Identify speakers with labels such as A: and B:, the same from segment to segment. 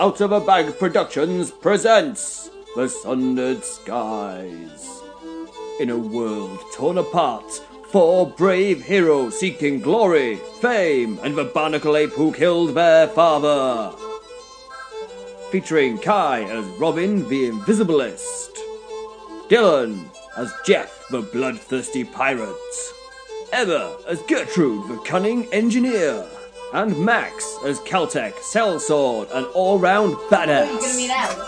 A: Out of a Bag Productions presents The Sundered Skies. In a world torn apart, four brave heroes seeking glory, fame, and the barnacle ape who killed their father. Featuring Kai as Robin the Invisibilist, Dylan as Jeff the Bloodthirsty Pirate. Emma as Gertrude, the cunning engineer, and Max as Caltech, Sellsword, an all-round
B: Who are you gonna
A: badass.
B: meet elves?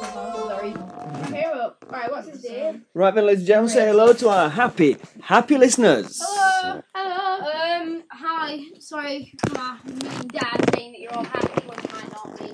B: Elves are evil. Pair up. Alright, what's his name?
C: Right then, ladies and gentlemen, say hello to our happy, happy listeners.
B: Hello. Hello. Um. Hi. Sorry, my mean dad saying that you're all happy when you might not be.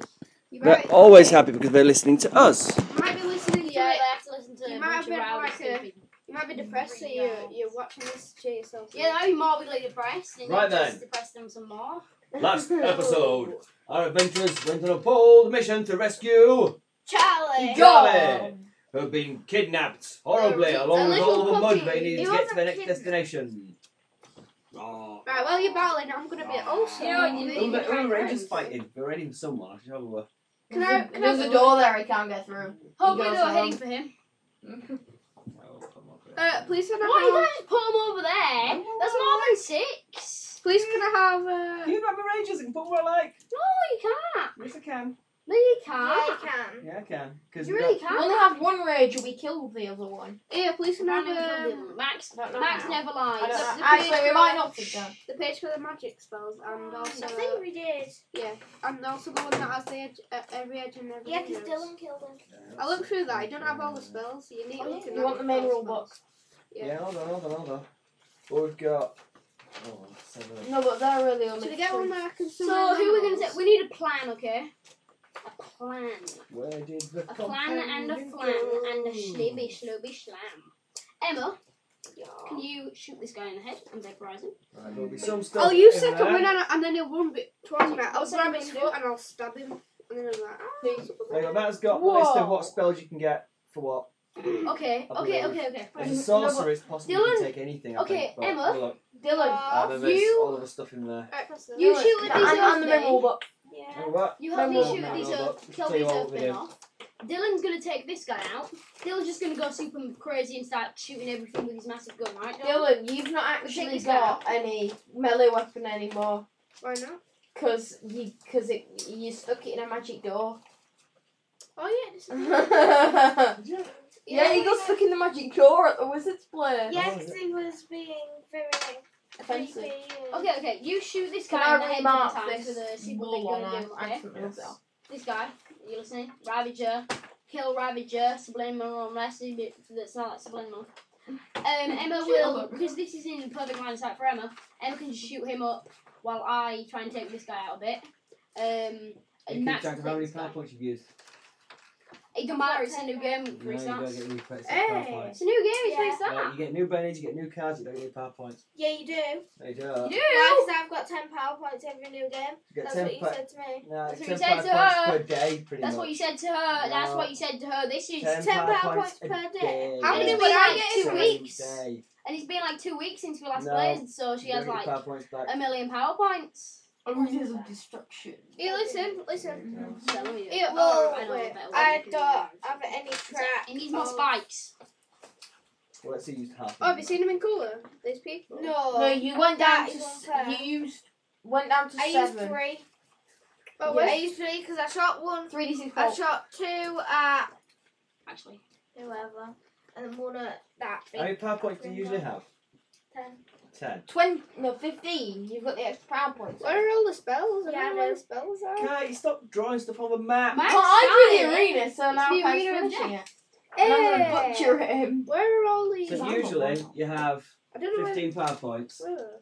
B: You
C: They're always happy because they're listening to us.
B: You might be listening to
D: Yeah, they
B: it.
D: have to listen to
B: You
D: a
B: might
D: bunch
B: have
D: of
B: been
D: rowdy
B: like a-
D: stupid.
B: You might be depressed, so you you're watching this to yourself.
D: Yeah, now you're morbidly depressed. And
A: Right
D: you
A: then.
D: Just depress them some more.
A: Last episode, our adventurers went on a bold mission to rescue
D: Charlie.
A: Charlie, who had been kidnapped horribly
D: A
A: along with
D: little
A: all the mud
D: puppy.
A: they needed
B: He
A: to get
B: was
A: to
B: a
A: their next
B: kid-
A: destination. Oh.
B: Right, well you're battling, I'm gonna be also.
D: Yeah, you
A: Who
D: need
A: were
D: to try
A: who
D: and
A: were
D: find
A: just
D: it.
A: fighting? They were waiting for someone. I should have a-
B: Can I- can I
E: There's
B: have
E: a
B: a
E: door there I can't get through.
D: Hopefully
E: He
D: they
E: goes
D: were heading
E: along.
D: for him.
A: oh, come on, come on.
B: Uh, please can
D: Why you
B: I
D: can't just put him over there? That's more than six.
B: have? Please can I have?
A: Can
B: Uh,
A: you grab my rangers and put where I like?
D: No, you can't.
A: Yes, I can.
D: No, you can't.
B: can.
A: Yeah, I can. Because
D: You really
E: We
D: can't.
E: only have one rage and we killed the other one.
B: Yeah, please can I
D: Randomly
B: have?
D: killed
B: Um,
D: him. Max,
E: Don't know
D: Max
E: how.
D: never
E: I
D: lies.
E: don't
B: Except
E: know.
B: the
E: Actually, we
B: page
E: might
B: for-
E: not think that.
B: The page for the magic spells and also
D: Oh,
B: uh,
D: I think we did.
B: yeah, and also the one that has the edge, uh, every edge and every.
D: Yeah, 'cause
B: nose.
D: Dylan killed him.
B: I looked through that. I don't have all the spells. So you need.
E: Oh,
B: to look
E: yeah.
B: in
E: You want
B: all
E: the main
B: spells.
E: rule book?
B: Yeah.
A: Yeah, hold on, hold on, hold on. Well, we've got. Oh, seven.
E: No, but they're really only.
B: Should we get
E: three.
B: one that I can
D: So, who
B: summon
D: are we going to
B: animals?
D: take? We need a plan, okay? A plan.
A: Where did the
D: A plan and a flan and a schnibby schnobby slam. Emma,
B: Oh,
D: can you shoot this guy in the head and vaporize him?
A: Right, there'll be some stuff.
D: Oh,
B: I'll use
A: in
B: second
A: there.
B: winner and, and then it won't be twice me. I'll
D: What's
B: grab
D: second
B: his
D: winner?
B: foot and I'll stab him. And then I'll be like,
E: Please.
B: ah,
A: There you go, That's got a
E: Whoa.
A: list of what spells you can get for what.
D: Okay,
A: I'll
D: okay,
A: be
D: okay, okay.
A: As a
D: fine.
A: sorcerer, it's possible you
D: Dylan-
A: can take anything. I
D: okay,
A: think, but
D: Emma,
A: Look,
E: Dylan.
A: ah,
D: No,
A: there-
D: but
A: there's
D: you,
A: all of the stuff in there.
B: Alright, press
D: You
B: it.
D: shoot with
E: and,
D: these
E: and, and
D: elves,
E: the main rule book.
D: yeah.
A: Tell you what,
D: You have me
E: Remember
D: shoot
A: what
D: these
A: we
D: elf,
A: did.
D: kill
A: Tell you
D: these
A: what
D: elf
A: we
D: men
A: did.
D: off. Dylan's gonna take this guy out. Dylan's just gonna go super crazy and start shooting everything with his massive gun, right? Dylan?
E: Dylan, you've not actually
D: Please
E: got any melee weapon anymore
B: Why not?
E: because you because it you stuck it in a magic door.
B: Oh yeah. This is...
E: yeah,
B: Yeah,
E: you got
B: yeah.
E: stuck in the magic door at the wizard's place.
A: Yeah,
B: Yeah,
A: 'cause
B: he was being very
E: Offensive.
D: Okay, okay, you shoot this
E: Can
D: guy in
E: I
D: the head
E: remark
D: couple times
E: this
D: for the see what
E: wall
D: they're
E: on
D: gonna
E: our
D: do, okay?
E: accident
A: Yes.
E: result?
D: This guy, you listening? Ravager, kill Ravager, subliminal unrest. is it- That's not like subliminal. Um, Emma will, because this is in perfect line of sight for Emma. Emma can shoot him up while I try and take this guy out a bit. Um,
A: you
D: and
A: keep
D: Max
A: track of how many
D: takes guy.
A: power points you've used.
D: It don't matter. It's a new game.
A: No,
D: Three
A: you don't
D: stars.
A: get new points.
B: Hey.
A: power points.
D: It's a new game. It's three
B: Yeah.
A: No,
D: stars.
A: you get new bennies, you get new cards, you don't get new power points.
B: Yeah, you do.
A: No, you don't.
D: You
B: Why? Because I've got ten powerpoints every new game.
A: You get
B: That's
A: 10
B: what you
A: pa-
B: said to me.
A: No,
D: That's what
A: ten
D: you
A: power
D: said to
A: points
D: her.
A: per day, pretty
D: That's
A: much.
D: what you said to her. That's
A: No.
D: what you said to her. This is,
A: Ten
D: and
B: Ten
A: power
B: powerpoints
A: points
B: per
A: a
B: day.
A: day.
B: How
D: many
A: Yeah.
D: would I
A: Ten
D: get in
A: power
D: weeks?
A: points a day.
D: it's been like two weeks since we last
A: No.
D: played, so she
A: You
D: has
A: don't get
D: like
A: power points back.
D: a million power points.
E: And wizards of destruction.
B: Here, listen, listen.
D: So let me do it.
B: Here,
D: Oh,
B: oh,
D: I know
B: wait.
D: a better way
B: I
D: we can do
B: don't
D: it.
B: have any track.
D: It needs more
B: of-
D: spikes.
A: Well, let's see, used half.
B: Oh, have you seen them in colour? These people?
E: No,
B: No.
E: you went down
B: That
E: to
B: is
E: s-
B: unfair.
E: you used went down to
B: I used
E: seven.
B: three.
E: Oh,
B: Oh,
E: wait.
B: I used three because I shot one.
E: Three d six.
D: Oh.
B: I shot two at
D: Actually,
B: whoever, and then one at that.
A: How
B: thing.
A: many power points do you usually have?
B: Ten.
A: Ten.
E: Twenty no fifteen. You've got the extra power points.
B: Where are all the spells? I
D: Yeah,
B: don't
D: I
B: know where
D: know.
B: the spells are.
A: Kai, you stop drawing stuff on the map.
D: Max
E: Well, I drew the
D: died.
E: arena, so
D: It's
E: now
D: the
E: I'm
D: arena of
E: finishing it. And I'm gonna
B: Hey!
E: butcher him.
B: Where are all these?
A: So
E: I'm
A: usually you have
B: I don't know where.
A: fifteen power points.
B: where.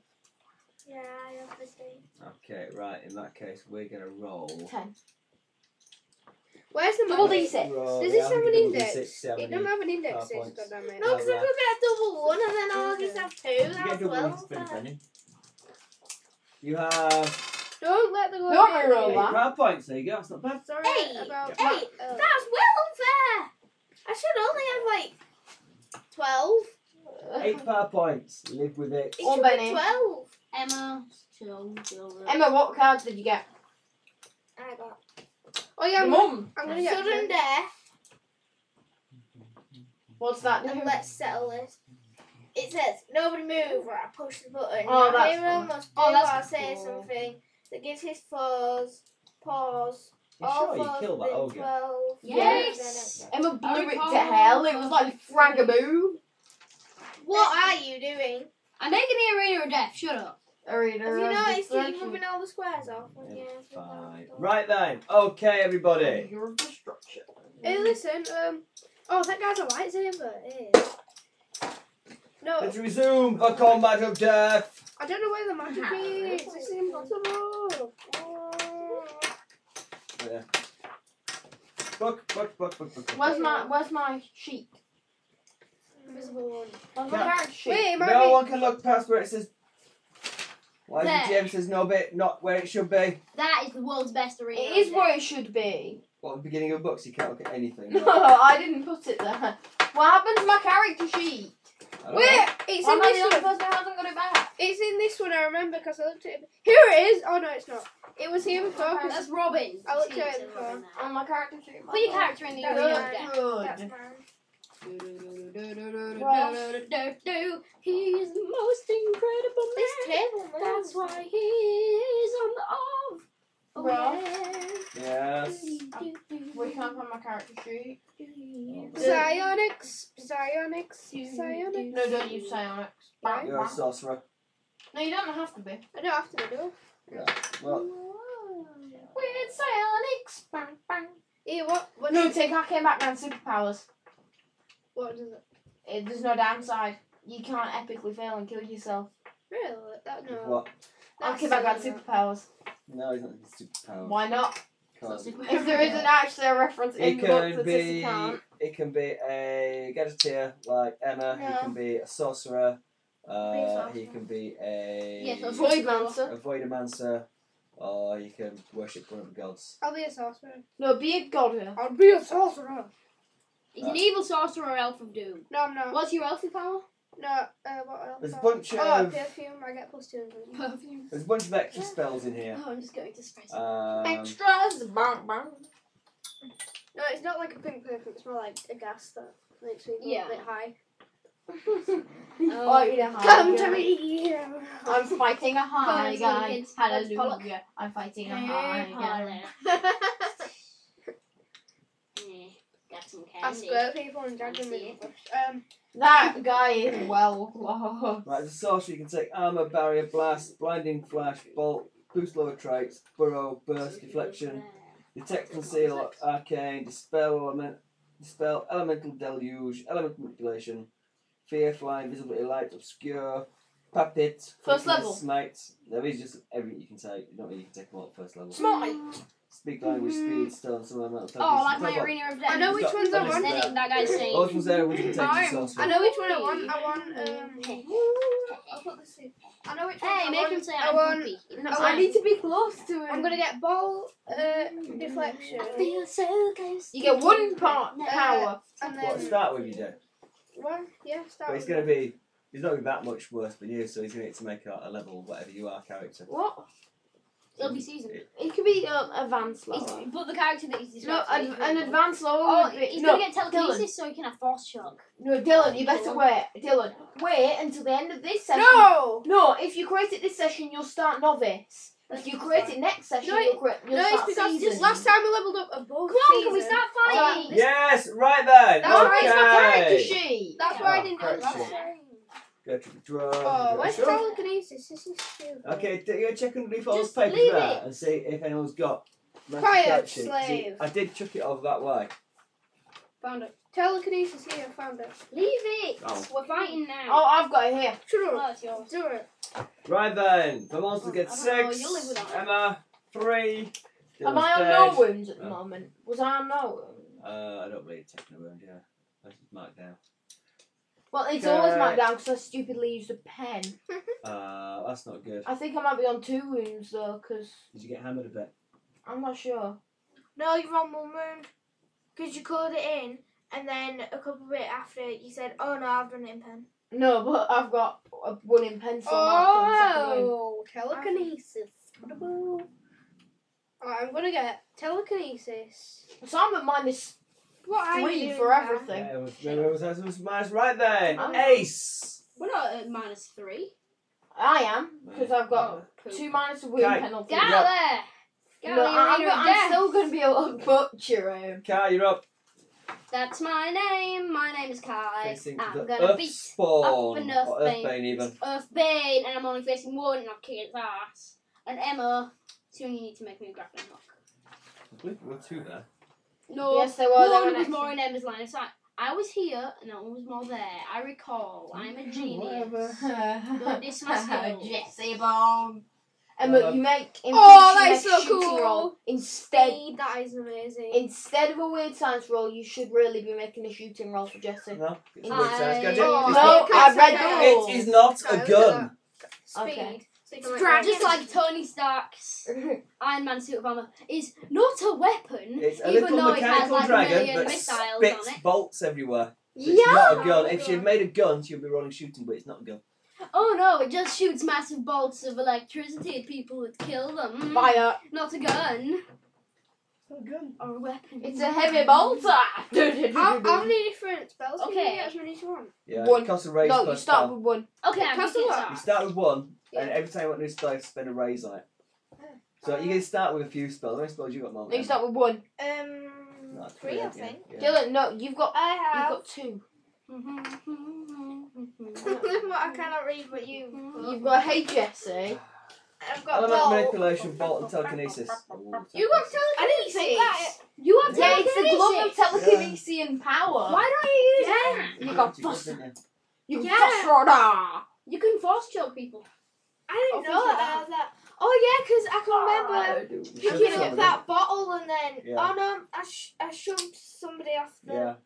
D: Yeah, I have to say.
A: Okay, right. In that case, we're gonna roll.
E: Ten.
B: Where's the
E: Double
B: money?
E: D six.
A: Roll.
B: Does
A: Oh, yeah,
B: this
A: I
B: have
A: think
B: an
A: it would be
B: index?
A: Six, seven,
B: It doesn't
A: eight.
B: have an index,
A: Five
B: it's
A: points.
B: goddamn it.
A: No, 'cause if
B: we get double one and then
E: all of us have
B: two, that's
A: You get double ones for penny. You have
B: Don't let the one
E: Don't reroll
A: eight
E: Well, that.
A: power points. There you go. It's not bad.
B: Sorry
D: Eight.
B: about
D: Yeah.
B: that.
D: Eight.
B: Oh.
D: That's well unfair.
B: I should only have like twelve.
A: Eight power points. Live with it.
B: It
E: Or
B: should be
E: Benny.
B: twelve.
D: Emma,
E: Emma, what cards did you get?
B: I got.
D: Oh yeah, I'm,
E: Mum.
B: I'm gonna get sudden
D: Sudden
B: death
E: What's that?
B: and let's settle this. It says nobody move or I push the button.
E: Oh,
B: Now,
E: that's
B: Hero
E: fun.
B: must do
E: Oh,
B: or
E: that's
B: say
E: cool.
B: something that gives his foes pause.
A: You
B: all
A: sure you
B: foes
A: killed that
B: within
A: ogre?
B: 12
D: Yes.
B: minutes.
E: Emma blew
D: I
E: it to
D: can't
E: hell. It was like Fragaboo.
B: What are you doing?
D: I'm making the arena of death. Shut up.
E: Arena.
B: Have you
E: of
B: noticed that you're
E: Destruction.
B: rubbing all the squares off? when you answer that
A: Fine.
B: door?
A: Right then. Okay, everybody.
E: Arena of Destruction.
B: Hey, listen. Um. Oh, that guy's a lightsaber. Eh. No,
A: Let's resume the combat of death.
B: I don't know where the magic is. This is impossible.
A: Book, book, book, book, book. book.
E: Where's my Where's my sheet?
B: Invisible one.
E: Where's
A: Yeah.
E: my card sheet?
B: Wait, it might
A: No
B: be-
A: one can look past where it says. Why is the
D: There.
A: GM says no bit not where it should be?
D: That is the world's best arena.
E: It is
D: of death.
E: where it should be.
A: Well, the beginning of books, you can't look at anything.
E: No, I didn't put it there. What happened to my character sheet?
A: I don't know.
B: Wait, it's
E: Why
B: in
E: am I the
B: this
E: only
B: one.
E: person who hasn't got it back?
B: It's in this one. I remember because I looked at it. Here it is. Oh no, it's not. It was here before. 'cause
D: That's Robin.
B: I looked
D: See,
B: at it
D: it's a
B: before.
D: Robin there.
E: And my character sheet.
D: Put
F: oh,
D: your character in the
B: That's
D: arena of
B: mine.
D: death.
B: that's
E: Good.
B: mine.
D: He's the most incredible man.
B: This table. Man.
D: That's why he is on the off. Oh,
E: Ross.
D: yeah.
A: Yes.
E: We can't find my character sheet.
B: Psionics. Psionics. Psionics.
E: No, don't use psionics.
B: Why?
A: You're a sorcerer.
E: No, you don't have to be.
B: I don't have to do.
A: Well,
E: Weird psionics. Bang, bang.
B: Here, what? What?
E: No, take our came back man superpowers.
B: What does it?
E: It, there's no downside. You can't epically fail and kill yourself.
B: Really? That no.
A: what?
E: Our
B: That's
E: came back got
B: silly.
E: superpowers.
A: No, he's not superpower.
E: Why not?
A: Can't be.
E: If there isn't actually a reference in
A: It
E: the book
A: can
E: that says you
A: be.
E: can't.
A: It can be a gadgeteer like Emma. He
E: No.
A: can be a sorcerer.
B: Be a
A: Uh,
B: sorcerer.
A: he can be a
D: Yes, a
E: Void Lancer.
A: a voidomancer, or you can worship one of the gods.
B: I'll be a sorcerer.
E: No, be a god here.
B: I'll be a sorcerer.
D: He's an evil sorcerer elf of doom.
B: No, I'm not.
D: What's your elfy power?
B: No. Uh, what else?
A: There's a bunch
B: Oh,
A: of
B: perfume. I get plus two. hundred.
D: Perfume.
A: there's a bunch of extra spells in here.
D: Oh, I'm just going to spray some.
A: Um,
E: Extras. Bang, bang.
B: No, it's not like a pink perfume. It's more like a gas that makes me
D: Yeah.
B: a little bit high.
E: Oh, you know how.
B: Come to me.
E: I'm fighting a high
D: Come to me,
E: guy.
D: kids. Pollock.
E: Hallelujah. I'm fighting a high guy.
D: Got some
B: I
D: candy.
B: swear people and drag them in.
D: Fancy
B: Um,
E: That guy is well loved.
A: right, as a sorcerer, you can take armor, barrier, blast, blinding flash, bolt, boost lower traits, burrow, burst, deflection, detect, conceal, arcane, dispel element, dispel elemental deluge, element manipulation, fear, fly, invisibility, light, obscure, puppet,
E: First
A: focus,
E: level.
A: smite. There is just everything you can take. You don't really can take them all at first level.
E: Smite.
A: Speak language, speed, stone, something like that.
D: Oh, like my arena of death.
B: I know which
A: Got-
B: ones I
A: got
B: want.
A: it.
D: Aesthetic, that guy's saying.
A: Those ones there, we can take
B: I
A: the
B: am-
A: sauce.
B: I know which one I want. I want. Um,
D: Hey,
B: I put this in. I know which one I
D: make
B: want.
D: him say
B: I
D: I'm
B: want-
D: poopy. He
B: I
D: looks like-
B: want-
E: Oh, I need to be close to
B: I'm
E: him.
B: gonna get ball, uh, deflection,
D: I feel so close.
E: You get one part
D: No.
E: power.
B: and
A: What,
B: then
A: start with you, Dave?
B: one. Yeah, start.
A: But it's
B: with
A: going to
B: me.
A: be, he's not going to be that much worse than you, so he's going to need to make a, a level, whatever you are, character.
E: What?
D: It'll be season.
E: It could be um, advanced level.
D: He's-
B: Oh.
D: But the character that he's
E: No,
D: described to
E: an,
D: me is
E: an
D: really good.
E: advanced level.
D: Oh,
E: would be-
D: he's
E: no,
D: gonna get telekinesis so he can have force shock.
E: no, Dylan, you better wait. Dylan, wait until the end of this session.
B: No.
E: No, if you create it this session, you'll start novice. If you create it next session,
B: No, it-
E: you'll, create, you'll
B: No, it's
E: start
B: because
E: season.
B: just last time we leveled up a both
D: Come on, can we
B: season.
D: start fighting?
A: Yes, right then!
B: That's
E: Where's my
A: okay.
E: character sheet?
B: That's why I
A: Oh,
B: didn't
A: crap,
B: do that.
A: shit. Go to the drawer.
B: Oh,
A: go to
B: where's
A: the drawer.
B: telekinesis? This is stupid.
A: Okay, t- go check underneath all those
D: Just
A: papers
D: leave
A: there
D: it.
A: and see if anyone's got. magic
B: Quiet,
A: character sheet. See,
B: slave.
A: I did chuck it over that way.
B: Found it. Telekinesis here, found it.
D: Leave it.
A: Oh.
D: We're fighting now.
E: Oh, I've got it here.
B: Shut up.
D: it's yours.
B: Do it.
A: Right then, the monster
D: Oh,
A: gets
D: I don't know,
A: six.
D: you'll live without it.
A: Emma, three.
E: Am
A: Dylan's
E: I on
A: dead.
E: no wounds at the
A: Oh.
E: moment? Was I on no wounds?
A: Uh, I don't believe taking a wound, yeah. That's marked down.
E: Well, it's always
A: Okay.
E: marked down because I stupidly used a pen.
A: Uh, that's not good.
E: I think I might be on two wounds though, because
A: Did you get hammered a bit?
E: I'm not sure.
B: No, you're on one wound. Because you called it in, and then a couple of bit after, you said, oh no, I've done it in pen.
E: No, but I've got a one in pencil. marked on second one.
B: Oh, telekinesis. Alright, I'm gonna get telekinesis.
E: So I'm at minus
B: What are you
E: three
B: doing
E: for
B: now?
E: everything.
A: Yeah, it was, no, it was, it was minus right there.
D: Oh.
E: I'm-
A: Ace.
D: We're not at minus three.
E: I am because I've got
D: Oh, poop.
E: two minus a win
A: Okay.
E: penalty.
D: Get out there! Get
E: No,
D: out of
E: I'm,
D: here,
E: I'm
D: death.
E: still going to be a little butcher. um. I am.
A: Kai, you're up.
D: That's my name. My name is Kai.
A: Facing
D: I'm
A: the
D: gonna
A: Earth
D: beat
A: Spawn.
D: up enough
A: or
D: thing.
A: Earthbane, even.
D: Earthbane, and I'm only facing one, and I'll kick its ass. And Emma, soon you need to make me a grappling hook.
A: We're two there.
D: No,
E: Yes, there were. There were
D: one was
E: next
D: more
E: to-
D: in Emma's line of sight. I was here, and no one was more there. I recall. I'm a genius. Don't diss my skills.
E: Jesse Bomb.
A: Uh,
E: Emma, you make
B: Oh,
E: infantry
B: that's
E: make
B: so
E: shooting
B: cool.
E: roll instead.
B: That is amazing.
E: Instead of a weird science roll, you should really be making a shooting roll for Jesse.
A: No, it's a
D: I-
A: weird size gadget.
D: Oh,
A: It's not-
E: no, I read the
B: Okay.
E: rules.
A: It is not
B: Okay,
A: a
B: look
A: gun.
B: Speed.
E: Okay.
B: Speed
D: It's
B: to
D: crap,
B: my
D: just
B: target.
D: like Tony Stark's Iron Man suit of armor is not a weapon,
A: It's a
D: even
A: little
D: though it has
A: mechanical
D: like a
A: dragon
D: million
A: that
D: missiles
A: spits
D: on it.
A: bolts everywhere. So
D: Yeah.
A: It's not a gun. If
B: Oh,
A: she had
B: God.
A: made a gun, she would be rolling shooting, but it's not a gun.
D: Oh no, it just shoots massive bolts of electricity at people that kill them.
E: Fire.
D: Not a gun
A: It's not a gun.
D: or a weapon.
E: It's a heavy bolter.
B: How, how many different spells can
D: Okay.
B: you get as many as you want?
A: Yeah,
E: One.
A: it costs a raise
E: no,
A: per
E: you
A: spell.
E: start with one.
D: Okay, I'm
B: Cast
D: picking
B: a
D: it
B: lot.
D: up.
A: You start with one, and
B: Yeah.
A: every time you want a new spell, you spend a raise on it. So you can start with a few spells. How many spells you got, Mark?
E: No, you start with one.
B: Um,
A: No,
B: three, I
A: yeah,
B: think.
A: Yeah.
E: Dylan, no, you've got
B: I
E: you've
B: have.
E: got two.
B: Look what I cannot read, but you.
E: You've got hey Jesse.
B: I've got
A: Element
B: bolt.
A: manipulation, bolt, and telekinesis.
D: You got telekinesis.
B: I didn't think that.
D: You have
E: Yeah,
D: telekinesis.
E: it's the glove of telekinesis and power.
D: Why don't you use
E: Yeah.
D: that?
E: You got
A: Did you
E: fuss.
A: didn't you?
E: You
D: Yeah.
E: fuss roda.
D: You can force choke people.
B: I didn't
E: Oh,
B: know
E: thank you.
B: that, I had that. Oh yeah, because I can remember
A: I do. You should
B: picking
A: have
B: up that bottle and then
A: Yeah.
B: oh no, I, sh- I shoved somebody off the.
A: Yeah, you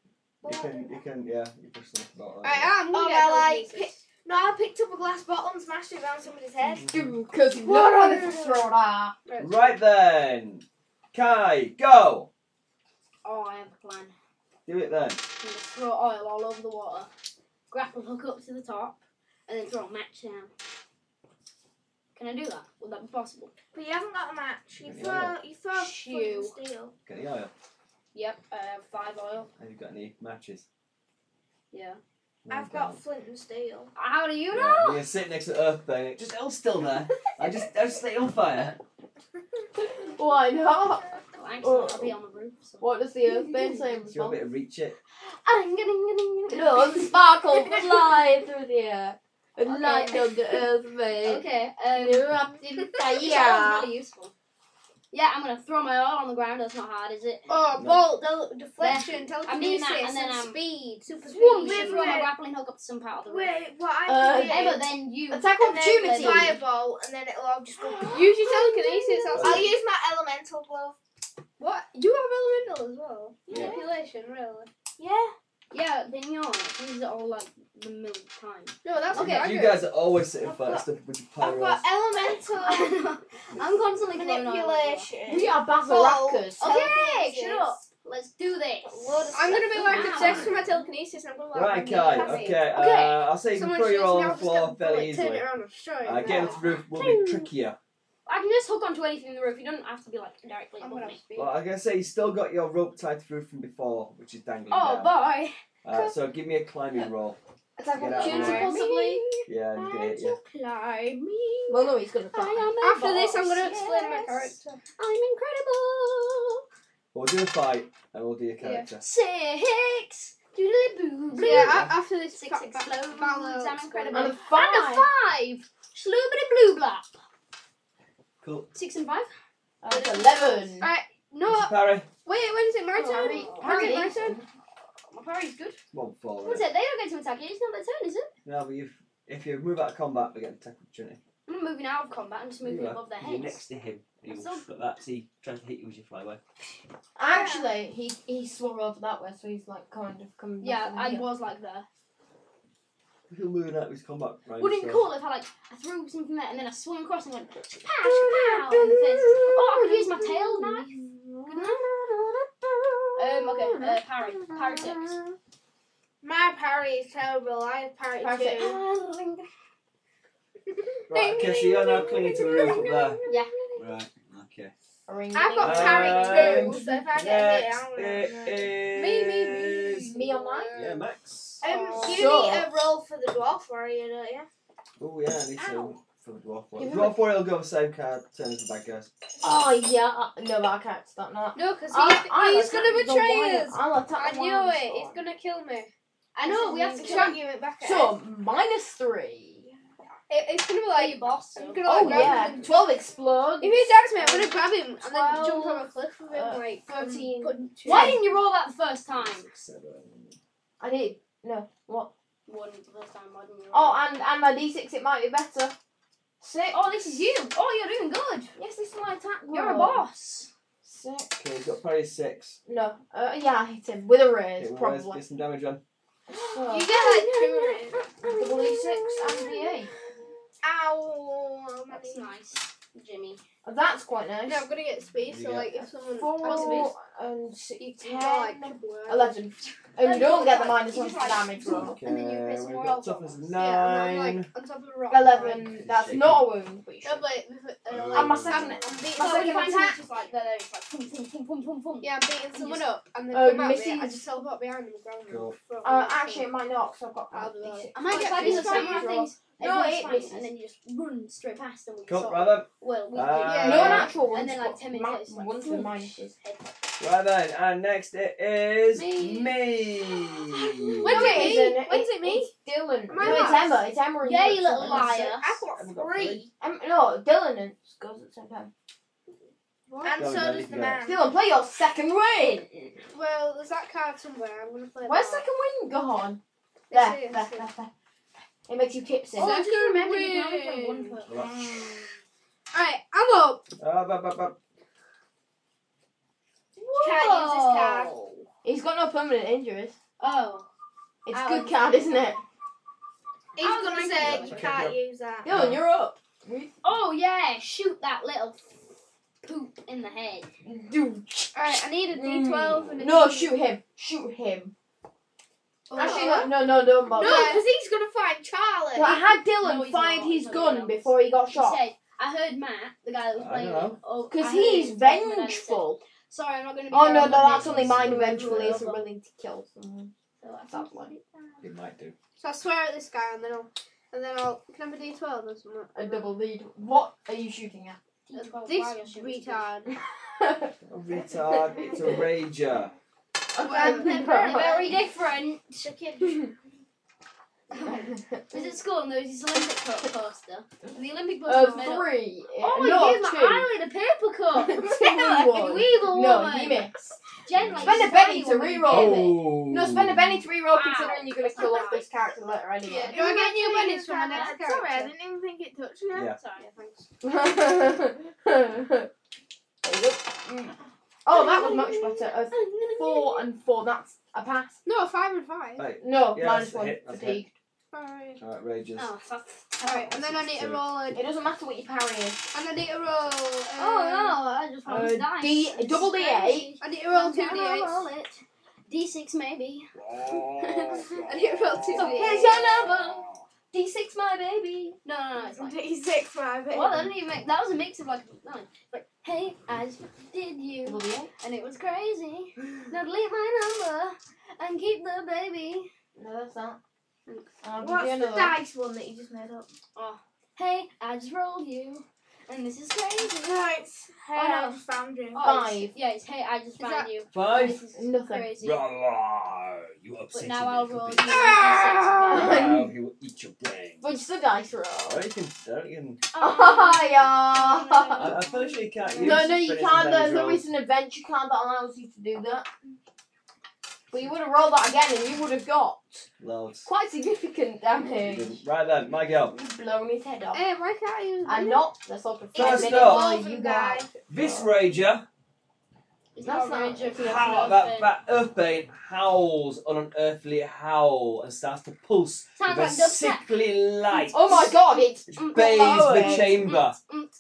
B: board.
A: can, you can, yeah, you push them about
G: I
A: that.
G: am.
B: Oh,
G: gonna
B: well, I
G: get telekinesis.
B: No, I picked up a glass bottle and smashed it around somebody's head.
A: Mm.
E: Because what a fuss roda.
A: Right then, Kai, go.
D: Oh, I have a plan.
A: Do it then.
D: I'm gonna throw oil all over the water, grapple hook up to the top, and then throw a match down. Can I do that? Would that be possible?
B: But you haven't got a match. You
A: Yeah.
B: throw, you throw
D: Shoo.
B: fucking steel.
A: Get the oil.
D: Yep, I have five oil.
A: Have you got any matches?
D: Yeah.
A: No,
B: I've
A: you
B: got
A: don't.
B: flint and steel.
D: How do you
A: Yeah,
D: know?
A: you're sitting next to Earthbane. It just it'll still there. I just I just lit it on fire.
E: Why not?
D: Thanks, I'll be on the roof. So. Ah,
E: What does the earth been say in
A: Do you want
E: response?
A: me to reach it?
E: No, the sparkles fly through the air. And
D: Okay.
E: land on the earth made.
D: Okay, um,
E: Erupt in
D: this oil's
E: fire.
D: really useful. Yeah, I'm gonna throw my oil on the ground. That's not hard, is it?
B: Oh,
A: No.
B: bolt, del- deflection,
D: I'm doing that,
B: telekinesis,
D: and then um,
B: and
D: I'm-
B: speed, super
D: Boom,
B: speed.
D: then throw my grappling hook up to some part of the roof.
B: Wait, what
E: Uh,
B: I did,
D: Emma, then you.
E: Attack
B: and then
E: opportunity.
B: fireball, and then it'll all just go.
G: Use your telekinesis. I'll-
B: I'll use my elemental glove.
G: What? You have elemental as well.
A: Yeah.
G: Manipulation, really.
B: Yeah.
D: Yeah, then you're. These are all like the millionth time.
G: No, that's
D: Okay.
G: okay.
A: You guys are always sitting
B: I've
A: fire
B: got-
A: stuff with your
B: I've
A: pyros.
B: got elemental
D: I'm constantly throwing oil.
E: We
B: manipulation.
E: are bazarakas.
B: Oh.
D: Okay,
B: Telekinesis.
D: shut up. Let's do this.
G: I'm gonna be like
D: Wow.
G: obsessed with my telekinesis, and I'm gonna like.
A: Right,
G: really
A: Kai.
G: have it.
A: Okay, uh, I'll say you can
G: Someone
A: throw
G: shoots
A: your all
G: me,
A: on
G: I'll
A: the
G: just get
A: floor
G: a bullet,
A: fairly
G: Turn
A: easily.
G: it around and show him
A: Uh,
G: that.
A: getting to the roof will be trickier.
D: I can just hook onto anything in the roof. You don't have to be like directly
G: I'm
D: above
G: gonna
D: me.
G: speed.
A: Well, I gotta say, you still got your rope tied to the roof from before, which is dangling
D: Oh
A: down.
D: boy.
A: Uh, so give me a climbing roll.
E: Attack
A: Get out of the
E: opportunity
A: way.
E: possibly.
A: Yeah, I'm gonna hit you.
D: Climbing.
E: Well, no, he's gonna fly.
D: I am a
G: After this, I'm
D: boss,
G: gonna explain my
D: yes.
G: character.
D: I'm incredible.
A: We'll do a fight, and we'll do your character.
D: Six. Doodly boo.
G: So
D: blue.
G: yeah, a- after this,
D: Six
G: ba- ba-
D: explodes.
G: balance-
D: I'm incredible.
E: And a
D: And a
E: five.
D: five. Sloobity blue blap.
A: Cool.
D: Six and five.
E: That's eleven.
G: No,
A: Parry.
G: wait. When is it my turn?
D: Harry.
G: When is it my turn?
D: Oh, My parry's good.
A: One four.
D: What's
A: Right?
D: it? They are going to attack you. It's not their turn, is it?
A: No, but you if you move out of combat, we get an attack opportunity.
D: I'm not moving out of combat. I'm just moving
A: You are.
D: above their
A: You're
D: heads.
A: next to him. He'll
D: So-
A: shut that. See, tries to hit you as you fly away.
E: Actually, he he swore over that way, so he's like kind of coming. back
D: Yeah,
E: from
D: I
E: here.
D: was like there.
A: He'll move out of his combat range.
D: Wouldn't it be
A: so-
D: cool if I like I threw something there and then I swung across and went pow pow in the face? Oh, I could use my tail knife. Couldn't I? Um, okay, uh, parry, parry six.
B: My parry is terrible. I have parry
E: Perfect.
B: too.
A: Right, okay, so you're now clinging to the roof up there.
D: Yeah.
A: Right, okay.
E: Ring,
B: I've got
E: ring.
B: parry
A: Um,
B: too, so if I get hit,
A: Next,
B: I'm
A: it
B: gonna.
A: is.
B: Me, me, me.
E: Me on mine?
A: Yeah, Max.
B: Um, you
E: So-
B: need a roll for the dwarf warrior, don't you?
A: Oh, yeah, I need to.
E: Ow.
A: For the dwarf warrior.
E: Give him a-
A: Dwarf warrior will go with same card, same as the bad guys.
E: Oh yeah, I, no, but I can't stop that.
B: No, because
G: Oh,
E: I'll- I'll
B: he's gonna
E: attack the
B: betray
E: wire.
B: us.
E: I'll
B: I
E: attack the
B: knew
E: wire
B: it.
E: sword.
B: He's gonna kill me.
D: I know, we have to
B: Can I
D: try.
B: give it back. at him?
E: So minus three.
B: It, it's gonna be
D: Are
B: like
D: you boss?
B: I'm gonna
E: Oh
B: like grab
E: yeah,
B: him.
E: twelve explodes.
B: If he attacks me, I'm gonna grab him and then
E: Twelve,
B: jump over a cliff with him.
E: uh,
B: like
E: thirteen.
B: Put two-
D: Why didn't you roll that the first time?
A: Six, seven.
E: I did.
D: One the first time, why didn't you roll?
E: Oh, and and my d6, it might be better. Six.
D: oh, this is you. Oh, you're doing good.
E: Yes, this is my attack.
D: You're a
E: roll.
D: boss.
E: Six.
A: Okay, he's got parry six.
E: No. Uh, yeah, I hit him with a
A: Okay,
E: raise,
A: well, let's
E: probably.
A: get some damage on.
E: So,
B: You get that two rings.
E: double d6 and d8.
B: Ow! how many?
D: That's nice, Jimmy.
E: Oh, That's quite nice.
B: No, I'm gonna get space. So
A: Yeah.
B: like, if someone
E: Four
B: attacks
E: and six,
B: me, you know, like
E: ten,
B: work.
E: eleven. And you
B: Like,
E: don't get the
B: like,
E: minus
B: you
E: one
B: just
E: for
B: like-
E: damage roll.
A: Okay,
B: And then you press
A: we've
B: more
A: got
B: of
A: toughness
B: them.
A: of
B: Yeah, and I'm,
A: nine.
B: like on top of a rock.
E: Eleven. That's not a wound, but you
B: No,
E: should.
B: but with-
A: Oh.
B: uh,
E: And my
B: like,
E: second.
B: I'm beating
D: Like, when
B: someone
D: you
B: up.
D: find someone just like, there, there, it's like, pum, pum, pum, pum, pum, pum.
B: Yeah, I'm beating someone up, and then
E: Oh,
B: come out of it, I
E: Missy's-
B: just teleport behind them and grab them.
A: Cool.
B: From
E: Uh,
B: the
E: actually, it
B: team.
E: might not because I've got
B: I'll
E: five
B: do that.
E: d6.
B: I
D: I
B: might
D: might
B: get
D: get
E: these
D: these
E: damage
D: five
E: roll.
D: things.
E: No,
D: everyone's
E: it
D: fine,
E: misses.
D: and then you just run straight past them. when you
A: Cool,
D: saw-
A: right then.
D: Well, we
A: Uh,
D: did.
B: Yeah,
E: No
B: yeah.
E: natural ones,
D: And then like
E: but
D: ten minutes
E: ma-
D: later, it's like,
E: ones with minuses.
A: Right then, and next it is
B: Me.
A: me.
B: When's
E: No,
B: it
E: it
B: me?
E: isn't.
B: When's
E: It-
B: it me?
E: It's Dylan.
B: Am I
E: no, it's
B: last?
E: Emma. It's Emma. and
D: Yeah,
E: you
D: you
E: at
D: little
E: seven.
D: liar.
B: I've got
A: I've got
B: three.
E: Um, no, Dylan and goes at the same time.
B: And
A: Go on,
B: so
A: then,
B: does
A: you
B: the
A: go.
B: man.
E: Dylan, play your second win.
B: Well, there's that card somewhere. I'm gonna play
E: Where's
B: that.
E: second win gone?
B: It's
E: There,
B: here,
E: there,
B: it's
E: there,
B: here.
E: there. It makes you tipsy.
D: Oh, I just
B: Second
D: remembered you can only play
B: ring.
D: one person.
B: Alright, I'm up.
A: Up, up, up, up.
D: Can't use this card.
E: He's got no permanent injuries.
D: Oh.
E: It's
D: Ow.
E: a good card, isn't it?
B: He's
D: I was
B: gonna
D: thinking
B: say
D: that.
B: you
A: Okay,
B: can't
A: go.
B: use that.
E: Dylan, you're up.
D: Oh yeah, shoot that little poop in the head.
E: Dude.
B: Alright, I need a
E: Mm,
B: D12 and a
E: No,
B: D-
E: shoot him. Shoot him.
B: Oh.
E: Actually, no, no, no, don't
B: No,
E: bother.
B: because he's gonna find Charlie.
E: But I had Dylan
D: No, he's
E: fired
D: not.
E: his
D: No,
E: gun
D: he is.
E: before he got
D: He
E: shot.
D: said, I heard Matt, the guy that was
A: I
D: playing.
A: know.
D: it, Oh, I
E: Because
D: heard
E: he's
D: him talking about it and said,
E: vengeful.
D: Sorry, I'm not going to be.
E: Oh
D: there
E: no, no,
D: on Monday,
E: that's
D: so
E: only
D: it's
E: mine
D: not
E: eventually
D: gonna
E: is
D: be over."
E: willing to kill someone.
D: So I
E: That's
D: think-
E: one.
A: It might do.
B: So I swear at this guy and then I'll and then I'll can I have a D twelve or something?
E: A double lead. What are you shooting
D: This
B: This
D: retard.
B: retard.
E: at?
A: A retard. it's a rager.
B: Well,
D: They're very, very different. I was at school and there was this Olympic cup poster. The Olympic poster
E: Uh,
D: was made up.
E: three.
D: Oh,
E: uh, no,
D: you used
E: two.
D: my eyelid, a paper cup.
E: Two
D: you
E: one.
D: evil
E: No,
D: woman.
E: he missed.
D: Gently.
E: Spend a penny to re-roll it.
A: Oh.
E: No, spend a penny to reroll
D: Wow.
E: considering you're going to kill off this character later
B: Yeah,
E: anyway.
B: do I get new winnings from my next
G: Sorry, I
B: character?
G: didn't even think it touched you.
A: Yeah.
B: Sorry, thanks.
E: oh, that was much better. A four and four, that's a pass.
B: No, five and five.
A: Right,
E: No,
A: Yeah,
E: minus
A: that's a
E: one,
A: hit, that's a
E: fatigued.
B: Alright.
A: Alright, rages.
D: Oh, fuck.
B: Alright, and then I need to roll a um,
E: It doesn't matter what your parry is.
B: and I need to roll uh,
D: Oh no, I just rolled
E: Uh,
D: the dice.
E: D-
D: It's
E: double D8.
D: crazy.
B: I need to roll two
D: I'm gonna roll
B: D8s.
D: it. D6 maybe.
A: Oh,
D: Oh.
B: I need to roll two
D: So
B: D8s.
D: here's your number. D6 my baby. No, no, no, it's like.
B: D6 for my bit.
D: Well, that didn't even make. That was a mix of like. No, like, hey, I did you. And it was crazy. Now delete my number and keep the baby.
E: No, that's not. I'll give you
B: What's the
E: another.
B: dice one that you just made up?
D: Hey, I just rolled you. And this is crazy.
B: No, it's
D: Oh, no.
B: just found you.
D: Oh, it's-
E: Five.
D: Yeah, it's hey, I just found
B: that-
D: you. And
A: Five.
D: This is
E: Nothing.
D: crazy.
A: Rah, rah, you
D: But
A: upset
D: now I'll roll you.
B: Ah!
A: Now he will eat your brain. Oh,
E: What's the dice
A: I
E: roll?
A: don't think, I don't even,
E: Oh,
A: uh, I,
E: yeah.
A: I'm fairly sure you can't use
E: No, no, you
A: finish
E: can't.
A: damage
E: There's no
A: rolls.
E: recent adventure card that allows you to do that. But you would have rolled that again and you would have got
A: Loads.
E: quite significant damage.
A: Right then, my girl.
E: You've blown his head
D: Um,
E: off.
B: Hey, why can't I use
E: And not the sort of
A: First
E: minute
A: up.
E: while you
B: guy.
E: guy.
A: This rager
D: It's
E: That's
D: not
E: not-
D: Ranger from
A: Howl, that, that Earthbane howls an unearthly howl and starts to pulse
D: Sounds
A: with a
D: like dubstep.
A: sickly light.
E: Oh my god, it's
A: Which
D: Mm,
A: bathes
E: below
A: the
E: it.
A: chamber.
D: Mm, mm.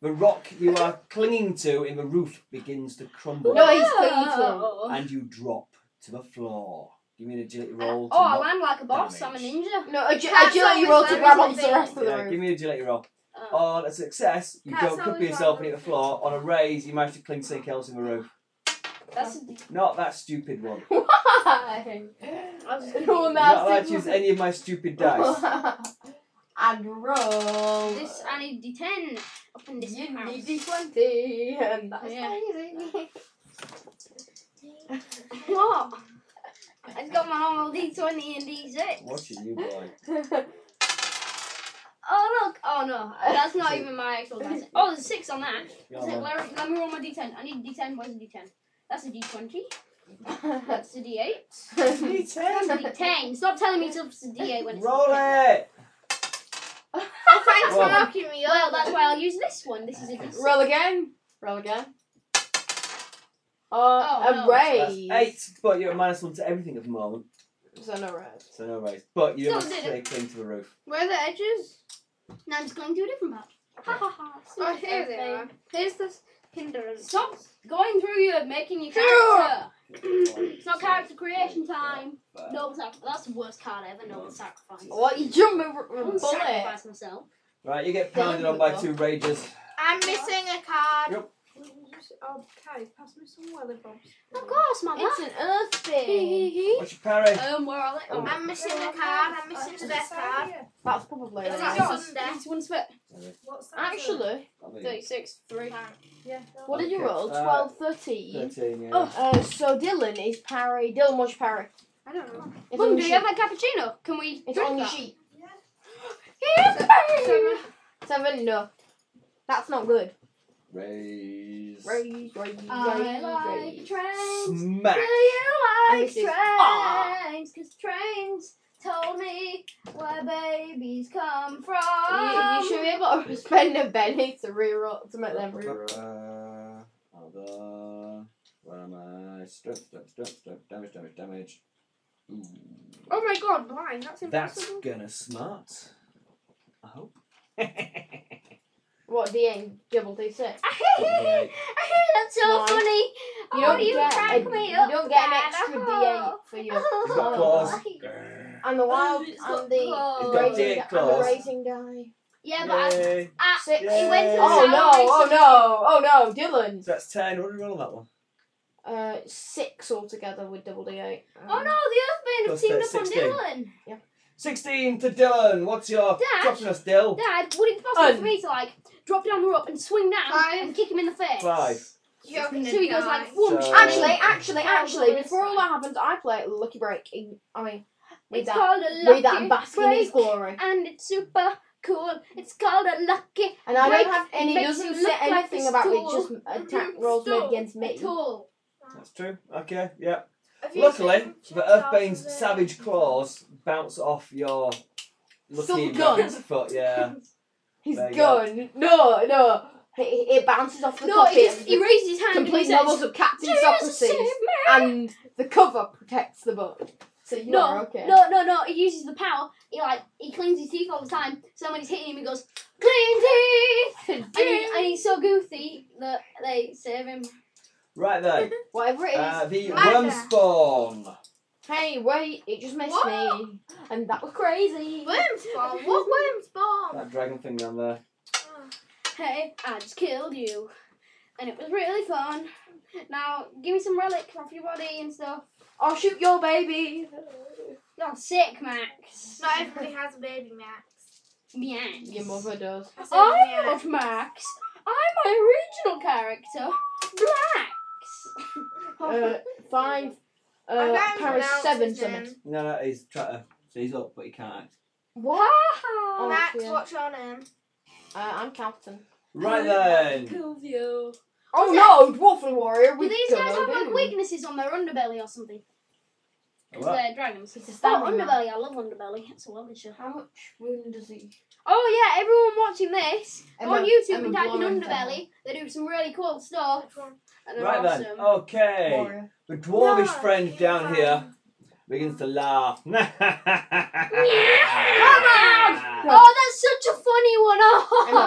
A: The rock you are clinging to in the roof begins to crumble,
E: No, he's
D: Oh.
E: clean.
A: and you drop to the floor. Give me an agility roll. to
D: oh, I
A: knock-
D: land like a boss. I'm a
H: damage.
D: ninja.
E: No, agi-
B: Cats
E: agility
B: always
E: roll to
B: land
E: grab
B: on
E: onto the
B: things.
E: rest of the
A: Yeah, give
E: roof.
A: me an agility roll.
D: Oh.
A: On a success, you
B: Cats
A: don't
B: always
A: clip yourself
B: land
A: and
B: on
A: hit the
B: things.
A: floor. On a raise, you manage to cling something else in the roof.
D: That's
A: Not that stupid one.
E: Why?
D: I was
E: You're
D: thinking-
A: You're not
E: massive.
A: allowed to use any of my stupid dice.
E: and roll.
D: this. I need D10 up in this
E: you
D: house.
E: need D20, and that's
D: Yeah.
E: easy.
D: What? I just got my normal D20 and D6.
A: Watching you, boy.
D: Oh look! Oh no, that's not even my actual dice. Oh, there's six on that.
A: You're
D: Is it-
A: on a-
D: let, let me roll my D10. I need D10. Where's the D10? That's a D20. That's a D8. That's a D10. Stop telling me it's a D8 when it's
A: Roll
D: a D10.
A: it!
B: Oh, thanks
A: Well-
B: for knocking me
D: Well,
B: over.
D: that's why I'll use this one. This is a D6.
E: roll again. Roll again. Uh,
D: Oh,
E: a
D: no.
A: That's
E: raise.
A: eight, but you're at minus one to everything at the moment,
E: So no raise.
A: so no raise. But you
D: Still
A: must
D: did
A: stay cling to the roof.
B: Where are the edges?
D: Now I'm just going to a different part. Ha ha ha.
B: Oh, here they
D: Everything.
B: are. Here's this hindrance.
D: Stop going through you and making your character. it's not character creation time. Noble sacrifice. That's the worst card ever. Noble sacrifice.
E: What? You jump over
D: I'm
E: with
D: gonna
E: a bullet.
D: sacrifice myself.
A: Right, you get pounded on by two rages.
B: I'm missing a card.
A: Yep.
B: Oh, Kai, pass me some lollipops.
D: Of course, mother.
E: It's an earth thing.
D: um,
A: What's your parry?
D: where are they? Oh,
B: I'm missing a card. I'm missing the best card.
E: That's probably
B: It's
E: a
B: not
E: raise.
B: yours.
D: It's one split.
A: Uh,
E: Actually,
D: Thirty-six, three.
E: what did you
A: Okay,
E: roll?
A: uh,
E: 12, 13.
A: Thirteen, yeah.
E: Uh, so Dylan is parry. Dylan, what's your parry?
B: I don't know.
E: It's
D: Mum,
E: on
D: do you
E: your sheet.
D: have a cappuccino? Can we
E: It's
D: drink
E: on your
D: that?
E: sheet.
D: Here's
B: Seven.
E: Seven, no. That's not good.
A: Raise.
E: Raise, raise,
D: I
E: raise,
D: like
E: raise.
D: trains.
A: Smack.
D: Do you
E: And
D: like
E: this is-
D: trains? Cause trains told me where babies come from.
E: You, you
B: Oh
E: should be able to spend a penny to reroll to make them reroll.
A: Uh, Hold on. Where am I? Strength, strength, strength, strength. Damage, damage, damage. Ooh.
B: Oh my god, blind. That's
A: That's
B: impossible.
A: gonna smart. I hope.
E: What D8 double D6?
A: Right.
D: That's so
E: Why?
D: funny.
E: You
D: oh,
E: don't
D: you
E: get
D: crack
E: a-
D: me
E: you
D: up.
E: don't get an
D: Dad.
E: extra
D: Oh.
E: D8 for your.
D: Oh.
A: You've got
E: Oh.
A: claws.
E: And the wild
D: It's got
E: and the
D: claws.
A: got
E: raising,
A: dick
E: and the
A: claws.
E: raising die.
D: Yeah, but I,
A: Yay.
D: I,
E: Six.
D: it went to the
E: Oh
D: sound
E: no!
D: race
E: Oh
D: and-
E: no! Oh no! Dylan.
A: So that's ten. What do we roll on that one?
E: Uh, six altogether with double D8.
D: Oh no, the
A: Plus
D: Earthbane have teamed up on
A: 16.
D: Dylan.
A: Sixteen to Dylan. What's your
D: Dash.
A: dropping us, Dill?
D: Dad, would it be possible
E: Un-
D: for me to like drop down the rope and swing down
B: Five.
D: and kick him in the face?
A: Five.
B: You're gonna
D: So he goes
B: die.
D: like, whoom,
A: So-
E: Actually,
D: actually,
E: actually, actually,
D: Oh,
E: before all that happens, I play Lucky Break. in- I mean, with
D: it's
E: that,
D: called a lucky
E: with that basket in its
D: break,
E: glory.
D: and it's super cool. It's called a lucky
E: And I
D: Break
E: don't have, and he
D: makes
E: doesn't
D: you
E: say
D: look like
E: anything
D: a
E: about it.
D: stool.
E: Just attack rolls made
D: Stool.
E: against me.
D: tool.
A: That's true. Okay. Yeah.
B: Have you
A: Luckily,
B: seen
A: the
B: Chekhov's,
A: Earthbane's
B: uh,
A: savage claws bounce off your lucky
E: Some gun.
A: rabbit's foot. Yeah.
E: He's
A: There you
E: gone. No, no. It, it bounces off the
D: No,
E: copy.
D: he, just,
E: and
D: he
E: the
D: raised his hand and he
E: complete
D: says,
E: levels of Captain
D: "Jesus,
E: Socrates,
D: save me."
E: and the cover protects the book. So you
D: No,
E: are okay.
D: no, no, no. He uses the power. He like he cleans his teeth all the time. So when he's hitting him, he goes clean teeth, and, he, and he's so goofy that they save him.
A: Right then.
E: Whatever it is.
A: Uh, the
B: Right
A: worm
B: there.
A: spawn.
E: hey, wait! It just missed
B: What?
E: me, and that was crazy.
B: Worms bomb. What worms bomb?
A: That dragon thing down there.
D: Hey, I just killed you, and it was really fun. Now give me some relics off your body and stuff.
E: I'll shoot your baby.
D: You're sick, Max.
B: Not everybody has a baby, Max.
D: Max.
E: Your mother does.
B: I said
D: I'm
B: Max.
D: not Max. I'm my original character, Blax.
E: Uh, five.
B: I
E: Uh,
B: can't
E: Paris
B: pronounce
E: seven
B: his
E: summit.
B: name.
A: No, no, he's trying to. So he's up, but he can't. act.
E: What? Oh,
B: Max,
E: yeah.
B: what's your name?
E: Uh, I'm captain.
A: Right then.
D: Killed you.
E: Oh
D: Was
E: no, Dwarfly Warrior.
D: Do
E: we
D: these
E: don't
D: guys
E: know,
D: have like
E: do we?
D: weaknesses on their underbelly or something? Because
A: What?
D: they're dragons.
E: It's a
D: Oh,
E: standing man.
D: underbelly. I love underbelly. It's a lovely show.
E: How much wound does he?
D: Oh yeah, everyone watching this
E: Emma-
D: on YouTube
E: Emma
D: and type in
E: Blomkamp.
D: underbelly. They do some really cool stuff. And they're
A: Right
D: awesome.
A: then. Oh. Okay.
E: Warrior.
A: The dwarvish
B: No,
A: friend
B: you
A: down
B: can't.
A: here begins to laugh. Come
D: on!
A: on!
D: Oh, that's such a funny one.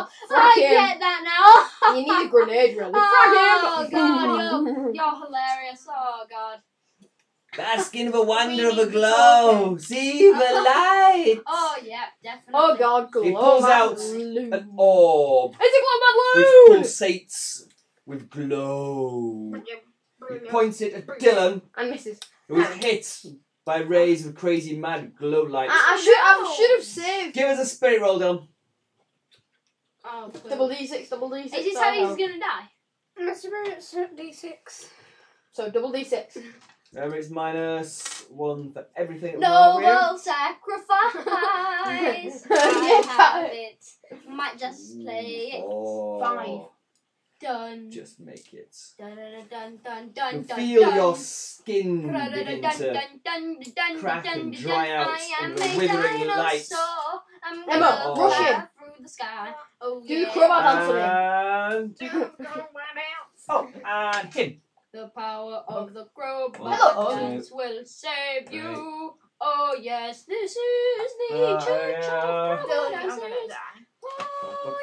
D: Oh,
E: Emma,
D: I
E: frack him.
D: get that now.
E: You need a grenade, really.
D: Oh,
E: Frack him.
D: God, You're hilarious. Oh god.
A: Basking of a wonder of a glow. See the light.
D: Oh yeah, definitely.
E: Oh god, glow.
A: He pulls out
E: balloon.
A: An orb which
E: It's a glow balloon!
A: pulsates with glow. He
B: Brilliant.
A: points it at Dylan,
E: And misses.
A: who is hit by rays of crazy mad glow
E: I,
A: light.
D: Ah,
E: I should I should have saved
A: Give us a spirit roll, Dylan.
D: Oh, good.
E: double D six, double D six.
D: Is this how he's gonna die?
B: Mr. Burns, D6.
E: So double D six.
A: Remember, it's minus one for everything. at Warrior.
D: Noble sacrifice. I
E: Yeah.
D: have it. Might just play it.
A: Oh,
E: Fine.
D: Done.
A: Just make it.
D: Dun dun dun dun
A: You
D: dun dun.
A: feel
D: dun.
A: your skin
D: Dun, dun,
A: begin
D: dun,
A: to.
D: dun, dun, dun,
A: crack
D: dun,
A: and
D: dun,
A: dry
D: dun.
A: out
D: I am
A: under the
D: a
A: withering lights.
D: dinosaur. I'm
E: Emma,
D: gonna
A: rush
D: fly
E: in.
D: through the sky. Oh,
E: Do the
D: yeah.
E: crowbar dance with him.
A: And
B: I'm going out.
A: oh, and him.
D: The power of the crowbar
E: Oh, Hello.
D: dance will save you. Oh yes, this is the
A: Uh,
D: church
A: yeah.
D: of crowbar
E: Dylan, I'm
D: dancers. Oh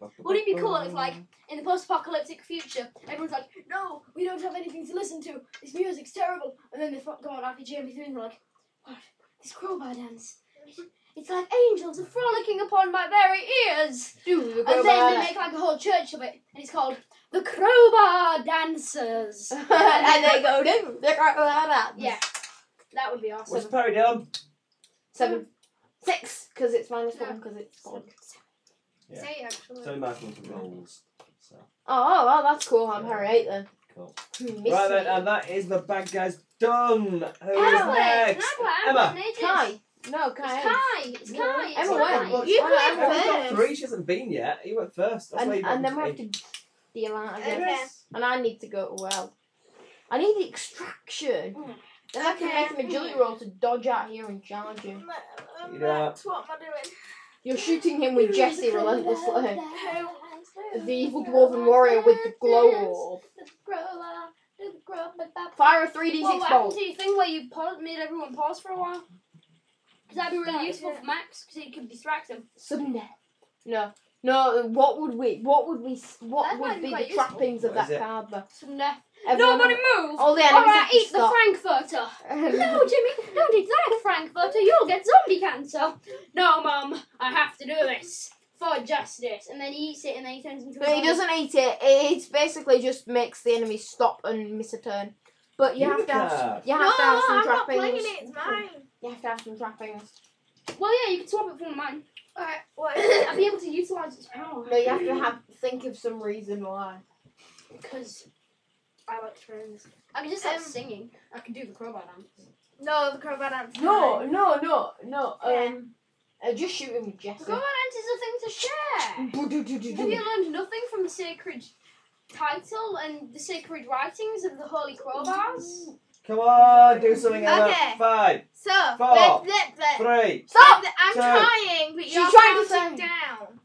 D: yeah. Wouldn't it be cool if, like, in the post-apocalyptic future, everyone's like, "No, we don't have anything to listen to. This music's terrible," and then they fu- go on RPG and they're like, "What? This crowbar dance? It's like angels are frolicking upon my very ears."
E: Do the crowbar
D: And then they
E: dance.
D: make like a whole church of it, and it's called the Crowbar Dancers.
E: and they go do the crowbar dance.
D: Yeah, that would be awesome.
A: What's Parry down?
E: Seven. Six, because it's minus
B: Yeah.
E: one, because it's one.
A: Yeah.
B: Say actually.
A: So nice one for rolls. So
E: Oh, well, that's cool. I'm her eight then.
A: cool.
E: Hmm, miss
A: Right then, um,
E: me.
A: and that is the bad guys done. Who is
D: Emma,
A: next?
D: Emma,
A: Emma.
D: Emma,
E: Kai. No, Kai.
D: It's Kai. It's Kai. It's
E: Emma
D: Kai.
E: went. but
B: You
E: why
B: played
E: not
A: Emma's
E: Emma?
A: got
B: first.
A: three. She hasn't been yet. He went first. That's why he
E: And,
A: got
E: and then we
A: to
E: have
A: eight.
E: to deal out, I guess.
B: Okay.
E: And I need to go to well. I need the extraction.
D: Mm.
E: Then I can
B: Okay.
E: make an agility roll to dodge out here and charge you.
A: Yeah.
B: Um, Max, what am I doing?
E: You're shooting him with Jesse relentlessly.
B: Who-
E: The evil dwarven warrior with the glow orb.
D: The crowbar, the crowbar, ba-
E: Fire a
D: Well,
E: 3d6
D: what happened
E: bolt.
D: to your thing where you pause, made everyone pause for a while? Because that'd be really
B: That
D: useful
B: is it.
D: for Max, because he could distract him.
E: Sudden death. No. No, what would we, what would we, what
D: That might
E: would
D: be
E: be
D: quite
E: the
D: useful.
E: trappings of
A: What is
E: that
A: it?
E: card though?
D: Sudden death.
E: Everyone- Oh,
D: Nobody move!
E: All the enemies
D: Alright,
E: have to
D: eat the
E: stop.
D: Frankfurter! No, Jimmy, don't eat that Frankfurter, you'll get zombie cancer! No, Mum, I have to do this. For justice. And then he eats it and then he turns into a
E: But he
D: zombie.
E: doesn't eat it. It basically just makes the enemy stop and miss a turn. But you have to have,
A: Unicard.
E: you have
B: no,
E: to have some
B: I'm not
E: trappings.
B: playing it, it's mine.
E: You have to have some trappings.
D: Well, yeah, you can swap it for mine.
B: Alright, what is it?
D: I'd be able to utilise its power.
E: No, you have to have think of some reason why.
D: Because I like trains. I can just start
B: Um,
D: singing. I can do the crowbar dance.
B: No, the crowbar dance.
E: No, no, no, no.
B: Yeah.
E: Um, uh, just shoot him with
D: The
E: Jesse.
D: crowbar dance is a thing to share! Have
E: Boo-doo-doo-doo-doo.
D: you learned nothing from the sacred title and the sacred writings of the holy crowbars?
A: Come on, do something. Emma.
B: Okay.
A: Five,
B: So,
A: Four.
B: let's, let's, let's,
A: three.
E: Stop!
B: I'm
A: So-
B: trying, but
E: She's
B: you're
E: trying to
B: counting
E: say-
B: down.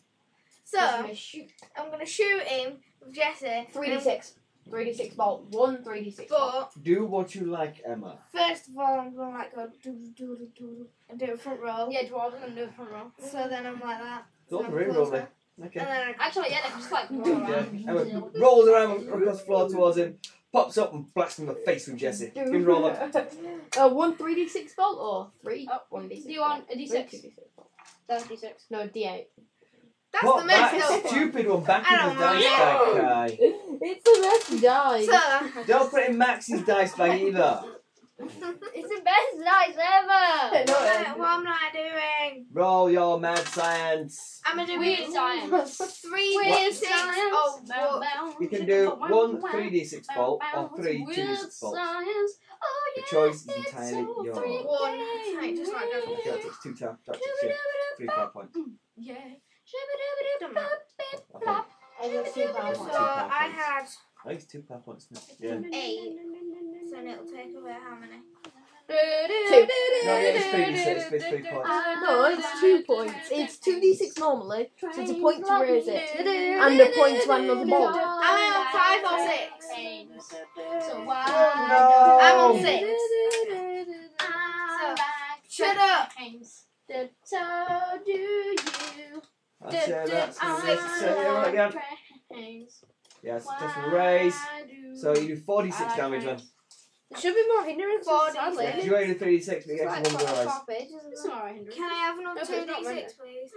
E: That's
B: So,
E: my shoot.
B: I'm gonna shoot him with Jesse.
E: Three d six. Three d six bolt. One three d six. bolt.
B: But
A: Do what you like, Emma.
B: first of all, I'm gonna like go do do do do do and do a front roll.
D: Yeah, dwarven and do front row.
B: So then I'm like that.
A: Don't
B: and I'm
A: worry,
B: closer.
A: Roman. Okay.
B: And then I
D: Actually, yeah, they're just like roll
A: Yeah.
D: around.
A: Emma rolls around across the floor towards him, pops up and blasts him in the face with Jesse. Give him a roll up.
E: Uh, one three d six bolt or three
D: Oh,
E: one d six.
D: Do you want a d6?
E: d six?
D: That's d6.
E: No, d eight.
B: that's
A: What?
B: the
A: that
B: mess up.
A: stupid one back in the
B: I don't know.
A: dice bag
E: It's the best die.
B: So
A: guy. Don't put it in Max's dice bag either.
D: It's the best dice ever!
E: No,
B: what,
E: um,
B: am- what am I doing?
A: Roll your mad science.
B: I'm gonna do
D: Weird science.
B: three
D: Weird
B: six.
D: science.
B: Oh, what?
D: Bow,
A: You can
D: bow,
A: do
D: bow,
A: one
D: bow,
A: 3d6
D: bow,
A: bolt
D: bow,
A: or three
D: weird
A: 2d6 bolts.
D: science. Oh,
A: The
D: yeah,
A: choice is
D: it's
A: entirely
D: so
A: yours.
D: freaking
B: One. I just like that.
A: Okay, that takes two tap, that takes two, three
D: Doobidoobidoo,
A: power points.
D: Yeah.
B: Don't matter.
A: I think,
E: I got two bad
B: So
E: ones.
B: I had
A: I think it's two power points now. Yeah.
B: eight. So then it'll take away how many?
A: No, yeah, it's three, you said it's been three points.
E: No, it's two points. It's two d six normally, so it's a point to raise it. And a point to another bolt.
B: I'm on five or six.
D: So why?
A: No.
B: I'm on
D: don't-
B: six.
D: I like
B: Shut up.
D: trains. That So do you.
A: I'll share that.
D: I
A: so let's share that
D: like
A: again.
D: trains.
A: Yes, just
D: Why
A: raise.
D: do
A: So you do 46
D: I like
A: damage then.
D: trains?
B: There should be more hindrance.
G: Four
B: sadly.
G: D6.
A: You only 3d6, but you
B: It's
A: get
B: like
A: one
B: four,
A: realize.
B: four pages.
D: It's
B: isn't it?
D: not right, Henry.
B: Can I have another
D: No,
B: two
D: but it's not
B: d6, please?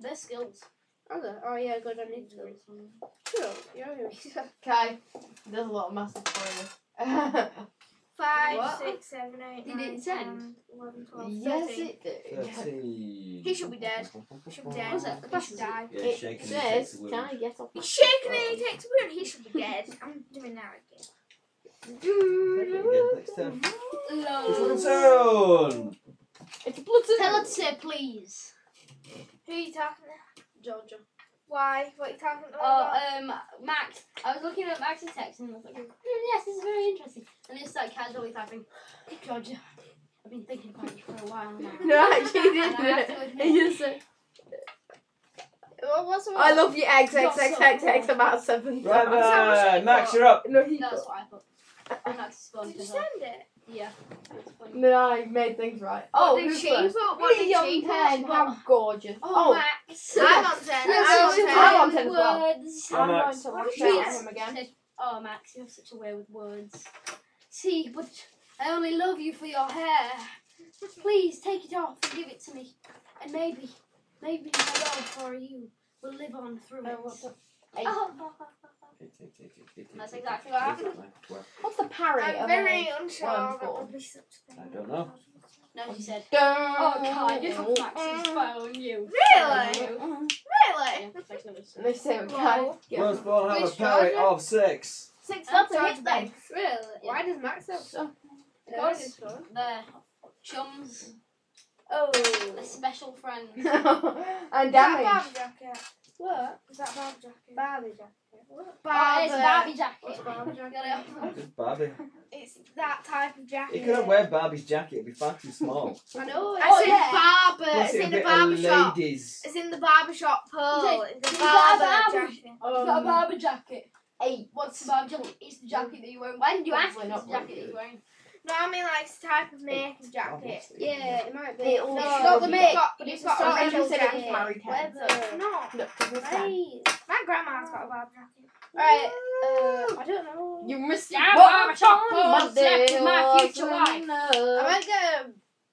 D: They're skills.
B: Are there? Oh yeah, good. I need to. Sure. Yeah, yeah.
I: Kai, there's a lot of masses for you.
B: Five,
D: What?
B: six, seven, eight,
D: Did
B: nine,
D: it send?
B: 10, 11, 12,
I: yes,
B: 13.
I: it did.
A: 13.
B: He should be dead. He should be dead.
D: Was it?
B: He should die.
E: It says, can I get off?
B: He's shaking and he takes a wound. He should be dead. I'm doing that again.
A: Next turn. It's
D: Hello.
A: William's turn.
E: It's a blood
D: Pelletier, please.
B: Who are you talking to?
D: Georgia.
B: Why? What are you talking to?
D: Oh, um, Max. I was looking at Max's text and I was like, hmm, yes, this is very interesting. And just started casually typing, "Hey, Georgia, I've been thinking about you for a while now.
E: No, actually, he
D: And I have
E: didn't.
D: to admit,
E: He just said,
B: What- what's the
E: I
B: word?
E: love you, X, X,
D: You're
E: X,
D: so
E: X, X, about seven.
A: Right,
E: times.
A: uh, Max, you're up.
E: No, he.
D: That's what I put. On Max's phone.
B: Did you
D: because
B: send
D: I-
B: it?
D: Yeah. that's funny.
E: No, I made things right.
D: Oh,
E: Oh,
B: did
E: who's
B: she
E: first?
B: put? What did she
E: William
B: put?
E: Penn, how gorgeous.
D: Oh,
E: Oh,
D: Max.
B: I'm on ten.
D: You're
E: I'm
D: such a
E: I'm
B: I'm on
E: on
B: ten.
E: ten as well.
D: Words.
A: Hi,
E: I'm going
A: Max.
E: to watch
B: Yes.
E: out for him again.
D: Said, oh, Max, you have such a way with words. See, but I only love you for your hair. Please take it off and give it to me. And maybe, maybe my love for you will live on through
E: Oh,
D: it.
E: what the-
D: That's exactly what happened.
E: What's the parry?
B: I'm
E: of
B: very
E: a-
B: unsure
E: One,
B: that
E: four.
B: would be such a thing.
A: I don't know.
D: No, she said,
E: Dun.
D: oh, God, you have Max's phone, you.
B: Really? Really?
D: Yeah, like there was-
E: And They say, okay,
B: Wow.
E: get
A: Rose Ball have a
B: Which
A: parry
B: charger?
A: of six.
B: Six.
D: That's a hit then.
B: Really?
D: Why
B: does Max have?
E: So-
D: There's the chums,
B: Oh.
D: the special friends.
E: and damage.
B: Barbie jacket.
E: What?
B: Is that Barbie jacket? Barbie jacket. What?
D: Oh,
B: uh,
D: it's Barbie
B: What's
D: jacket.
B: Barbie
D: Got
B: jacket?
D: it.
A: Just Barbie.
B: It's that type of jacket.
A: He couldn't wear Barbie's jacket, it'd be far too small.
B: I know. I
D: Oh,
B: said
D: yeah.
B: barber.
A: Plus,
B: it's
A: it'd
B: in the
A: be a
B: barber shop.
A: ladies.
B: It's in the barber shop
D: You
B: pearl. It's
D: you
B: the
D: got a
B: barber
D: barber-
B: jacket.
D: You've got a
E: Um,
D: barber jacket.
E: eight.
D: What's the barber jacket? It's the jacket that you're wearing. Why did you ask if it's the jacket that you're wearing?
B: No, I mean like it's a type of naked jacket.
G: Yeah, it might be.
E: It all
D: No,
E: should
D: not the
E: be-
D: mate.
B: got,
D: But it's
B: it's
D: a
B: got
E: So
D: sort
B: a
D: of
E: Andrew
B: rental
E: said it was
B: jacket.
E: married hen.
B: It's not.
E: Look, this is hen.
G: Right.
B: My grandma's got a barber jacket.
D: Right.
B: I don't know.
E: uh, You missed
D: Yeah,
E: what
D: barber shop
E: on
D: pole, slept with my
E: Monday
D: future
E: was
D: wife.
B: I
E: enough.
B: might get a.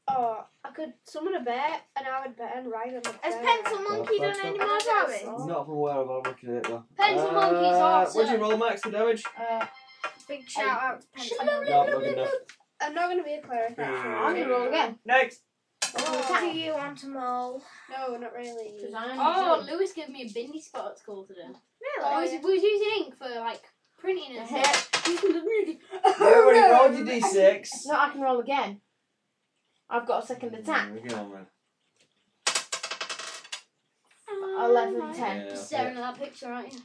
B: Oh, I could summon a bear and I would bear and ride on the bear.
G: Has
B: Pencil
A: Monkey done any more
B: drawings?
A: Not from where I'm looking at it though.
D: Pencil Monkey's
A: Uh,
D: awesome.
A: What's your roll, Max, for damage?
E: Uh,
B: Big shout out to Pencil.
A: No, not good enough.
B: I'm not going to be a cleric.
E: I'm
B: actually.
E: gonna roll again.
A: Next.
B: Oh, do you want a mole?
G: No, not really.
E: Because I'm
D: Oh, Lewis gave me a bindi spot school today. I was,
B: Really?
D: we was using ink for like printing and stuff.
A: You already rolled your d6.
E: No, I can roll again. I've got a second attack.
A: Mm, Go on, man.
F: Oh
E: 11, 10.
A: Yeah,
D: Just
A: that's
D: staring
A: it.
D: at that picture, aren't you?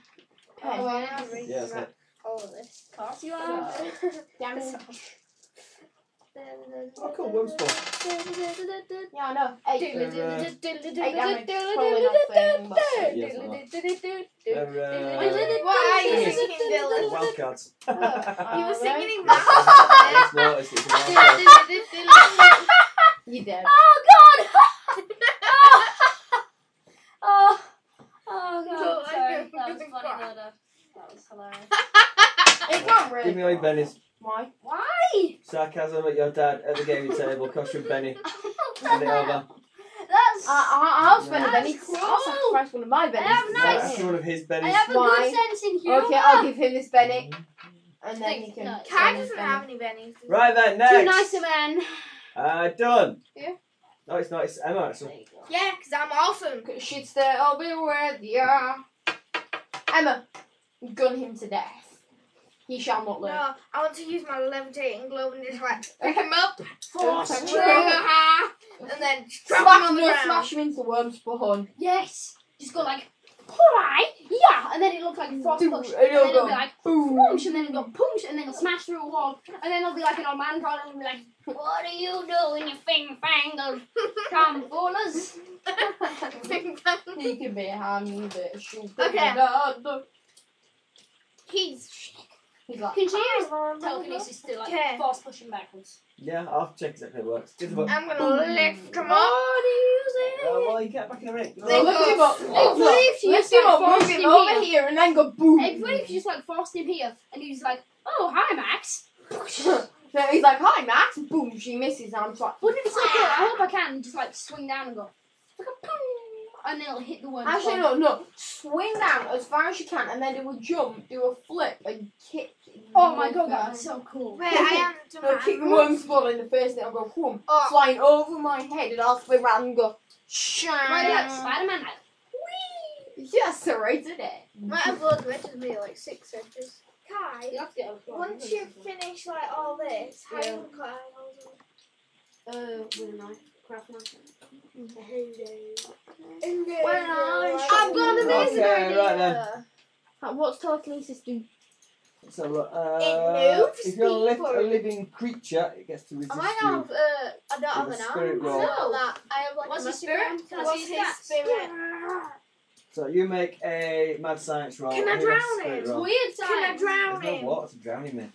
B: Oh,
E: Pen.
B: I have to read
A: Yeah, Oh. that's it.
B: all of this.
D: Of course you are.
E: Damage.
A: Oh, cool, Worm's ball.
E: Yeah, I know. Eight.
A: They're,
E: Eight damage. Probably nothing. But
A: uh, yes, I know.
B: Uh,
A: They're,
B: What are you
A: Yes.
B: singing,
A: uh,
B: Dylan?
A: wild cards.
B: You were
E: Alright.
B: singing in
A: Yes, I know. It's not, it's- it's a wild card.
E: You did.
D: Oh God! oh, oh God!
B: So,
D: Sorry,
B: I
D: that was
B: didn't
D: funny.
B: cry.
D: That, uh, that was hilarious.
E: It won't
A: Give
E: really.
A: me my Benny's
E: Why?
D: Why?
A: sarcasm at your dad at the gaming table. Cost you Benny. Hand it over.
D: That's.
E: I, Uh, I, I'll spend a
A: Yeah.
E: Benny. I'll sacrifice one of my Bennies.
D: have
E: to
D: Nice.
A: That's one of his
D: I
A: Bennies.
D: have a
E: Why?
D: good sense in humour.
E: Okay, I'll give him this Benny. And then
D: Thanks,
E: he can.
D: no.
E: send
B: Kai
E: his
B: doesn't
E: Benny.
B: have any bennies.
A: Right then, next.
D: Too nice a man.
A: Uh, Dylan.
B: Yeah.
A: No, it's not. It's Emma, actually.
B: Yeah, because I'm awesome.
E: She's there, I'll be with ya. Emma, gun him to death. He shall not live.
B: No, I want to use my levitating glove and just like
E: Okay.
B: pick him up,
E: Force
A: Okay.
B: trigger
E: trigger.
B: her, and then drop him
E: Smash
B: on
E: him,
B: the
E: or
B: ground.
E: smash him into worm spawn.
D: Yes. Just go like, alright, yeah, and then it looks like a frost
E: Do-
D: push.
E: and
D: And
E: it'll
D: then it'll
E: go
D: be like
E: Boom.
D: punch, and then it'll go punch, and then it'll smash through a wall, and then it'll be like an old man crawling, and it'll be like, what are you doing, you fing fangled tomfoolers?
E: He can be a hammy bit. She'll be
B: Okay.
E: dead.
B: He's
E: He's like,
D: Can she use
B: Oh,
D: telekinesis to like
B: Okay.
D: force push him backwards?
A: Yeah, I'll check exactly how it works. Give the book.
B: I'm
E: Oh
B: gonna lift him up.
A: Uh, well, you get back in a minute.
E: well, lift him up.
D: Hey,
E: Lift him up.
D: Leaf, you
E: Lift him up,
D: forced
E: move him
D: him
E: over
D: here.
E: here, and then go boom.
D: Everybody just like forced him here, and he was like, oh, hi, Max.
E: No, he's like, hi, Max. Boom, she misses. And I'm just like,
D: What if it's like, a- I hope I can just like swing down and go, and then it'll hit the one.
E: actually, no, no. Swing down as far as you can and then do a jump, do a flip, and kick.
D: Oh my god, that was so cool.
F: Wait, I haven't done
E: No,
F: that.
E: kick the worm's ball in the face, and it'll go, whoom,
F: Oh.
E: flying over my head, and I'll spin round and go,
D: Right, like
E: shine.
D: Spider Man. Like,
E: Yes, right today.
F: Might have loads of edges, me like six edges.
D: you
F: Kai,
D: have to get over
F: once you finish like all this, how you look at
E: Uh, with a knife, craft knife.
B: Mm-hmm.
F: When I
E: I've got an amazing
I: Okay, right
F: idea.
E: Uh, What's telekinesis do?
I: So, uh,
F: It moves
I: if you lift a
F: people.
I: living creature, it gets to
F: I
I: resist
F: might
I: you.
F: not have. Uh, I don't have
I: With
F: an
I: a spirit
F: arm.
I: roll.
F: I don't have that. I have like
D: What's
F: a
D: the
F: magic
D: spirit?
F: arm.
D: Can I
F: What's
D: see
F: his
D: his
F: spirit?
I: So you make a mad science roll.
F: Can I
I: Who wants
F: drown
I: to spirit
F: him?
I: roll?
D: Weird time.
F: Can I drown
I: There's
F: him?
I: no water to drown him in.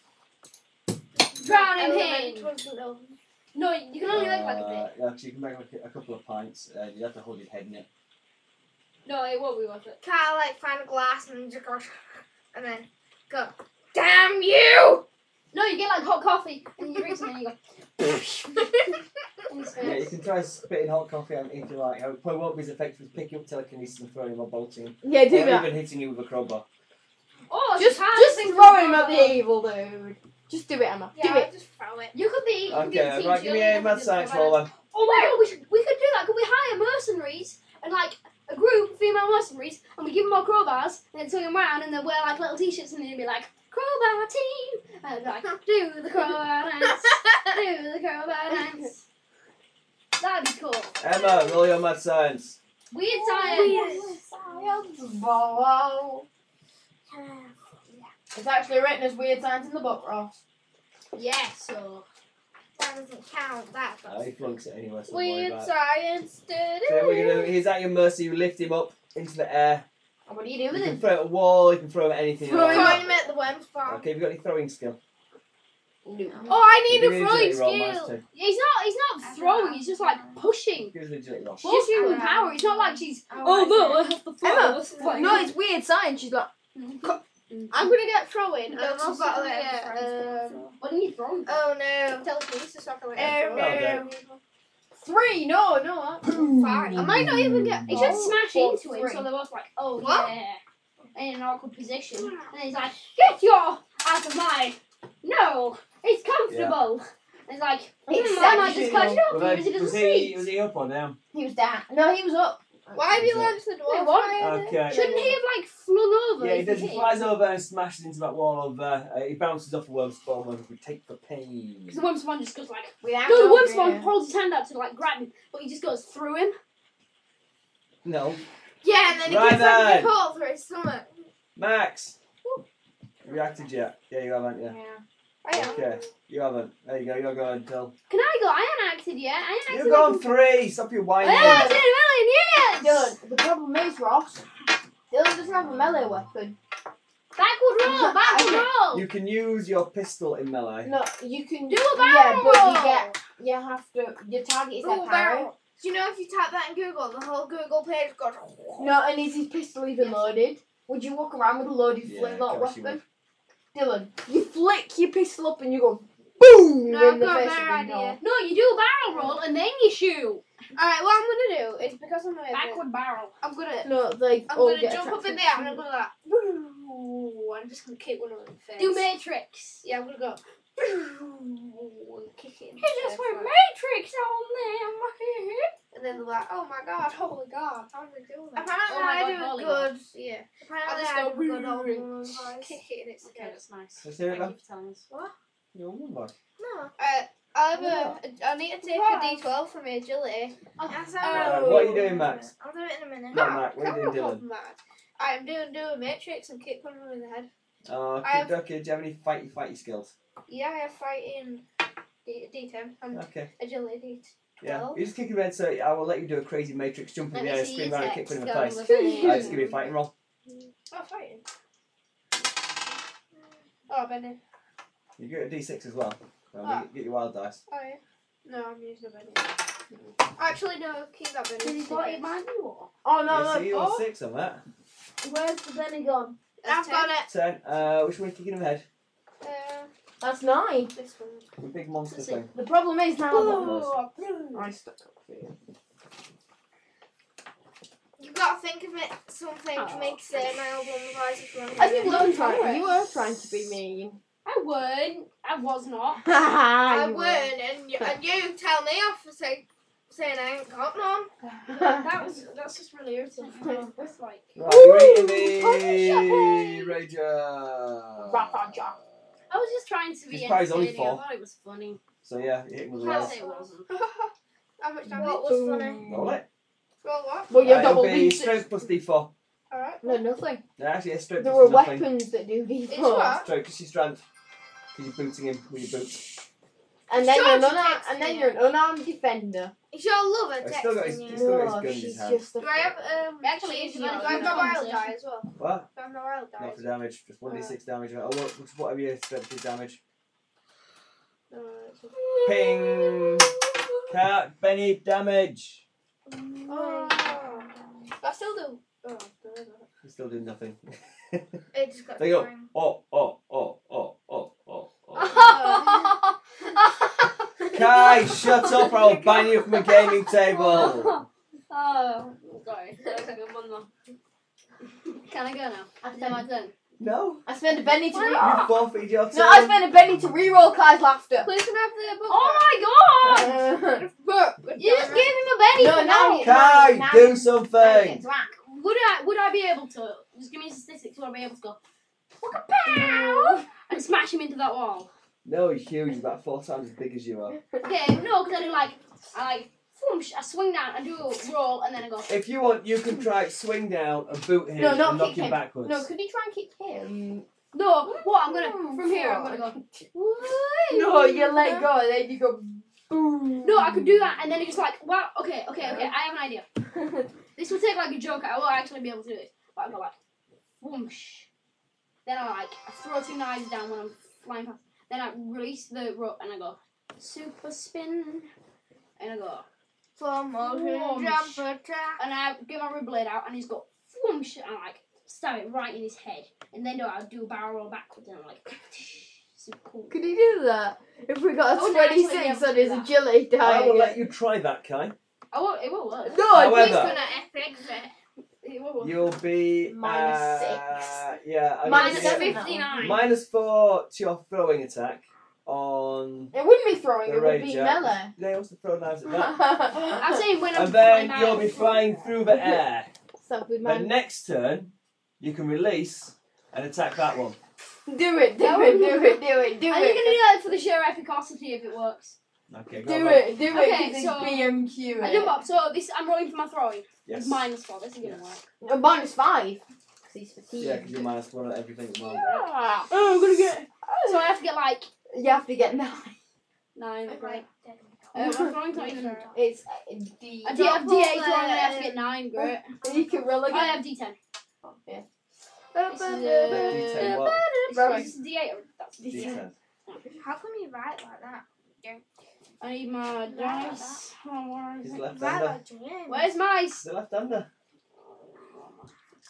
D: Drown him
F: Elemental
D: in.
F: doesn't
D: No, you can only make like a bit.
I: Uh, yeah, 'cause you can make like a, a couple of pints. Uh, you have to hold your head in it.
D: No, it won't be worth it.
F: Can I like find a glass and just go, and then go? Damn you!
D: No, you get like hot coffee and you drink something and you go in his
I: Yeah, you
D: face.
I: can try spitting hot coffee out if you like. It probably won't be as effective as picking up telekinesis and throwing him or bolting him.
E: Yeah,
I: Or even hitting you with a crowbar.
D: Oh,
E: Just,
D: she can't
E: just
D: think
E: throw
D: of
E: him at
D: another.
E: the evil dude. Just do it, Emma.
F: Yeah,
E: do
F: I
E: it.
F: just throw it.
D: You could be. You could be the
I: Okay,
D: team
I: right, give me
D: cheerleader
I: a mad
D: for the
I: science
D: Spider-Man.
I: roll then.
D: Oh my god, we, should, we could do that. Could we hire mercenaries and like a group of female mercenaries and we give them our crowbars and then swing them around and they'll wear like little t-shirts and they'll be like, crowbar team! And they'll be like, do the crowbar dance, do the crowbar dance. That'd be cool.
I: Emma, roll your mad science.
D: Weird
F: Oh,
D: science.
E: Wow. It's actually written as weird signs in the book, Ross.
D: Yeah, so.
F: That doesn't count. That
I: Uh,
F: does.
I: he flunks it anyway, so don't worry
F: Weird
I: about it.
F: science.
I: So what you do, he's at your mercy, you lift him up into the air.
E: And what do you do
I: You
E: with
I: can
E: him?
I: throw it at a wall, you can throw it at anything. you
E: Throw
I: like.
E: him
F: Throwing him at the worm's farm.
I: Okay, have you got any throwing skill?
E: No.
D: Oh, I need
I: Give
D: a
I: me
D: throwing
I: agility roll, mine's
D: skill.
I: two.
D: Yeah, he's not. He's not throwing. He's just like pushing.
I: Give us an agility roll.
D: She's just
F: I
D: using
F: don't
D: power.
F: know.
D: It's not like she's.
F: I
D: Oh
F: like
D: no, I
F: it.
D: have the
E: Emma,
D: floor.
E: No, it's weird science. She's like,
F: I'm gonna get throwing. and
D: No,
F: I'm also
D: she's not
F: gonna
D: gonna
F: get.
D: get throwing
F: Um,
D: What are you throwing?
F: oh no.
D: Telekinesis, not gonna
F: Oh no.
E: three, no, no.
F: Fine.
D: I might not even get. It should
E: Oh,
D: smash
E: four,
D: into him,
E: three.
D: so they're both like, oh
F: What?
D: yeah, in an awkward position. And he's like, get your out of mine. No, it's comfortable. And he's like,
E: It's
D: hmm, I might just cut it off
I: Was,
D: because
I: I-
D: it doesn't
I: was he, was
D: seat.
I: he up or down?
E: He was down. No, he was up.
F: Why have
I: Mm-hmm.
F: you launched the
D: Wait,
F: dwarf?
D: what?
F: fire?
I: Okay.
D: Shouldn't he have like flown over?
I: Yeah, he
D: if
I: does. He
D: hit?
I: flies over and smashes into that wall over. Uh, he bounces off the worm's ball and we take the pain.
D: Because the worm spawn just goes like,
E: Without
D: no, the worm
E: over
D: spawn
E: here.
D: holds his hand out to like grab him, but he just goes through him.
I: No.
F: Yeah, and then he
I: Right
F: gets like
I: then.
F: a hole through his stomach.
I: Max! Reacted yet? Yeah, you haven't, yeah.
F: I am.
I: Okay, you haven't. There you go, you're going till.
D: Can I go? I haven't acted yet. I haven't
I: You're
D: acted.
I: going three! Stop your
D: I
I: whining!
D: haven't acted in a million years.
E: Dylan, the problem is, Ross, Dylan doesn't have a melee weapon.
D: Backward roll, backward roll.
I: You can use your pistol in melee.
E: No, you can
D: Do a
E: Yeah,
D: barrel
E: but
D: roll.
E: you get, you have to, your target is
F: Ooh,
E: their power.
F: barrel. Do you know if you type that in Google, the whole Google page goes.
E: No, and is his pistol even loaded? Would you walk around with a loaded
I: Yeah,
E: flintlock
I: of course you
E: weapon? Dylan, you flick your pistol up and you go boom
F: No,
E: in
F: I've
E: the
F: got a
E: face of
F: better
E: the
F: idea.
E: dog.
D: No, you do a barrel roll and then you shoot.
F: Alright, what I'm gonna do is because I'm gonna.
D: Backward barrel.
F: I'm gonna.
E: No, they
F: I'm
E: all
F: gonna
E: get
F: jump up
E: attacked
F: in the air and I'm gonna like. "Boo," I'm just gonna kick one of them in the face.
D: Do matrix.
F: Yeah, I'm gonna go. "Boo," and Kick it. in
D: You
F: the
D: just
F: face,
D: went
F: like,
D: matrix on them.
F: And then they're like, oh my god, holy god, how did I do that? Apparently,
D: Oh my
F: I
D: God,
F: do a
D: holy
F: good. Yeah.
D: I
F: Apparently,
D: just go,
F: I, do a good
D: "Boo,"
F: old
D: and
F: woman's voice.
D: kick
F: it and it's
D: that's nice.
I: Let's hear it then.
D: for telling us.
I: You're a woman.
F: No. Alright, I have a. I need to take
D: Why?
F: a D12 from my agility.
D: Oh.
I: Right, Uh, what are you doing, Max?
F: I'll do it in a minute.
I: No, Mac, what are you
F: come
I: doing,
F: on, Mac. I'm doing do a matrix and kick one of them in the head.
I: Uh,
F: I have-
I: okay, do you have any fighty fighty skills?
F: Yeah, I have fighting D- D10 and
I: Okay.
F: agility.
I: Yeah.
F: Well-
I: You just kick him in, so I will let you do a crazy matrix jump in
D: Let
I: the
D: me
I: air,
D: see
I: spin
D: your
I: around and kick
D: text.
I: him in the
D: Go on,
I: face.
D: look at it.
I: Uh, just give me a fighting roll.
F: Oh, fighting. Oh, Benny.
I: You get a d6 as well. Um,
D: Ah.
I: you get- get your wild dice.
F: Oh, yeah. No, I'm using a Benny. Actually, no, keep that Benny.
D: Did he got it by you or?
E: Oh
I: No,
E: no,
I: see,
E: no.
I: you're
E: Oh,
I: six on that.
E: where's the Benny gone?
F: I've got it.
I: Ten. Uh, which one's kicking him head?
F: Uh,
E: That's nine.
B: This one.
A: The big monster
D: Let's see.
A: thing.
E: The problem is now. that-
I: I stuck up for you.
B: You gotta think of it something to
E: Oh.
B: make Sam album otherwise if you want
E: I
B: to.
E: think you
B: do it.
E: were trying. You were trying to be mean.
D: I would. I was not.
B: I
E: I
B: would, and you, and you tell me off for say, saying I ain't got none.
D: that was. That's just really irritating. That's like.
A: Right, you're
E: Ooh,
A: eating
E: pumpkin
A: the Rager.
I: Rager.
D: I was just trying to be
A: It's probably only
D: entertaining. I
A: four.
D: thought it was funny.
A: So yeah, you're eating with the
D: Can't
A: rice.
D: say it wasn't.
B: How much time What was funny?
A: Roll it.
B: Well, what?
E: Well, you're
A: Right,
E: double
A: it'll be
E: these.
A: strength plus d4.
B: Alright.
E: No, nothing.
A: No, actually, yeah, strength
E: There
A: plus
E: were
A: nothing.
E: weapons that do these.
B: It's what?
A: Strength, because she's strength. Because you're booting him with your boots.
E: And then
B: Sure,
E: you're an
B: she
E: unarmed,
B: texts
E: and then
B: me.
E: you're an unarmed defender.
B: Is your lover
A: He's still got his-
B: texting
A: he's
B: you?
A: still- got his
E: No,
A: gun in his
E: she's
A: hand.
E: just a
B: Do I have um?
D: Actually,
B: do
D: it's
B: I
D: not
B: have
D: even
B: the
D: a
B: wild
D: conversation.
B: die as well?
A: What?
B: Do I have the wild die?
A: Not
B: as
A: for damage. Just 1d6 damage. Oh, what, whatever your strength is damage.
B: well? No, it's okay.
A: Ping! Cat, Benny, damage!
B: Oh. I still do. Oh,
A: He's still doing nothing.
B: it just got
A: There you go.
B: time.
A: Oh, oh, oh, oh, oh, oh, oh.
B: Uh,
D: Oh.
A: Kai, shut up or I'll ban you from the gaming table!
D: oh, sorry. That was a good one though. Can I go now? After my turn.
A: No,
E: I spent a penny to
D: Why
E: re-
D: not?
E: No,
A: you forfeited your turn.
E: I spent a penny to re-roll Kai's laughter.
B: Please can I have the book.
D: Oh my god!
E: Uh,
B: Book.
D: You just gave him a Benny
E: No,
D: for
E: now
D: that.
E: you-
A: Kai,
E: Nine.
A: do something!
D: Would I would I be able to just give me statistics? Would I be able to go "Waka-pow," and smash him into that wall?
A: No, he's huge. He's about four times as big as you are.
D: Okay, no, because I do like I like whoosh, I swing down, I do a roll, and then I go.
A: If you want, you can try swing down and boot him
E: No,
A: and
E: not
A: knock
E: kick
A: him
E: him.
A: backwards.
E: no, could you try and kick him?
D: No, what I'm gonna from here I'm gonna go. "Whee!"
E: No, you let go, and then you go boom.
D: No, I could do that, and then it's just like wow. Okay, okay, okay. I have an idea. This will take like a joke. I will actually be able to do it. But I go like whoosh. Then I like I throw two knives down when I'm flying past. Then I release the rope and I go super spin, and I go.
B: Slow motion
D: Whoosh.
B: jump attack.
D: and I get my rib blade out, and he's got whoosh, and I like stab it right in his head, and then I do a barrel roll backwards, and I'm like, super cool.
E: Could he do that? If we got a
D: Oh, no, actually, yeah,
E: 26
D: we
E: on
D: can
E: his
D: do that.
E: agility die.
A: I will let you try that, Kai.
D: I won't, it won't work.
E: No, I
A: However-
E: think
B: He's gonna epic it.
D: It won't work.
A: You'll be
E: Minus
A: uh, Yeah, I'm gonna-
D: Minus
E: Minus seven.
D: fifty nine.
A: Minus four to your throwing attack on.
E: it wouldn't be throwing,
A: The
E: it would be
A: rager.
E: melee.
A: They also throw knives at that.
E: Stop
D: I'm saying when I'm
A: And then
D: flying
A: you'll
D: by-
A: be flying through the air.
E: with
A: The
E: man.
A: next turn, you can release and attack that one.
E: Do it, do it, do it, do it, do
D: Are you gonna do
E: it.
D: that for the sheer efficacy if it works?
A: Okay, go
E: Do
A: on.
E: it, do
D: Okay,
E: it, 'cause it's
D: so-
E: BMQ.
D: I jump up, so this I'm rolling for my throwing.
A: Yes.
D: Minus four, this is gonna
A: Yes.
D: work.
E: A minus five. 'cause he's fatigued.
A: Yeah, because you're minus one at everything at the moment.
E: Ah.
D: Oh, I'm gonna get. So I have to get like
E: You have to get nine.
D: nine, right?
B: Dead.
D: Um, my throwing's not even.
E: It's uh, D.
D: I do have D8 throwing, and I have to get nine, great.
E: You can roll
D: I
E: again.
D: have D10.
B: Ba-
D: This
B: ba-
D: is,
B: ba-
E: uh,
A: D10 what?
D: It's
E: Right.
D: it's D8 or Oh, that's D10.
A: D10.
B: How come you write like that?
D: I need my
B: Yeah.
D: dice. Oh, where is
A: He's
D: it?
A: left
B: Write
A: under.
B: like Jan.
D: Where's my s-
A: He's left under.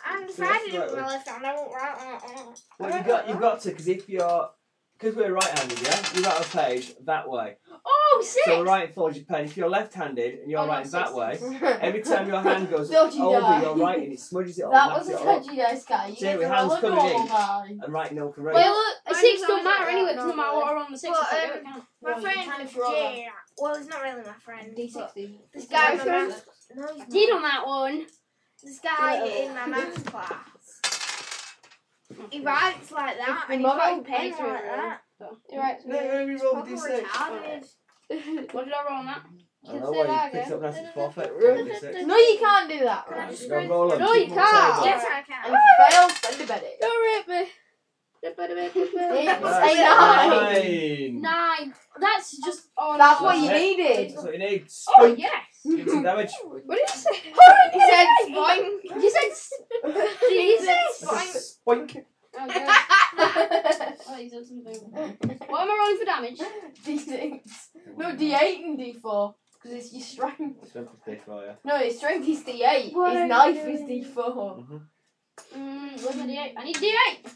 B: I'm
A: So that's
B: decided if
A: right.
B: my left hand, I won't write like that.
A: Well, you got, you've got to, because if you're. Because we're right handed, yeah? You write on a page that way.
D: Oh, six!
A: So right forward your pen. If you're left handed and you're
D: Oh, no,
A: writing that
D: six,
A: way,
D: six.
A: Every time your hand goes
E: Don't you
A: over
E: die.
A: your writing, it smudges it all.
E: That
A: laps
E: was a
A: it all up,
E: touchy dice guy. You
A: See,
E: get
A: with
E: to
A: hands
E: roll a
A: coming in.
E: normal die.
A: And writing over right.
D: Well, a
B: Mine's
D: six don't
B: always
D: matter
B: like
D: anyway,
B: that,
D: because no matter what I roll on the six,
B: Well,
D: it's like, it counts.
E: Well, you
B: um, My friend,
E: can't draw that.
B: yeah. Well, he's not really my friend. but
E: D60.
B: This guy
E: My
B: in my math.
E: friend.
B: No, he's
D: Did
B: not.
D: on that one.
B: This guy
E: Yeah.
B: in my math class. He writes like that,
E: It's
B: and he's
E: mother
B: got his
E: and
B: pen
E: paper,
B: like that.
E: You're right.
A: No, let me roll
B: Proper
A: the d6.
B: retarded.
D: What did I roll on that?
A: I don't know
B: Say
A: why
B: that
A: you picked
B: again.
A: up that's a forfeit. Roll the d6.
E: No, you can't do that.
B: Can I
E: Right.
B: just
A: Go
B: read-
A: roll on.
D: No, you
A: Keep them on the
D: can't.
A: table.
B: Yes, I can.
E: And fail spend a bit.
D: Don't rip me.
E: It was
A: Right,
E: a
A: nine.
E: nine.
D: Nine. That's just. Oh,
E: That's
D: no.
E: what you
A: That's it.
E: needed.
A: That's what you need.
D: Oh, yes!
A: Give some damage.
D: What did you say?
B: He said, boing.
D: You said. s- Did you say? s-
A: That's a spoink.
D: Oh, God. Oh, you said something. What am I rolling for damage?
E: D6. No, D8 and D4. Because it's your strength.
A: Strength is D4, yeah.
E: No, his strength is D8.
D: What are
E: his
D: you
E: knife is
D: doing?
E: D4.
A: Mhm.
D: Mm, where's my D8? I need D8!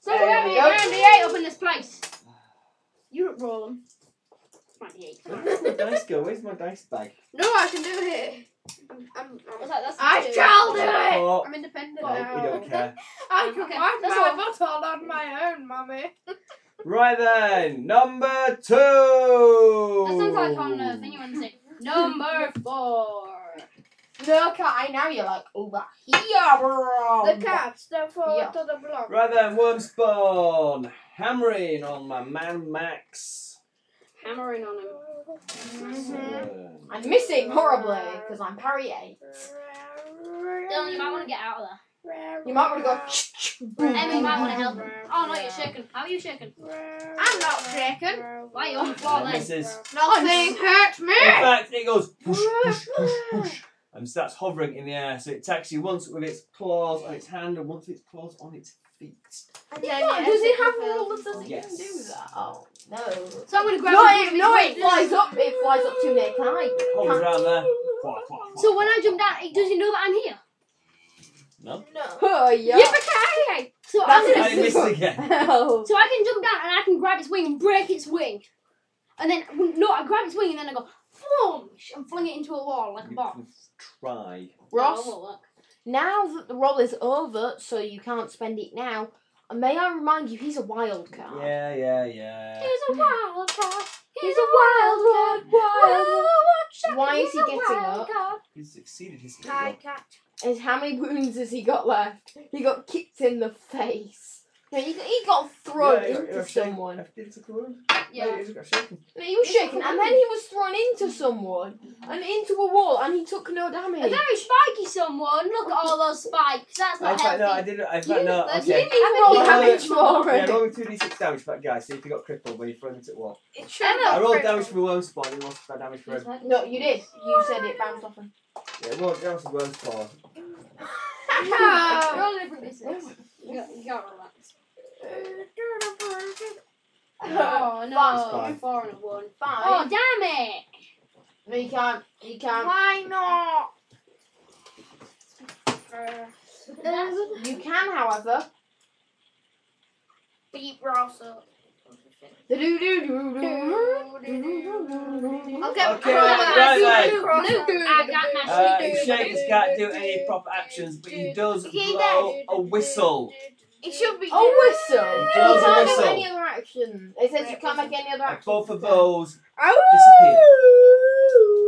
D: Somebody
E: There
D: help me,
E: you go.
D: I need D8 up in this place. You don't roll them. Ninety-eight.
A: Where's my dice go? Where's my dice bag?
B: No, I can do it. I'm, I'm,
D: I
B: I'm,
D: was like, that's a
B: I
D: two.
B: shall do it.
A: Oh,
B: I'm independent
A: no, we
B: now.
A: don't care.
B: I can
D: Okay,
B: wipe
D: that's
B: my
D: all.
B: bottle on my own, mummy.
A: Right then, number two.
D: That
A: That
D: sounds like on uh, a thing you want to say. Number four.
I: No, cat, I now you're like over here, bro.
B: The cat step forward
I: Yeah.
B: to the block.
A: Right then, worm spawn. Hammering on my man Max.
D: Hammering on him.
I: Mhm.
D: Mm-hmm.
A: Seven.
I: I'm missing horribly because I'm parry eight.
D: Dylan, you might want to get out of there.
I: You might want to go. boom,
D: Emma, you might want to help.
I: boom.
D: Oh no, you're shaking. How are you shaking?
B: I'm not shaken.
D: Why are you on the floor then?
A: Misses.
B: Nothing hurts me.
A: In fact, it goes whoosh, whoosh, whoosh, whoosh, and starts hovering in the air. So it attacks you once with its claws on its hand and once with its claws on its feet.
I: Does it have rules? Does it
A: Yes.
I: even do that? Oh no.
D: So I'm gonna grab.
I: No,
D: him.
I: it, no, it flies up. It flies up to make eye.
A: Hovers around there. Wah, wah, wah,
D: So when
A: wah.
D: I jump down, it doesn't know that I'm here.
E: Oh, yeah.
D: Yippee! So I'm
I: That's
D: gonna.
A: I missed again.
E: Oh.
D: So I can jump down and I can grab its wing and break its wing. And then, no, I grab its wing and then I go, floosh, and fling it into a wall like a
A: You
D: bomb.
A: can try.
E: Ross,
D: No, it won't work.
E: now that the roll is over, so you can't spend it now, may I remind you, he's a wild card.
A: Yeah, yeah, yeah.
D: He's a wild card.
E: He's a wild one. Wild
D: Watch out,
E: Why is
D: he's
E: he
D: a
E: getting
D: wild
E: up?
D: card.
A: He's succeeded his
B: Hi,
A: goal.
B: cat.
E: one. Is how many wounds has he got left? He got kicked in the face. No, he, got- he got thrown
A: Yeah, you're-
E: into
A: you're shaking.
E: someone.
A: It's a cool-
D: Yeah.
A: it's got shaken.
E: No, he was shaken, and then he was thrown into someone and into a wall, and he took no
D: A
E: damage.
D: very spiky someone. Look at all those spikes. That's
A: In
D: not
A: fact, no, I
D: healthy.
A: did it. In fact, no.
D: You-
E: You
A: Okay.
E: didn't even roll
A: Yeah.
E: damage for
A: Yeah,
E: it.
A: roll two d six damage for that guy. See if he got crippled when he thrown into the wall.
B: It should
D: Emma,
B: not
A: I rolled
B: hurt.
A: damage for worm spawn. It was bad damage for him.
E: No, you did. You said it bounced off him.
A: Yeah, it was, that was worm spawn.
B: Ah.
D: Roll a different business. You got- you got all that. Oh no,
A: Fine.
D: you're four and a one. Oh
I: Five.
D: damn it!
I: No, you can't. You can't.
B: Why not?
D: That's-
I: You can, however.
B: Beat Ross up.
E: I'll
B: I'll get
A: Okay,
B: Cross
A: right
B: up.
A: then.
B: Cross up.
D: I got my
A: Uh,
D: shit.
A: he shakes, can't do any proper actions, but he does
B: He
A: blow a whistle.
B: It should be.
E: Oh, whistle!
A: He blows
E: you
A: a
E: can't do any
A: whistle.
E: other action. It says you can't make any other
A: And
E: action.
A: both of those disappear.
E: Oh!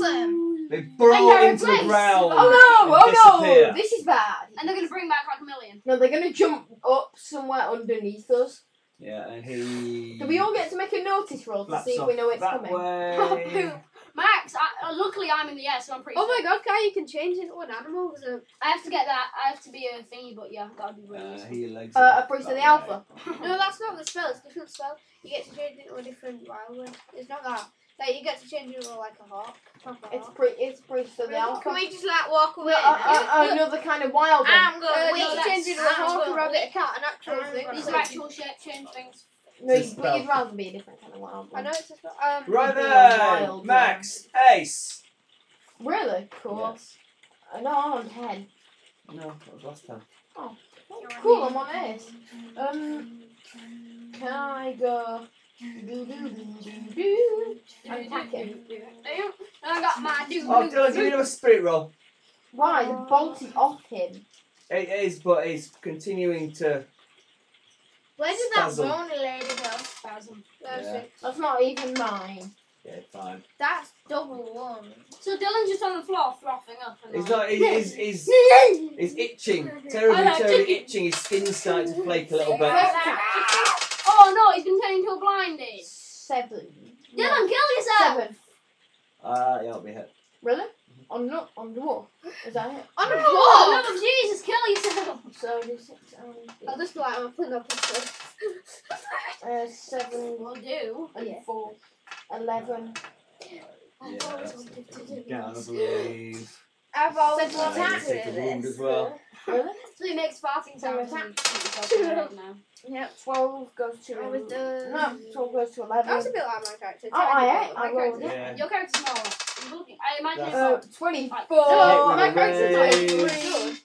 B: Awesome.
A: They brawl
E: they're
A: into the
E: replaced.
A: ground.
E: Oh no!
A: and
E: Oh
A: disappear.
E: no! This is bad.
D: And they're gonna bring back like a million.
E: No, they're gonna jump up somewhere underneath us.
A: Yeah, and he.
E: Do we all get to make a notice roll to
A: flaps
E: see if
A: off
E: we know it's
A: that
E: coming?
A: Way.
D: Max, I, uh, luckily I'm in the air, so I'm pretty.
B: Oh my god, Kai, you can change into an animal. So
D: I have to get that. I have to be a thingy, but yeah, gotta be really
A: Uh,
D: useful.
A: he legs
E: Uh,
A: it
E: a priest
A: that
E: of the
A: way.
E: Alpha.
B: No, that's not the spell. It's a different spell. You get to change into a different wild one. It's not that. Like you get to change into like a hawk. Proper
E: It's
B: hawk.
E: pre. It's priest of the
B: Can
E: Alpha.
B: we Um, just like walk
E: No,
B: away?
E: uh, uh,
B: now?
E: uh, another kind of wild one.
B: I'm
G: Uh,
B: going.
G: no,
B: we
G: that's-
B: change into a
G: I'm
B: hawk, a
G: going-
B: rabbit, a cat, an actual
G: I'm
B: thing.
G: going-
D: These are actual shape change things.
E: No,
A: It's a
E: you- but you'd
A: spell.
E: rather be a different kind of wild
B: I
E: one.
B: know it's a spell. Um,
A: Right
E: Being
A: then,
E: wild,
A: Max, Ace.
E: Really? Cool. Uh, No, I'm on ten.
A: Yes. No, that was last time.
E: Cool, I'm on ace. Um, can I go? I'm packing.
D: And I got my dude.
A: Oh, Dylan, give me another spirit roll.
E: Why? The bolt is off him.
A: It is, but it's continuing to.
B: Where did that
A: Spasm.
B: bony lady go? There's
A: Yeah.
B: it.
E: That's not even mine.
A: Yeah, fine.
B: That's double one.
D: So Dylan's just on the floor frothing up. And
A: He's
D: like-
A: not. He's, he's, he's, he's itching.
D: I
A: Terribly,
D: know,
A: terribly
D: chicken.
A: itching. His skin's starting to flake a little bit.
D: Oh no, he's been turned into a blinded.
E: Seven.
D: Dylan, kill yourself.
E: Seven.
A: Ah, uh, yeah, I'll be hit.
E: Really? On not on the wall. Is that it?
B: On a
D: Oh
B: wall.
D: no, Jesus, kill yourself.
E: So six. um,
B: I'll just be like, I'm putting up a stuff.
E: Uh,
B: Oh,
E: seven
D: Will do.
E: and four. Eleven.
A: Yeah, that's down, I believe.
B: I've always
E: Seven
A: Uh,
B: wanted
E: attacks.
B: to
A: he's
B: do
A: taken a wound
B: this.
A: as well.
E: Really?
D: So he makes farting sounds.
E: Attack.
D: and shoots himself in the head now.
B: Yep.
E: Twelve goes to.
B: I was done.
E: No, twelve goes to
B: That was a
E: eleven.
B: bit like my character.
E: Oh, I
B: Tiny
E: ate-
B: bit.
E: I
B: My
E: rolled
B: character's
A: Yeah.
D: Your character's smaller. I'm looking- I imagine it's
E: Uh,
D: not.
E: twenty-four.
A: Oh,
E: My character's like
A: Hit with a
E: three.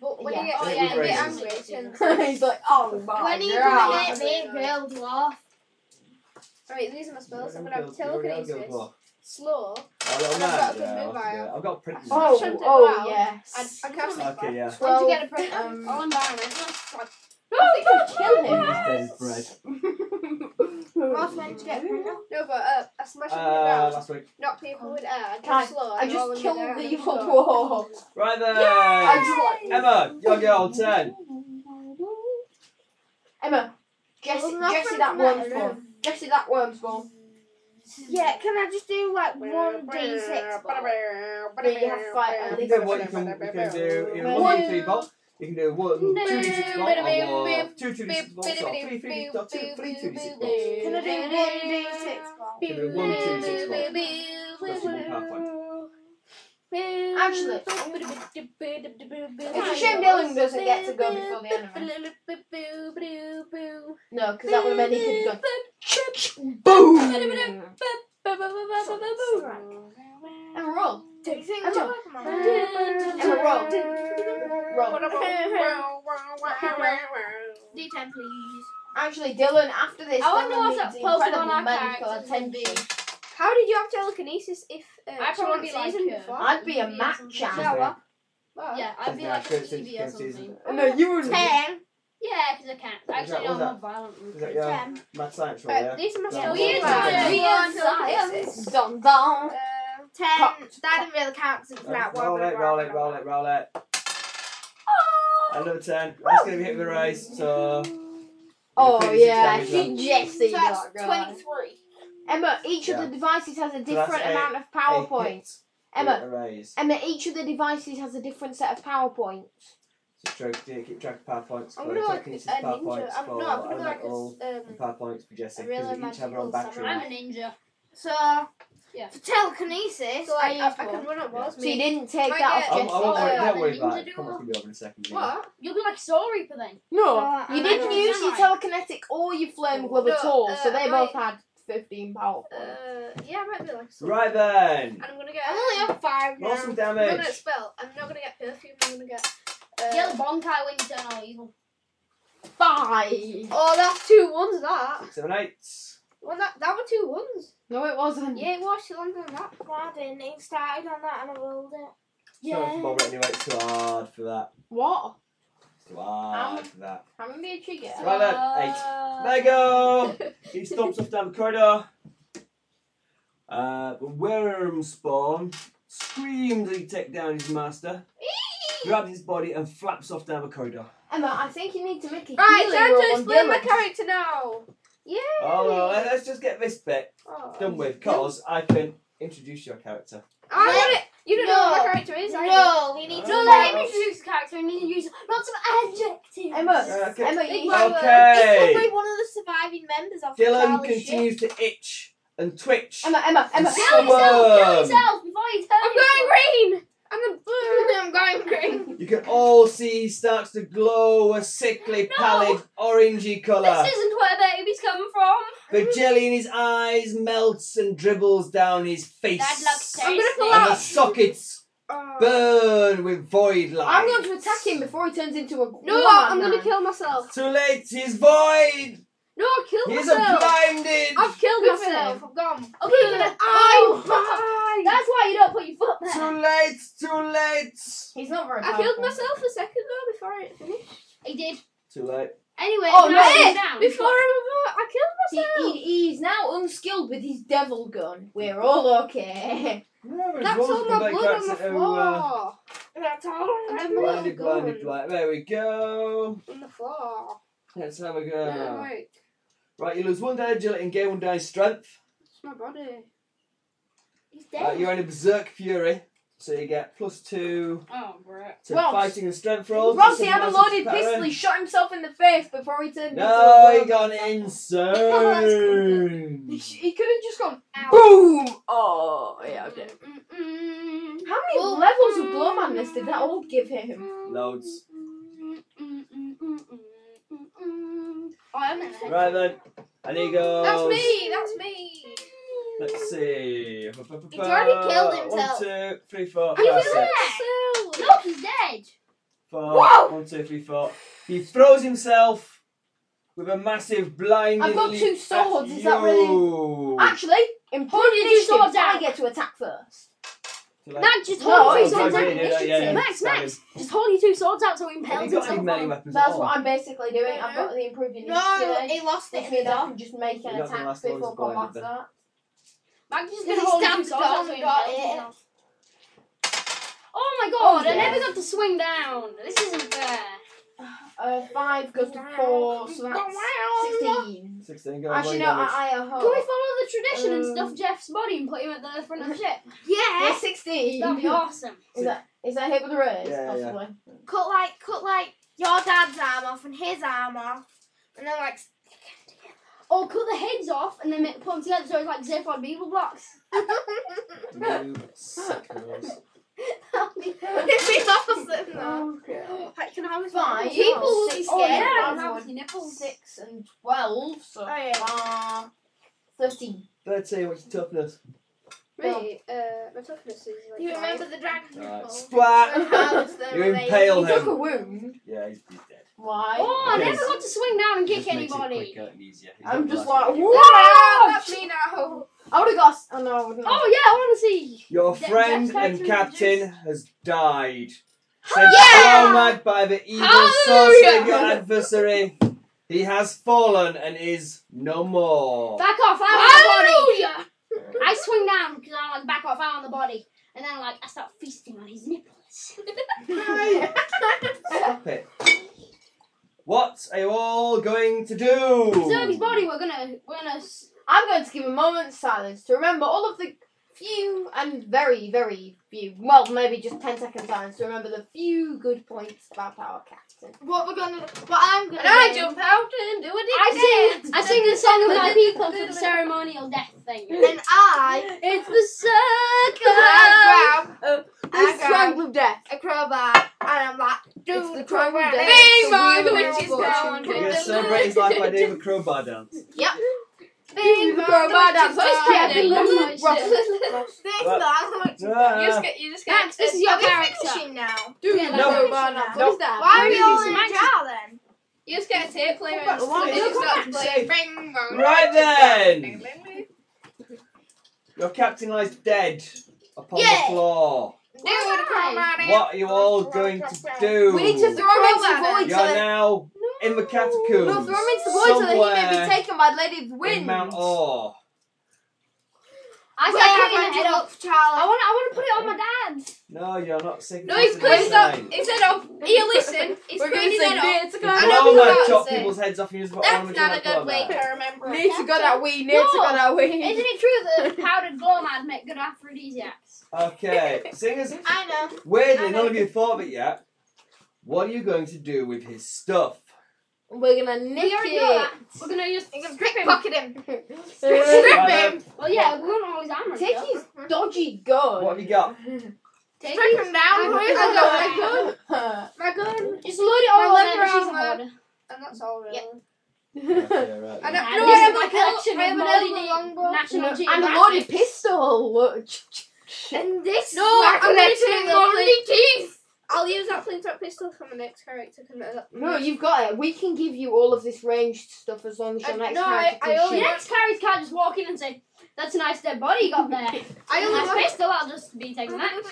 B: But when
E: Yeah.
B: you get,
D: Oh,
B: when
D: yeah,
B: you get
A: raisins.
B: angry, it turns
E: He's like, oh my
B: When are you
E: god.
B: gonna make me a girl dwarf? Alright, these are my spells. I'm
A: You're
B: gonna have
A: gonna go- you're gonna go
B: telekinesis,
A: for-
B: slow.
A: Oh, no,
B: I've
A: man,
B: got a good
A: yeah,
B: move,
A: I'll have to do
B: Mario.
A: it. I've got a print.
B: I've
E: Oh,
B: shut it
E: oh
B: down. I,
E: yes.
B: I can't make
A: Okay, yeah.
B: Well,
E: Well,
B: to get a print.
E: um,
B: all environmental. It's like,
E: Oh, don't kill
A: Yes. Bread.
B: Mark's meant to get a print. No, but uh, I smashed them
A: Uh,
B: around.
A: last week.
B: Knock people with air. I
E: Can't-
B: just slow.
E: I
B: roll
E: just
B: them
E: killed
B: with air,
E: the
B: and
E: evil
B: I'm
E: dwarf.
A: Right
E: I
A: there.
E: just like
A: Emma, your girl, 10.
E: Emma. Jesse,
B: Well, nothing
E: Jesse that
B: matters.
E: worm's ball. Jesse that worm's ball.
B: Yeah, can I just do like one d6?
E: No, you have five, at
A: You
E: least.
A: can, what you can, you can do you know, one, two, three, bob. You can do one, two, two, six, bob, or one, two, two, six, bob, or three, three, or two, three, two, six, bob.
B: Can I do one d6?
A: You can do one, two, six, bob. That's one PowerPoint.
E: Actually, it's a shame Dylan doesn't get to go before the enemy. No, because that would have meant he could have gone. Boom! Emma, roll. Emma, Emma, roll. Roll.
D: D10, please.
E: Actually, Dylan, after this,
D: I wonder
E: Dylan
D: what's up
E: needs
D: posted
E: incredible
D: on our
E: medical
D: characters and
E: attention.
B: How did you have telekinesis if uh,
D: I'd
B: someone
D: probably be like,
B: sees them
D: uh,
B: before?
E: I'd be a match
B: Yeah,
E: out.
B: well, well.
D: Yeah, I'd be
A: Yeah,
D: like a
A: curse-
D: TV or
A: curse season.
D: something.
E: No, you wouldn't.
B: Ten.
D: Yeah, because I can't. Actually,
A: that-
D: no, I'm
A: was
D: not violent.
A: Is that your
B: Ten.
A: mad science roll,
B: Right,
A: yeah?
B: these are my
A: Yeah.
B: spells.
A: We
B: Right.
D: are
B: Telekinesis.
E: Dun dun.
B: Uh,
E: Pop.
B: Ten. That didn't really count since that one.
A: Roll
B: but
A: it, roll it, roll it, roll it. Another 10. That's going to be hit with a raise, so.
E: Oh
A: Thirty-six
E: yeah,
A: damage then.
E: she Jesse.
B: So that's
E: that guy.
B: twenty-three.
E: Emma, each of
A: Yeah.
E: the devices has a
A: that's
E: different
A: eight-
E: amount of
A: Hey,
E: power points.
A: hit
E: Emma,
A: with A raise.
E: Emma, each of the devices has a different set of power points.
A: So try, do, keep track of power points for
B: I'm gonna like a
A: telekinesis,
B: ninja.
A: power
B: I'm,
A: points for
B: no, I'm gonna like a
A: elemental,
B: um.
A: and power points for Jesse.
B: a really
A: Because they each have their own
B: magical
A: battery.
D: I'm a ninja.
B: So
D: Yeah.
B: for telekinesis,
D: So I
B: I, I,
D: use
B: I can
D: one.
B: run at walls.
E: So you didn't take
B: Might
E: that
B: get-
A: I, I
E: off Jesse.
A: won't
B: Oh,
A: worry,
B: yeah,
A: don't worry
D: the ninja
A: about it.
D: duo.
A: Comment's going to be over in a second. yeah.
B: What?
D: You'll be like a soul reaper then.
E: No,
B: Uh,
E: you
B: I
E: didn't
B: don't
E: use your
B: know.
E: telekinetic or your flame glove at
B: No,
E: all,
B: uh,
E: so they
B: I
E: both
B: might-
E: had fifteen power
B: Uh,
E: points.
B: yeah, I might be like. Something.
A: Right then.
B: And I'm gonna get. I'm only on five now.
A: Roll some
B: I'm gonna
A: damage.
B: get spell. I'm not gonna get perfume. I'm gonna get. Uh,
D: Yell Bonkai when you turn all evil.
E: Five.
B: Oh, that's two ones. That.
A: Six, seven, eight.
B: Well, that that were two ones.
E: No, it wasn't.
B: Yeah, it was too long than that.
F: I didn't. It started on that and I rolled it.
A: Sorry for Bob anyway, it's too hard for that.
E: What?
A: It's too hard
E: Um,
A: for that.
E: How many did you get?
A: Right then, eight.
B: Uh,
A: There you go. He stomps off down the corridor. Uh, the worm spawn screams as he takes down his master, grabs his body, and flaps off down the corridor.
E: Emma, I think you need to make a
B: Right,
E: healing
B: time
E: roll
B: to
E: on
B: explain my
E: Dylan.
B: character now. Yeah.
A: Oh, no, let- let's just get this bit done with, because I can introduce your character.
B: Oh. I want it. You don't know what
F: No.
B: my character is. I do.
F: No, we need to.
A: No,
D: No,
A: let
D: let
A: him
D: him introduce the character and then use lots of adjectives.
E: Emma,
A: Uh, Okay.
E: Emma,
B: Big
E: you
B: one.
F: It's
A: okay.
F: probably one of the surviving members of
A: Dylan
F: the
A: continues to itch and twitch.
E: Emma, Emma, Emma.
D: Kill yourself, kill yourself before you turn
B: I'm going green. I'm the blue. I'm going green.
A: You can all see he starts to glow a sickly,
D: No.
A: pallid, orangey colour.
D: This isn't where babies come from.
A: The jelly in his eyes melts and dribbles down his face.
D: That looks
B: I'm gonna pull
A: and the
B: out.
A: sockets
B: Oh.
A: burn with void light.
E: I'm going to attack him before he turns into a.
B: No, I'm gonna kill myself.
A: Too late, he's void!
B: No, I killed
A: He's
B: myself.
A: blinded!
B: I've killed
E: Good for
B: myself. I've gone.
D: Okay, you're gonna.
B: Oh,
D: That's why you don't put your foot there.
A: Too late, too late!
E: He's not very.
B: I killed
E: powerful.
B: myself a second though before I finished.
D: He did.
A: Too late.
D: Anyway,
E: Oh,
D: when
E: no,
D: I came
E: it-
D: down,
B: Before I I
E: He,
B: killed myself.
E: he- he's now unskilled with his devil gun. We're all okay.
B: That's all my blood on the
E: uh,
B: floor.
F: That's all
B: And my
A: Blinded,
B: little gun
A: blinded, blinded. There we go.
B: on the floor.
A: Let's have a go.
B: Right,
A: Right, you lose one die agility and gain one die strength.
B: it's my body.
D: he's
A: Uh,
D: dead.
A: you're in a berserk fury, so you get plus two
D: Oh, bro.
A: to
E: Ross.
A: fighting and strength rolls.
E: Ross, he had a
A: Plus
E: loaded
A: power.
E: pistol. He shot himself in the face before he turned
A: No, he
E: into a.
A: got insane.
E: He, could have just gone
B: Ow.
E: boom. Oh yeah, okay.
D: Mm-mm.
E: How many
B: Well, um,
E: levels of blow madness did that all give him?
A: Loads.
D: Oh, I'm in it.
A: Right then, and he goes.
B: That's me. That's me.
A: Let's see.
F: He's already killed himself.
A: One, two, three, four,
D: Are you
A: five,
D: there?
A: six,
D: Look, he's dead.
A: four. One, two, three, four. He throws himself with a massive blinding.
E: I've got
A: leap
E: two swords,
A: at
E: is that really- Ah,
A: you.
E: Actually, in
D: Hold your two
E: distance,
D: swords
E: I
D: out.
E: get to attack first.
A: So, like,
D: Max, just
E: No,
D: hold your
E: it's
D: two swords
E: okay,
D: out.
E: yeah, yeah,
A: yeah.
D: Max,
A: Stab
D: Max, just hold your two swords out so he
A: have
D: impels
A: you got any melee
D: himself.
A: weapons? oh,
E: That's
A: at all?
E: what I'm basically doing. I've got the improving
B: No,
E: initiative,
B: he lost it
E: which
B: in the
E: means I
B: dark.
E: can just make an
A: You're not the
E: attack
A: last one
E: before
A: who's blinded
E: combat
A: then.
E: starts.
D: Max just
B: Because
D: gonna
B: he
D: hold your two
B: stabbed
D: swords out so he
B: Dom, got
D: impels
B: it.
D: himself. Oh my god,
E: Oh,
D: I
E: yeah.
D: never got to swing down. This isn't fair.
E: Uh, five goes to four, so that's sixteen.
A: Sixteen. Go on, one
E: Actually, no,
A: damage.
E: I, I
D: Can we
E: hope.
D: follow the tradition and
E: Oh. Um,
D: stuff Jeff's body and put him at the front of the ship?
E: Yeah,
D: Yes!
E: sixteen.
D: That'd be awesome.
E: Is that is that hit with the raise?
A: Yeah, yeah.
E: Possibly.
F: Cut like, cut like your dad's arm off and his arm off, and then like
D: Or cut the heads off and then make, put them together so it's like Zephod Beetle blocks.
A: You sickos.
F: it's opposite now.
E: Okay.
F: I can have
E: Five.
F: People will be
E: six,
F: scared.
E: Oh, yeah,
D: and
E: that
D: have
E: was
D: your nipples.
E: Oh, six and twelve, so
F: Oh, yeah.
E: uh, thirteen.
A: Thirteen. What's your toughness?
E: Really,
B: uh, my toughness is like.
F: You remember the dragon
A: Right.
F: people?
A: Splat. You impale
E: He took a
A: him.
E: wound.
A: Yeah, he's, he's dead.
E: Why?
D: Oh, I
A: Okay,
D: never
A: so-
D: got to swing down and
A: It
D: kick
A: just makes it
D: anybody.
A: quicker and easier. He's
E: I'm
A: not
E: just
A: blasting
E: like,
A: you.
E: whoa!
F: Let me know.
E: I would have got. Oh no, I wouldn't. have.
D: Oh yeah, I want to see.
A: Your
D: That-
A: friend
D: that's how it's
A: and
D: been
A: captain
D: produced.
A: has died.
E: Oh,
A: Sent
D: Yeah!
A: mad by the evil
D: Hallelujah!
A: sorcerer, your adversary. He has fallen and is no more.
D: Back off! I'm on the body. I swing down because I'm like back off. I'm on the body, and then like I start feasting on his nipples.
A: Stop it. What are you all going to do?
D: Preserve his body. We're gonna we're gonna. s-
E: I'm going to give a moment's silence to remember all of the few and very, very few. Well, maybe just ten seconds silence to remember the few good points about our captain.
F: What we're gonna, what I'm gonna.
E: And I
F: do-
E: jump out and do a
D: I sing I sing the song of my people for the ceremonial death thing.
F: And I,
D: It's the circle.
F: I grab
E: The
F: I go.
E: strangle of death.
F: a crowbar and I'm like,
E: It's the
F: dude,
E: crime
F: crowbar.
E: of death.
F: Bing,
E: So
F: bong,
E: we
F: the
E: will
F: witch is
E: watch
F: gone.
E: you.
A: We're going to celebrate his life by doing a crowbar dance.
E: The
F: Bing, bong,
E: crowbar
F: the witch
E: dance.
F: is
E: Let's
F: gone.
E: get the little
D: Right.
E: rotten-
F: Bing,
A: What?
F: bong, the witch is
A: Ah.
F: gone. You just get, you just get.
D: Max, this is your
F: Are we
D: character.
F: finishing now?
E: Do
D: Yeah,
E: the
A: no.
E: crowbar dance. What is that?
F: Why are we all in
D: Max
F: a
D: is-
F: jar then?
I: You just get a tape player
A: Come
I: and
A: back,
I: flip it
A: come
I: and start
A: back.
I: playing.
F: Bing, bong, the
A: Right
F: witch is gone.
A: then.
F: Bing, bing, bing.
A: Your captain lies dead upon
F: Yeah.
A: the floor.
F: Dude, come on in.
A: What are you all going to do?
E: We need to
F: The
E: throw him into the
F: crowbar
E: void
F: dance.
A: You're
E: so that.
A: now in the catacombs.
E: We'll throw him into the void so that he may
A: somewhere
E: be taken by the Lady of the
A: in
E: Wind.
A: Mount Or.
D: I
F: We're
D: start cutting
F: going
D: the
F: to
D: head off.
F: look for Charlie.
D: I want I want to put it on my dad's.
A: No, you're not singing.
I: No, he's
A: Saturday
I: putting his
A: night.
I: up. Instead of
B: "Oh,
I: you listen, he's
E: We're
I: putting
E: going to
I: his
E: say
I: head off.
E: bits of
A: Blow
F: I know
E: crowbar.
F: what
A: my
F: you're
A: chop
F: saying.
A: people's heads off and use what
F: That's
A: ornament you
F: not a
A: want to
F: good
A: call
F: way
A: that.
F: to remember. it.
E: Need to go that way. Need to go that
D: Isn't
E: way.
D: it true that powdered gourmand make good aphrodisiacs?
A: Okay, singers.
F: I know.
A: Weirdly,
F: I
A: none of
F: know.
A: you thought of it yet. What are you going to do with his stuff?
E: We're gonna nick
D: We already know
E: it.
D: that. We're gonna use.
F: You can pick pocket him.
E: Take
A: Right, um,
F: him.
D: Well, yeah, we want all his armor. and stuff.
E: his dodgy gun.
A: What have you got?
D: Take
F: Strip
D: it.
F: him down.
D: My
F: please.
D: gun.
F: I got
E: My gun.
F: My gun.
D: Just load it all
F: My
D: on there.
F: leather
D: She's on
F: armor.
D: board.
F: And that's all really.
A: Okay, right.
F: I
A: then.
F: don't
D: And
F: know
D: this
F: what
D: is my
F: I'm
D: collection
F: I
D: of
F: have an
D: modern
F: elbow longbow.
D: national geographic.
E: And a loaded pistol.
F: And this.
E: No, I'm
F: I'm
E: gonna
F: using
E: take
F: the
E: all
F: flint- I'll use that flintlock pistol for my next character. Cause my-
E: No, you've got it. We can give you all of this ranged stuff as long as
F: I-
E: your next
F: Uh, no,
E: character
F: I-
E: can
F: I only-
D: The
E: shoot.
D: next carries can't just walk in and say, "That's a nice dead body you got there."
F: I only
D: nice
F: want.
D: pistol. I'll just be taking that.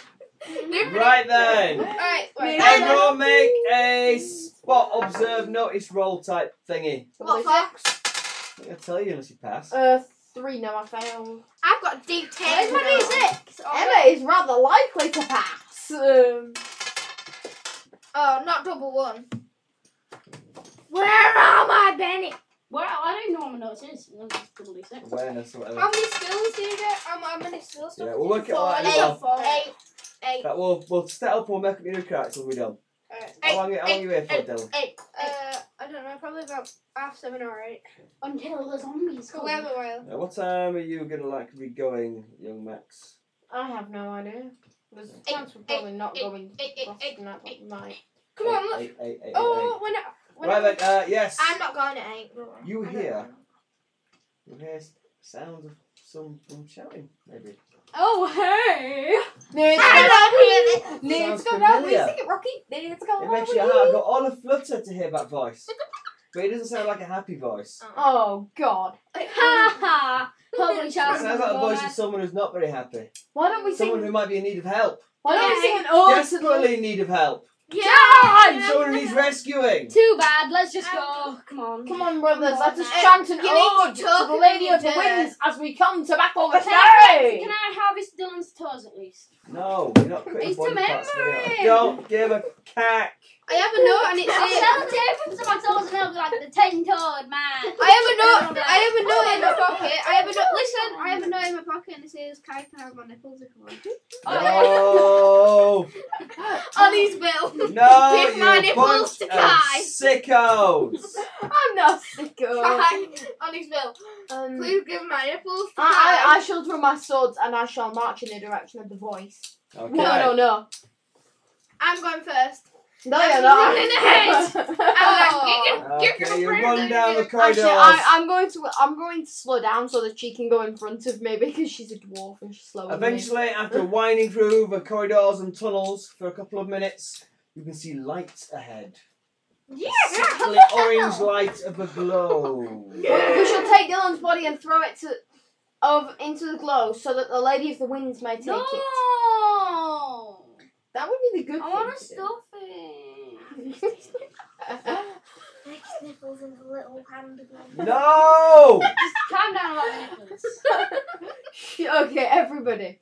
A: Right then.
F: Alright, wait.
E: Yeah.
A: Everyone make a spot observe notice roll type thingy.
F: What
E: is it?
F: for?
A: I tell you unless you pass.
E: Uh, three. No, I failed.
F: I've got a D10.
D: Where's my
F: now.
D: D6? Oh,
E: Emma is rather likely to pass. Um,
F: Oh, not double one. Where are my Benny?
D: Well, I don't know what my notes is. No, it's probably six.
A: Awareness or whatever.
F: How many skills do you get? How, how many skills?
A: Yeah, we'll work it
F: Four,
A: out
F: eight,
A: later.
F: four, eight, eight,
A: That will we'll set up we'll make up your new character when we're done. How long how long are you here for, Dylan?
F: eight. Uh, I don't know, probably about half seven or eight.
D: Until the zombies
F: So
D: come.
F: we have a while.
A: Uh, what time are you gonna like be going, young Max?
E: I have no idea. There's a chance we're probably not going
F: Eight, eight,
E: across
F: eight.
E: tonight, but might.
F: Come on, look.
A: Eight, eight, eight,
F: Oh,
A: eight,
F: when, I,
A: eight.
F: when I-
A: Right then, uh, yes.
F: I'm not going at eight. don't worry.
A: You
F: I don't
A: here?
F: know.
A: You hear s- sound of someone shouting, maybe.
D: Oh hey!
E: Nerds
F: I don't know.
E: Nerds
A: Sounds
E: go down. We
A: familiar.
F: Oh,
E: sing it, Rocky. Nerds go
A: It
E: down.
A: makes your heart go all aflutter to hear that voice. But it doesn't sound like a happy voice.
E: Oh God!
D: Ha ha! Holy
A: It
F: Um,
D: child.
A: sounds like the voice
F: uh,
A: of someone who's not very happy.
E: Why don't we
A: Someone
E: sing?
A: who might be in need of help.
E: Why don't we sing an
F: Oh,
E: ode to the?
A: Desperately in need of help.
D: Yeah!
A: Someone who needs rescuing.
D: Too bad, let's just go. Come on.
E: Come on, brothers,
F: Come
E: let
F: on,
E: us
F: man.
E: chant an
F: You need
E: ode
F: to
E: to
F: talk
E: the Lady of the
F: about it.
E: Winds as we come to battle the
D: Can I,
E: fairy.
D: can I harvest Dylan's toes at least?
A: No, you're not putting
D: It's
A: body
D: to
A: parts in it.
D: memory.
A: Don't give a cack.
F: I have a note and it
D: I'll
F: says.
D: sell the difference of my toes and I'll be like the ten toed man.
F: I have a note. I have a note in my pocket. I have a note. Listen, I have a note in my pocket and it says, "Can I have my nipples if I want to?"
A: No,
F: Ollie's bill.
A: no,
F: Give
A: you
F: my nipples
A: bunch
F: to
A: of
F: Kai.
A: sickos.
E: I'm not sicko.
F: Kai, Ollie's bill.
E: Um, I,
F: Please give my nipples to
E: I,
F: Kai.
E: I shall draw my swords and I shall march in the direction of the voice.
A: Okay.
E: No, no, no.
F: I'm going first.
E: No,
F: I'm
E: you're
F: running ahead.
E: not.
F: I'm
D: Oh.
F: like,
A: Okay, you run down the corridors.
E: Actually, I, I'm going to I'm going to slow down so that she can go in front of me because she's a dwarf and she's slower
A: Eventually, after winding through the corridors and tunnels for a couple of minutes, you can see lights ahead.
F: Yeah.
A: The orange light of the glow.
E: than me. We shall take Dylan's body and throw it to of into the glow so that the Lady of the Winds may take
D: No!
E: it. That would be the good
D: I
E: thing.
D: want to
E: to
D: stuff it.
E: do.
B: Nick's nipples and a little hand.
A: No!
D: Calm down about the nipples.
E: okay, everybody.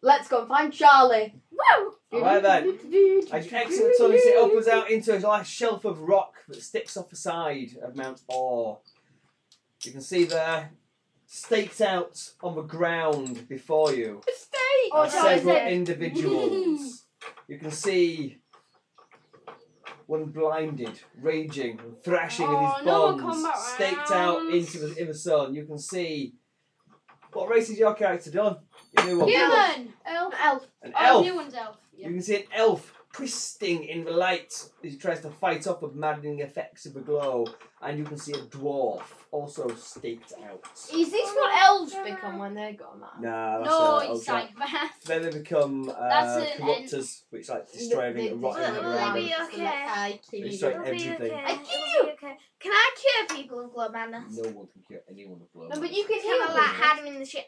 E: Let's go and find Charlie.
A: Alright then. As you exit the tunnels, it opens out into a like shelf of rock that sticks off the side of Mount Orr. You can see there, staked out on the ground before you,
D: Oh,
A: are several individuals. You can see one blinded, raging, and thrashing in
D: Oh,
A: his
D: no one
A: bonds,
D: come back
A: staked out
D: round.
A: into the, in the sun. You can see. What race is your character done? Your new one.
D: Human!
E: Elf. Elf.
A: An
D: Oh,
A: elf.
D: new one's elf. Yeah.
A: You can see an elf twisting in the light as he tries to fight off the maddening effects of the glow, and you can see a dwarf also staked out.
E: Is this what elves become when they go mad?
A: Nah, that's
D: No,
A: a,
D: you psychopath.
A: Then they become
D: That's
A: uh,
D: an
A: corruptors, which like destroy everything and rot in the
F: Well, well,
A: ground.
F: maybe-
A: They destroy
B: It'll be
A: everything.
B: okay.
F: I
B: It'll be okay.
F: Can I cure people of glow
D: uh,
F: madness?
A: No one can cure anyone of glow.
E: No, but you can
F: Can I
E: heal
F: like
E: them.
F: hide them in the ship?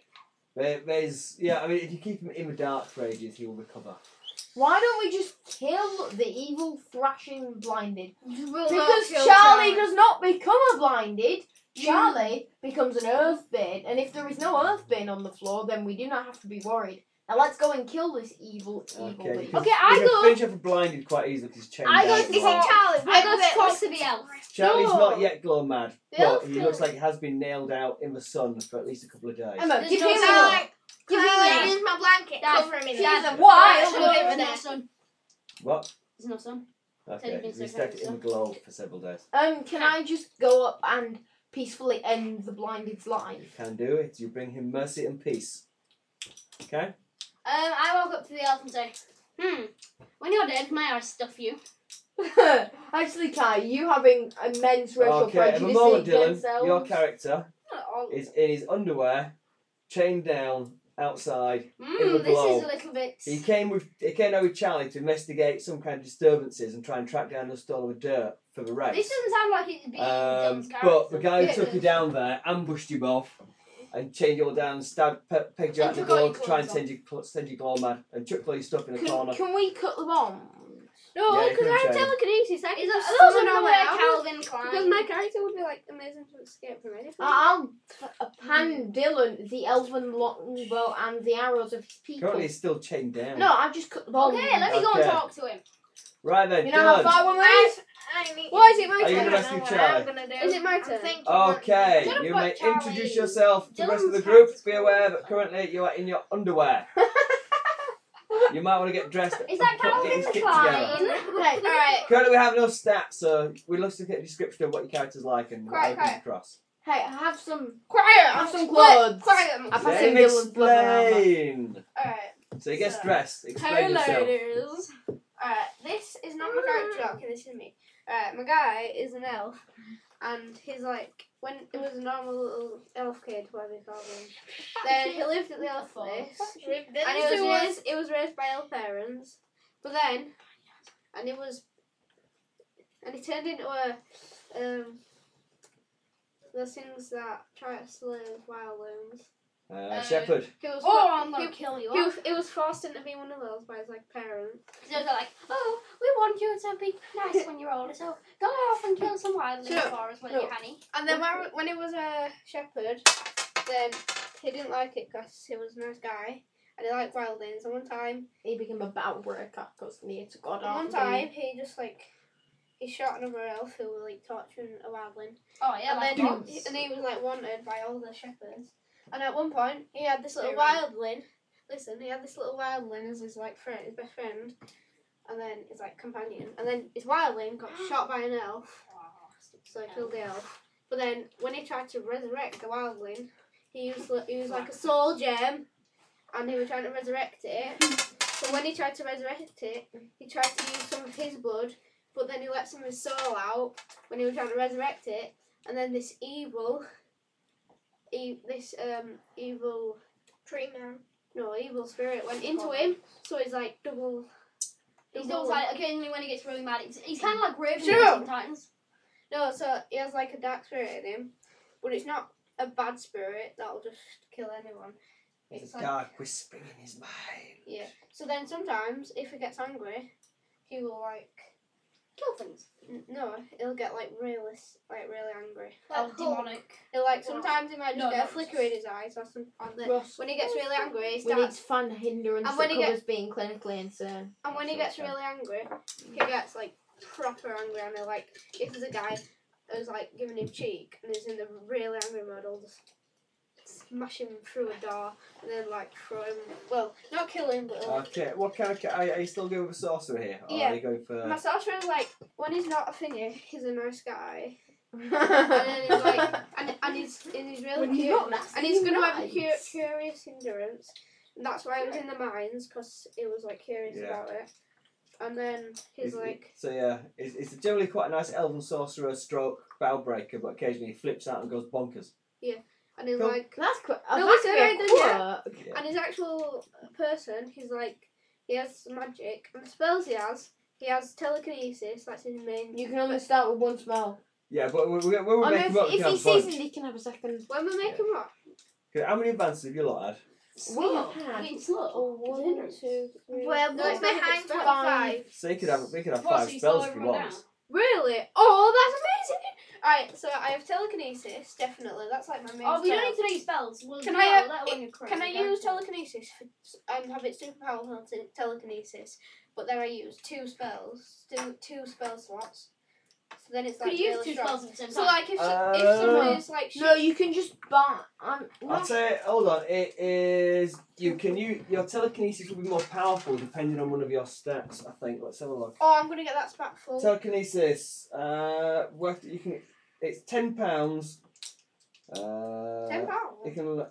A: There, there's yeah. I mean, if you keep him in the dark for ages, he will recover.
E: Why don't we just kill the evil thrashing blinded?
F: We'll uh,
E: Because
F: not kill
E: Charlie does not become a blinded. Charlie becomes an earthbane, and if there is no earthbane on the floor, then we do not have to be worried. Now let's go and kill this evil, evil
A: Okay.
E: beast.
A: you can-
D: Okay,
A: you
D: I
A: can
D: go-
A: Finish up with blinded quite easily because he's chained
D: I go
A: down
D: to
A: as
F: Is it
A: well.
F: Charlie?
D: I go
F: Wait,
D: to talk
F: listen.
D: to the elf.
A: Charlie's
E: No.
A: not yet glow mad, but he
E: Elfin.
A: looks like he has been nailed out in the sun for at least a couple of days.
E: Emma,
D: There's
E: give
D: no
E: him
F: Can I
E: a
F: like can I like, use my blanket?
D: Dad,
F: Cover him in
D: Dad,
F: it.
E: Why?
D: There's no- there's no sun.
A: What?
D: There's no sun.
A: Okay,
D: Teddy bears
A: he's been
D: are
A: stuck
D: very
A: in the glow for several days.
E: Um, can I just go up and peacefully end the blinded's
A: You
E: life?
A: can do it. You bring him mercy and peace. Okay?
D: Um, I walk up to the elf and say, hmm, when you're dead, may I stuff you?
E: Actually, Kai, you having immense racial
A: okay, at
E: prejudice
A: the moment, Dylan,
E: against elves.
A: your character
D: Oh,
A: is in his underwear, chained down outside. in the
D: Mm, this
A: glow.
D: is a little bit.
A: He came with he came out with Charlie to investigate some kind of disturbances and try and track down the stolen dirt for the race.
D: This doesn't sound like it'd be
A: Um,
D: Dylan's
A: but the
D: character.
A: guy
E: Yeah,
A: who took you
E: it
A: down there ambushed you both and chained you all down, stabbed, pe- pegged you
E: And
A: out in the
E: took all
A: door
E: your
A: to try and
E: clothes
A: send you, cl- send you glow mad and chucked all your stuff in a corner.
E: Can, can we cut the bomb?
A: Yeah,
G: No,
A: you
G: because
A: can
G: I have
A: try.
G: telekinesis. I can
D: Is
G: just
D: that
G: summon
D: those
G: a
D: are the way
G: way out.
D: Calvin
G: Because
D: Klein?
G: my character would be like amazing to escape from anything.
E: I'll hand Dylan the elven longbow and the arrows of his people.
A: Currently, he's still chained down.
E: No, I've just cut the bomb.
D: Okay, let me go and
A: Okay.
D: talk to him.
A: Right then,
E: You know how
A: Dylan.
E: far we're moving?
F: I need.
G: Why is it my
A: Are you
G: turn?
A: gonna
F: I don't
A: rescue
F: know what
A: Charlie?
F: I'm gonna do.
G: Is it my
F: I'm
G: turn?
F: thinking-
A: Okay,
D: Dylan
A: you
D: put
A: may
D: Charlie-
A: introduce yourself to the rest of the
D: Dylan's
A: group.
D: character's
A: Be
D: cool.
A: aware that currently you are in your underwear. you might want to get dressed.
D: Is that
A: and put- get
D: Calvin
A: his kit together.
D: Klein?
F: All right.
A: Currently, we have no stats, so we love to get a description of what your character's like and what
F: Right,
A: they comes
F: right.
A: across.
E: Hey, have some.
F: Quiet.
E: Have some
F: Quiet.
E: clothes.
F: Quiet.
E: I pass
A: Let
E: him
A: him
E: Dylan's blood armor.
A: explain.
F: All right.
A: So he gets
F: So-
A: dressed. Explain yourself.
D: Highlighters.
F: Alright, this is not my character arc, this is me. Alright, my guy is an elf, and he's like, when it was a normal little elf kid, whatever you call him. Then he lived at the elf place, and it was raised, it was raised by elf parents, but then, and it was, and he turned into a, um, Those things that try to slay wild loons.
A: Uh, shepherd.
F: He was,
D: Or
F: for-
D: Oh, I'm gonna
F: he,
D: kill you.
F: he was, he was forced into being one of those by his like parents.
D: So they're like, oh, we want you to be nice when you're older, so go off and kill some wild
F: Shut
D: sure.
F: up.
D: for us when
F: No.
D: you're honey.
F: And then when, when he was a shepherd, then he didn't like it because he was a nice guy and he liked wild things. And one time,
E: He became a battle worker because near to God.
F: one
E: aren't they?
F: time he just like he shot another elf who was like torturing a wildling.
D: Oh yeah,
F: and
D: like
F: then
D: dogs.
F: he, and he was like wanted by all the shepherds. And at one point, he had this little
D: They're right.
F: wildling. Listen, he had this little wildling as his like friend, his best friend, and then his like companion. And then his wildling got shot by an elf. so I killed the elf. But then when he tried to resurrect the wildling, he used he was like a soul gem, and he was trying to resurrect it. So when he tried to resurrect it, he tried to use some of his blood, but then he let some of his soul out when he was trying to resurrect it. And then this evil, e- this um evil
B: Tree man.
F: no evil spirit went into him. So he's like double.
D: He's always
F: double-
D: like occasionally when he gets really mad, he's, he's kind of like Raven
F: Shut up.
D: sometimes.
F: No, so he has like a dark spirit in him, but it's not a bad spirit that'll just kill anyone. It's
A: It's
F: like
A: dark whispering in his mind.
F: yeah. So then sometimes if he gets angry, he will like
D: Kill things.
F: n- no, he'll get like really s- like really angry.
D: Like
F: Hulk.
D: Oh, demonic.
F: He'll like sometimes he might just
D: No,
F: get a
D: no,
F: flicker
D: it's-
F: in his eyes or some. And then,
E: Russ,
F: when he gets really angry, he
E: we need
F: starts.
E: fun hindrance
F: And when
E: that
F: he
E: covers being clinically insane.
F: And when he gets really angry, he gets like proper angry, and he like if there's a guy who's like giving him cheek and is in the really angry mode, he'll just smash him through a door and then like throw him. Well, not kill him, but. Like,
A: Okay, what kind of. ca- Are, are you still going for sorcerer here? Or
F: Yeah.
A: Are you going
I: Uh.
A: for.
F: My sorcerer's like when he's not a thingy, he's a nice guy, and then he's like, and, and he's and he's really
E: When he's
F: cute,
E: not nasty,
F: and he's gonna have a
E: nice.
F: cu- curious endurance, and that's why he was in the mines because he was like curious
A: Yeah.
F: about it, and then he's
A: Is it-
F: like.
A: So yeah, it's, it's generally quite a nice elven sorcerer stroke bow breaker, but occasionally he flips out and goes bonkers.
F: And he's
A: Cool.
F: like,
E: That's quite.
F: No,
E: that's
F: we
E: quite
F: said
E: a
F: it, yeah.
E: quirk.
A: Yeah.
F: And his actual person, he's like, he has some magic. And the spells he has, he has telekinesis, that's his main.
E: You can only start with one smell.
A: Yeah, but we, we, when we're
E: Oh, no,
A: making
E: if,
A: up, we
E: if
A: can
E: he
A: have fun.
E: sees it, he can have a second.
F: When we make him up,
A: Okay, How many advances have you lot had?
E: Well,
D: Getting slow.
E: one, two, three. four,
F: Well, what's behind
E: five.
F: 25?
A: So you could have we could have
D: What,
A: five
D: so you
A: spells
D: slow
A: if you
D: everyone
A: want.
D: down?
F: Really? Oh, that's amazing! Alright, so I have telekinesis, definitely. That's like my main
D: Oh, we
F: spell.
D: don't need to do spells. We'll
F: Can
D: do
F: I,
D: that
F: uh,
D: later when you're crazy,
F: Can I
D: don't
F: use
D: you?
F: telekinesis for, and have it superpower held to telekinesis? But then I use two spells, two, two spell slots. So then it's like
D: Could you use
F: really
D: two
F: strong.
D: spells at the same
F: So
D: time?
F: like if, if
A: Uh,
F: someone is like
E: No, you can just buy. I'm
A: I'll
E: not.
A: say, hold on. It is you can you your telekinesis will be more powerful depending on one of your stats. I think. Let's have a look.
F: Oh, I'm gonna get that spat full.
A: Telekinesis. Uh, worth you can. It's ten pounds. Uh,
F: Ten
A: It
F: pounds.
A: can. The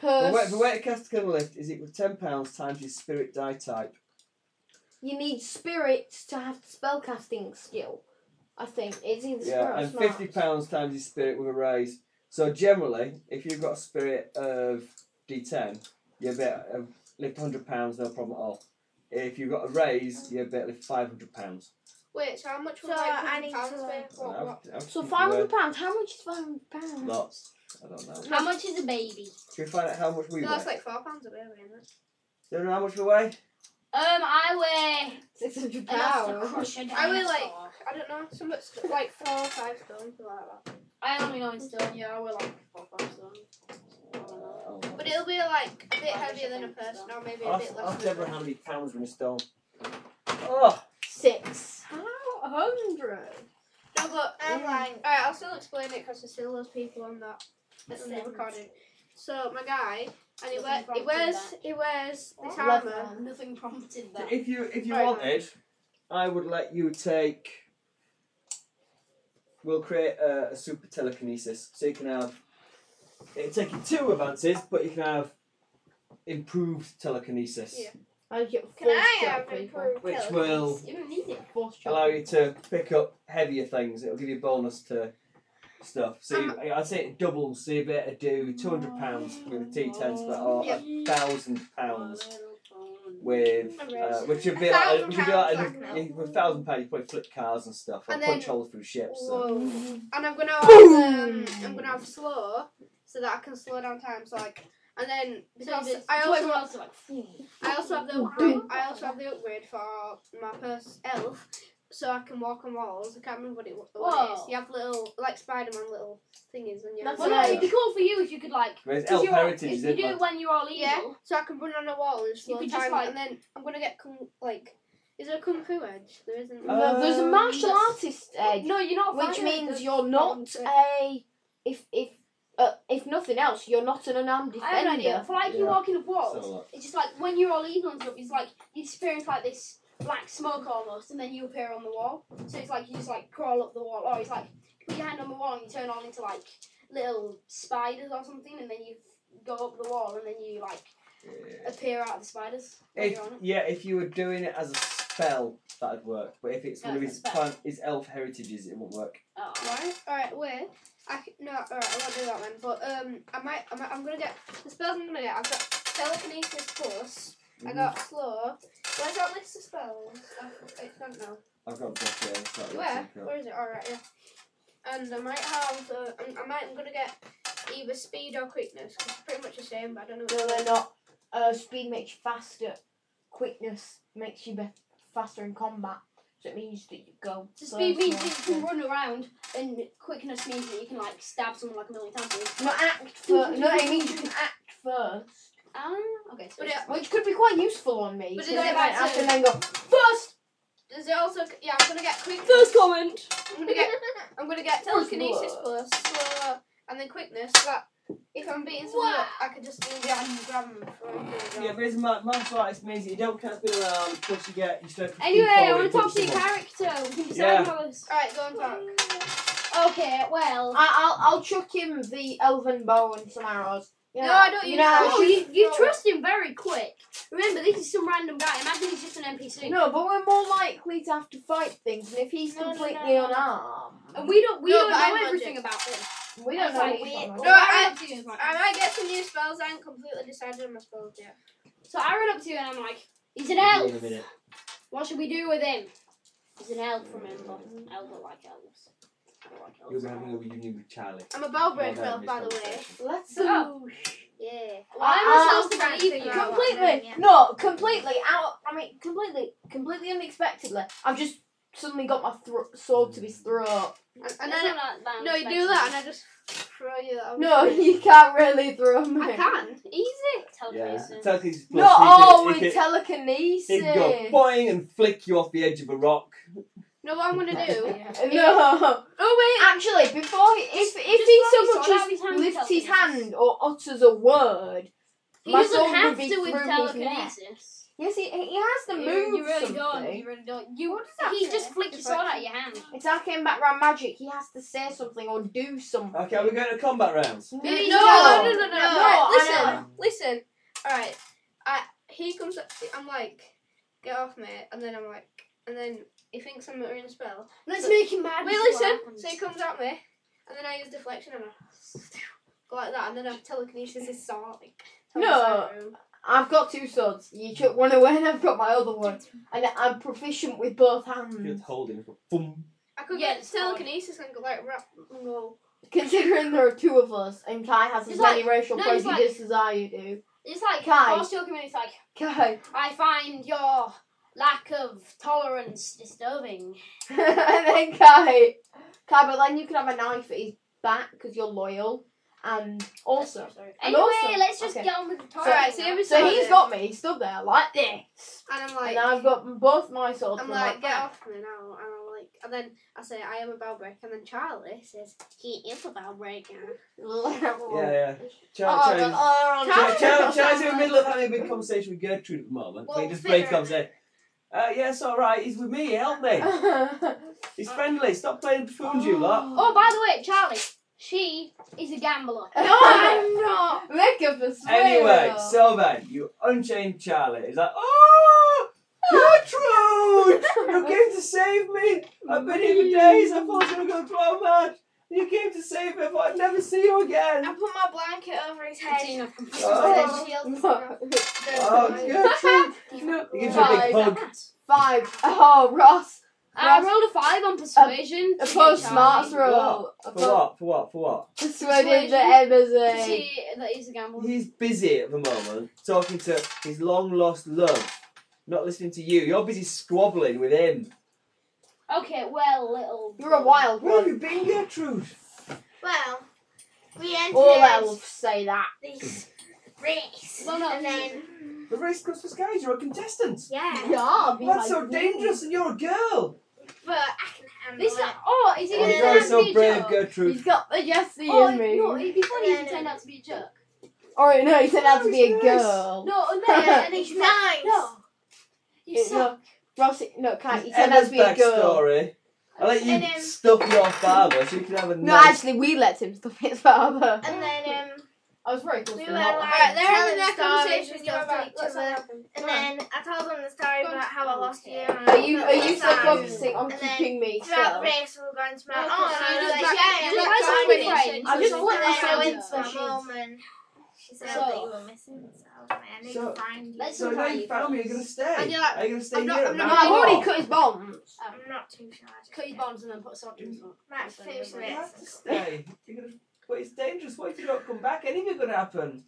E: Purse.
A: weight, the weight a caster can lift is equal to ten pounds times your spirit die type.
E: You need spirits to have spellcasting skill. I think it's either spirit or
A: Yeah, and
E: smart.
A: fifty pounds times your spirit with a raise. So generally, if you've got a spirit of D10, you're bit uh, lift hundred pounds, no problem at all. If you've got a raise, you're bit lift five hundred pounds.
F: Wait, so how much was
B: So,
F: like
B: I
F: hundred
B: need
F: pounds
B: to,
F: worth?
B: like-
F: What, what?
E: So five hundred pounds. How much is five hundred pounds?
A: Lots. I don't know.
D: How much is a baby?
A: Can we find out how much we
F: No,
A: weigh?
F: that's like four pounds a baby, isn't it?
A: Don't know how much we weigh.
D: Um, I weigh
E: Six hundred
D: enough to
E: pounds.
D: crush a
F: I weigh, like-
D: dinosaur.
F: I don't know. So much like four or five stone, something like that.
D: I only know in stone. Yeah, I weigh like four five stone. I don't know.
A: Oh, no.
F: But it'll be like a bit heavier than a person, or maybe a
A: Ask,
F: bit
A: ask
F: less. Than a
A: Deborah
F: person.
A: how many pounds we're in a stone. Oh,
E: Six. How a hundred?
F: No, but um,
A: Mm.
B: I'm like,
F: alright, I'll still explain it because there's still those people on that that's
D: Listen.
F: recorded. So my guy, and he,
D: Listen,
F: wear, he
D: prompted
F: wears
D: that.
F: he wears this
E: Love
F: armor.
B: uh,
E: that.
D: Nothing prompted that.
A: if you if you
F: Right.
A: wanted, I would let you take. We'll create a, a super telekinesis, so you can have. It'll take you two advances, but you can have improved telekinesis,
F: Yeah.
E: I get
F: Can I
E: force
F: have
E: chop people.
F: improved
A: which
F: telekinesis?
A: will
D: You don't need it.
E: Force chop.
A: allow you to pick up heavier things. It'll give you a bonus to stuff. So you, I'd say it doubles. So you better do two hundred pounds with a T10 spell or a
F: Yeah.
A: thousand pounds with uh, which would be
B: A
A: like,
B: thousand
A: which would be like
B: pounds, like,
A: you- with a thousand pounds you probably flip cars and stuff or
B: And
A: punch
B: then-
A: holes through ships. So.
B: Whoa. And I'm gonna have, um, I'm gonna have slow so that I can slow down time. So like, and then
D: So
B: because
D: this-
B: I
D: so
B: also
D: everyone else is like,
B: I also have the upgrade, I also have the upgrade for my first elf, so I can walk on walls. I can't remember what it, what it is.
D: Whoa.
B: You have little like Spider-Man little thingies on your.
E: That's
D: well, no, it'd be cool for you if you could like.
A: Whereas
D: if
A: elf
D: you're-
A: heritage
D: if
A: is
D: you do
A: in
D: it when you're all evil.
B: Yeah, so I can run on a wall and slow
D: could
B: time,
D: just, like-
B: and then I'm gonna get kung, like, is there a kung fu edge? There isn't.
A: Uh,
E: no, there's a
A: Um,
E: martial
D: that's-
E: artist edge,
D: No, you're not.
E: which
D: fighting
E: means
D: it.
E: you're not a if if uh, if nothing else, you're not an unarmed
D: I have an idea.
E: defender.
D: For like you
A: Yeah.
D: walking up walls,
A: so, like,
D: it's just like when you're all evil and stuff. It's like you disappear into like this black smoke almost, and then you appear on the wall. So it's like you just like crawl up the wall, or it's like you put your hand on the wall and you turn on into like little spiders or something, and then you go up the wall, and then you like
A: yeah.
D: appear out of the spiders. when
A: If
D: you're on it.
A: yeah, if you were doing it as a spell, that'd work. But if it's
D: No,
A: one of
D: it's a
A: his
D: spell.
A: plan, his elf heritages, it won't work.
D: Oh.
B: Right, alright, wait. I c- no, alright, I won't do that then. But um, I might, I might I'm gonna get the spells I'm gonna get. I've got telekinesis plus. I
E: Mm-hmm.
B: got slow. Do I got list of spells? I, I don't know.
A: I've got a book here. so that looks
B: Where?
A: like a-
B: Where is it? Alright, yeah. And I might have. Uh, I'm- I might. I'm gonna get either speed or quickness. 'cause it's pretty much the same, but I don't know.
E: No, they're not. Uh, speed makes you faster. Quickness makes you be- faster in combat. So it means that you go.
D: So speed
E: first
D: means
E: and
D: that
E: all
D: you can
E: that.
D: run around, and quickness means that you can like stab someone like a million times.
E: No, act first. No, it means you can act first,
D: Ah,
B: Um,
D: okay. So
B: But
D: it's-
E: which could be quite useful on me.
B: But
E: because
B: it
E: I
B: don't
E: might
B: matter.
E: act and then go first.
B: Does it also? Yeah, I'm gonna get quickness.
D: comment.
B: I'm gonna get. I'm gonna get
E: Tell us
B: telekinesis plus slow and then quickness. so That if I'm beating someone, up, I could just lean down and grab them. From
A: Yeah, but it's ma- martial arts means that you don't kind of spin around, plus you get you start.
D: Anyway, I
A: forward,
D: want to talk
A: punch
D: to your
A: someone.
D: character. We can decide
A: Yeah.
D: how this.
B: Alright, go and talk.
D: Okay, well.
E: I, I'll I'll chuck him the elven bow and some arrows. You
B: No,
E: know,
B: I don't
E: you
B: use
E: know,
B: arrows.
D: Oh, you, you
B: no.
D: trust him very quick. Remember, this is some random guy. Imagine he's just an NPC.
E: No, but we're more likely to have to fight things, and if he's
B: No, no,
E: completely
B: no.
E: unarmed,
D: And we don't we
B: No,
D: don't
B: but I'm
D: know
B: magic.
D: everything about him.
E: we don't know.
D: like
E: what he's
D: we-
E: on.
B: No, I-
D: ran up to you. and was like-
B: I might get some new spells. I ain't completely decided on my spells yet.
D: So I ran up to you and I'm like, he's an
I: Wait a
D: elf.
I: minute.
D: What should we do with him? He's an elf, remember? Elves don't like elves. I don't like
A: You'll
D: elves.
A: be having a reunion with Charlie.
B: I'm a bow
A: Well
B: breaker,
A: done,
B: by the
A: Miss
B: way.
A: Conversation.
E: Let's
D: Oh.
B: Yeah.
D: Why am
E: Uh,
D: I supposed to believe
B: I'll try and
D: you?
B: figure out what-
E: completely
B: Yeah.
E: no, completely out. I mean, completely, completely unexpectedly. I've just suddenly got my thro- sword to his throat.
B: And,
D: That's
B: and then
D: not that
B: no, you do
D: unexpected.
B: that, and I just throw you. That
E: No, you can't really throw me.
B: I can. Easy.
A: Yeah.
D: Telekinesis.
A: Telekinesis plus
E: No,
A: he
E: oh,
A: could-
E: with
A: he could-
E: telekinesis.
A: He'd go boing and flick you off the edge of a rock.
B: No, what I'm gonna do.
E: No. Oh wait. Actually, before he, if if
D: Just
E: he
D: grab
E: so much
D: his
E: as
D: sword out of his hand,
E: lifts his
D: telekinesis.
E: hand or utters a word,
D: He
E: my
D: doesn't
E: sword
D: have
E: would be
D: to with
E: through his neck.
D: telekinesis.
E: Yes, he, he has to
D: You-
E: move
D: you really
E: something.
D: don't. You really don't. You,
B: that
D: he
B: say?
D: just flicked your
B: It's
D: sword
B: like-
D: out of your hand.
E: It's arcane background magic. He has to say something or do something.
A: Okay, we're going to combat rounds.
E: No,
B: No,
E: no,
B: no, no, no, no.
E: no,
B: Alright,
E: I
B: listen, listen. All right, I he comes. up I'm like, get off, mate. And then I'm like, and then he thinks I'm doing a spell.
D: Let's
B: So-
D: make him mad. and
B: Wait,
D: see what
B: listen.
D: happens.
B: So he comes at me, and then I use deflection and I go like that, and then I'm telekinesis his sword. Like, from the
E: No.
B: side room.
E: I've got two swords. You took one away, and I've got my other one. And I'm proficient with both hands.
A: Good holding. Boom.
B: I could
D: Yeah,
B: get
D: it's fine.
B: telekinesis and go like wrap and go.
E: Considering there are two of us, and Kai has as
D: It's
E: many racial
D: no, it's like-
E: prejudices as I do.
D: It's like
E: Kai.
D: Force Choking when it's like,
E: Kai.
D: I find your lack of tolerance disturbing.
E: and then Kai. Kai, but then you can have a knife at his back because you're loyal. And also.
D: Sorry.
E: And
D: Anyway,
E: also-
D: let's just
E: okay.
D: get on with the talk.
E: So-
B: Alright, so every
E: So
B: time-
E: he's got me, he's stood there like this.
B: And I'm like,
E: and I've got both my swords.
B: I'm
E: in
B: like,
E: my
B: get
E: back.
B: off me now. And I'm like, and then I say, I am a bell breaker. And then Charlie says, he is a bell breaker.
A: Yeah, yeah. Charlie,
E: Oh,
A: Charlie.
E: God,
A: Charlie,
E: oh,
A: Charlie, Charlie's in the middle of having a big conversation with Gertrude at the moment.
B: Well,
A: he just breaks
B: figure
A: up and says, uh, yes, alright, he's with me, help me. He's friendly, stop playing buffoons, you lot.
D: Oh, by the way, Charlie, she is a gambler.
E: No, I'm not. Make up a swear.
A: Anyway, so then, you unchain Charlie. He's like, oh, Gertrude, you came to save me. I've been here for days. I thought you were going to throw mad. You came to save me. I thought I'd never see you again.
B: I put my blanket over his
D: It's
B: head.
D: enough.
A: Oh.
B: Shield.
E: No.
A: Oh, Gertrude! no. He gives you a big
E: Five.
A: hug.
E: Five. Oh, Ross.
D: I
E: Ross.
D: rolled a five on persuasion. to
E: Opposed
D: get
E: smarts
D: Charlie.
E: roll.
A: For what? For what? For what?
E: Persuaded that Emma's a.
D: See, that is a gamble.
A: He's busy at the moment, talking to his long lost love. Not listening to you. You're busy squabbling with him.
D: Okay, well, little.
E: You're a wild
A: Where have
E: one.
A: you been, Gertrude?
F: Well, we entered
E: All elves say Oh, that.
F: this race.
D: Well, not
F: and then,
A: The race comes for skies. You're a contestant.
F: yeah.
E: Yeah, be
A: That's so
E: like,
A: dangerous, and you're a girl.
F: But I can handle
D: This.
F: it.
D: Oh, is it
A: Oh,
D: gonna turn
A: you're
D: out to
A: so
D: be a
A: brave,
D: joke?
E: He's
A: Gertrude.
E: got the Jesse
D: Oh,
E: in
D: no,
E: me.
D: it'd be funny if it turned out to be a joke.
E: Alright, no, he said that to
A: No,
E: be a
A: he's nice.
E: girl.
D: No, and then, and then
F: It's
D: she's like,
F: nice.
D: no, you
E: It-
D: suck.
E: no, Ross, no, can't. He said that
A: Emma's
E: to be a girl.
A: backstory. I let you
F: And, um,
A: stuff your father so you can have a
E: No,
A: nice.
E: actually, we let him stuff his father.
F: And then, um,
E: I was very close
F: we
E: to
F: were
E: that one.
F: like,
B: they're having
F: telling
B: their
F: stories
B: conversation
F: and
B: you
F: stuff to
B: about
F: each
B: what's
F: other.
B: happened.
F: And
B: Go on.
F: then I told them the story about how I lost you. And
E: Are you
F: I
E: are you still
F: felt sad.
E: focusing on
F: And then
E: keeping me
F: Throughout
E: still?
F: the race, we were going to my
D: Okay, so
F: oh, and
D: you
F: I was
D: just
F: like,
D: back- you guys
F: yeah, yeah, yeah,
D: aren't friends.
F: yeah.
E: I just want
F: And
E: myself
F: then I went to
E: to
F: my mum and she said
D: So-
F: that you were missing, so I was like, I need
A: So-
F: to find you.
D: Let's
A: So now
D: invite
A: you
D: you
A: found me. You're gonna
D: first.
A: stay.
B: And you're like,
A: Are you gonna stay
B: I'm not-
A: here? at
B: I'm
E: No,
B: not-
A: Manor
E: I've already
A: Hall?
E: cut his bonds.
F: I'm not too sure. I just
D: Cut your
F: don't
D: bonds and then put salt
A: Mm.
D: in it.
F: Max, finish the
A: You
F: race.
A: have to stay. You're gonna... But it's dangerous. What if you don't come back? Anything could happen.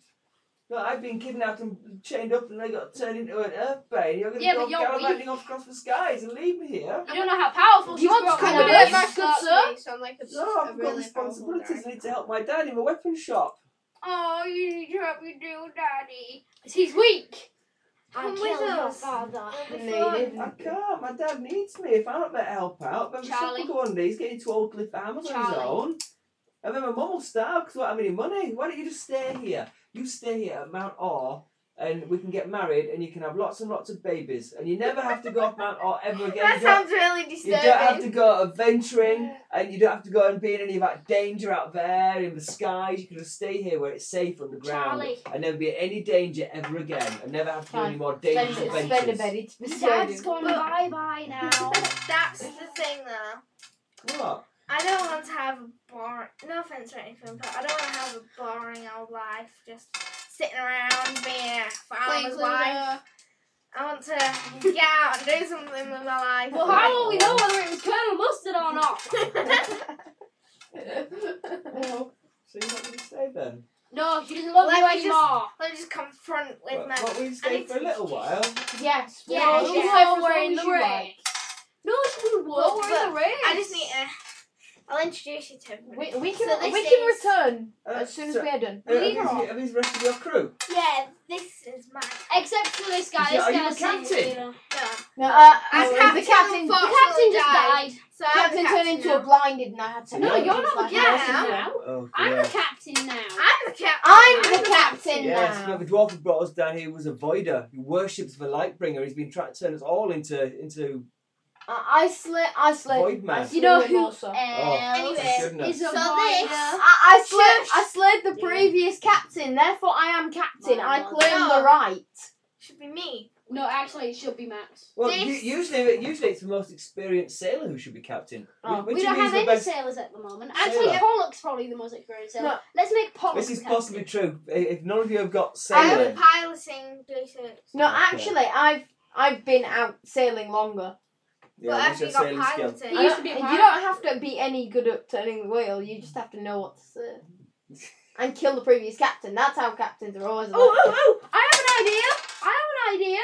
A: No, I've been kidnapped and chained up, and they got turned into an earthbane. You're gonna
D: Yeah,
A: go
D: but you're-
A: gallivanting off across the skies and leave me here.
D: You don't know how powerful
E: Do
D: she
E: you want
D: wants
E: to
D: to
E: come
D: come
E: with us?
D: back, good sir.
B: So I'm like a,
A: No,
B: a
A: I've got
B: really powerful
A: responsibilities.
B: guy.
A: I need to help my dad in the weapon shop.
F: Oh, you need to help me do, Daddy.
D: 'Cause He's weak.
F: Come
D: I
F: with
D: killed your
F: us.
D: father.
F: It'll be
E: No, you
F: fun.
E: didn't.
A: I
D: Mm.
A: can't. My dad needs me. If I'm not there to help out, then
D: Charlie.
A: Charlie. go one day. He's getting too old to live for Amazon on his
D: Charlie.
A: own. And then my mum will starve because I don't have any money. Why don't you just stay here? You stay here at Mount Orr and we can get married and you can have lots and lots of babies. And you never have to go off Mount Orr ever again.
F: That
A: You don't-
F: sounds really
A: you don't have
F: disturbing.
A: to go adventuring and you don't have to go and be in any of that danger out there in the skies. You can just stay here where it's safe on the ground
D: Charlie.
A: and never be in any danger ever again and never have to do any more dangerous
E: Spend
A: adventures.
E: spend a bed to
D: His
E: persuade
D: dad's
E: him.
D: gone
F: But-
D: bye bye now.
F: That's the thing, though.
A: What?
F: I don't want to have a boring. No offense or anything, but I don't want to have a boring old life, just sitting around being a farmer's wife. I want to get out and do something with my life.
D: Well, how will we know whether it was Colonel Mustard or not?
A: Well, so you're not going to stay then?
D: No, she doesn't love
F: Let
D: you
F: me just-
D: anymore.
F: Let's just confront with
A: Well,
F: my.
A: well, we
F: I
A: stay
F: need
A: for a
F: to-
A: little while.
E: Yes.
D: Yeah,
F: Yeah,
E: we'll
F: she's
E: stay
F: yeah.
E: for as
D: all
E: long
D: wearing
E: as
D: the
E: you
D: race.
E: like.
D: No, she won't
F: Well,
D: wearing the race.
F: I just need to. I'll introduce you to him.
E: We, we can
F: So
E: we
F: this
E: can
F: is-
E: return
A: Uh,
E: as soon as
A: so- uh,
E: we are done.
A: Have
D: leave
A: you-
D: her off.
A: have you the rest of your crew?
F: Yeah, this is my.
D: Except for this guy.
A: Yeah,
D: This
A: are you
D: guy's
A: the captain?
D: saying, you know.
E: No, uh,
F: As
E: the
F: captain,
E: captain,
D: The captain just died.
F: So I'm
E: captain
F: the
E: turned
F: captain
E: into
F: now.
E: a blinded and I had to.
D: No,
E: help
D: you're
E: him
D: not
E: find
D: the
F: Yeah.
D: captain now.
A: Oh,
D: I'm the captain now.
F: I'm the captain.
E: I'm
D: I'm
E: the captain
A: Yes,
E: now.
A: but the dwarf who brought us down here was a voider. He worships the Lightbringer. He's been trying to turn us all into into.
E: I, I slid. I slid.
A: Void man.
E: I
A: You
E: slid
D: know
E: him
D: who-
E: also.
D: Else Oh,
F: Anyway,
A: goodness.
D: is a
F: so
D: minor.
F: this-
E: I, I slid.
F: Shush.
E: I slid the previous captain. Therefore, I am captain.
D: My
E: I
D: God.
E: claim
F: No.
E: the right.
F: Should be me.
D: No, actually, it should be Max.
A: Well,
F: this-
A: u- usually usually it's the most experienced sailor who should be captain.
E: Oh.
A: Which
D: we don't
A: means
D: have
A: the
D: any
A: best.
D: sailors at the moment. Actually,
A: Sailor.
D: Pollock's probably the most experienced sailor.
E: No.
D: Let's make Pollock.
A: This is
D: captain.
A: possibly true. I- If none of you have got
F: I'm
A: sailing,
F: piloting research.
E: No,
A: Okay.
E: actually, I've I've been out sailing longer.
A: yeah,
F: but
A: that's
F: after
A: your
F: you got
A: sailing skill.
F: piloting,
D: He used to be a
E: You
D: pirate.
E: don't have to be any good at turning the wheel. You just have to know what to serve. And kill the previous captain. That's how captains are always.
D: Oh,
E: elected.
D: oh, oh! I have an idea. I have an idea.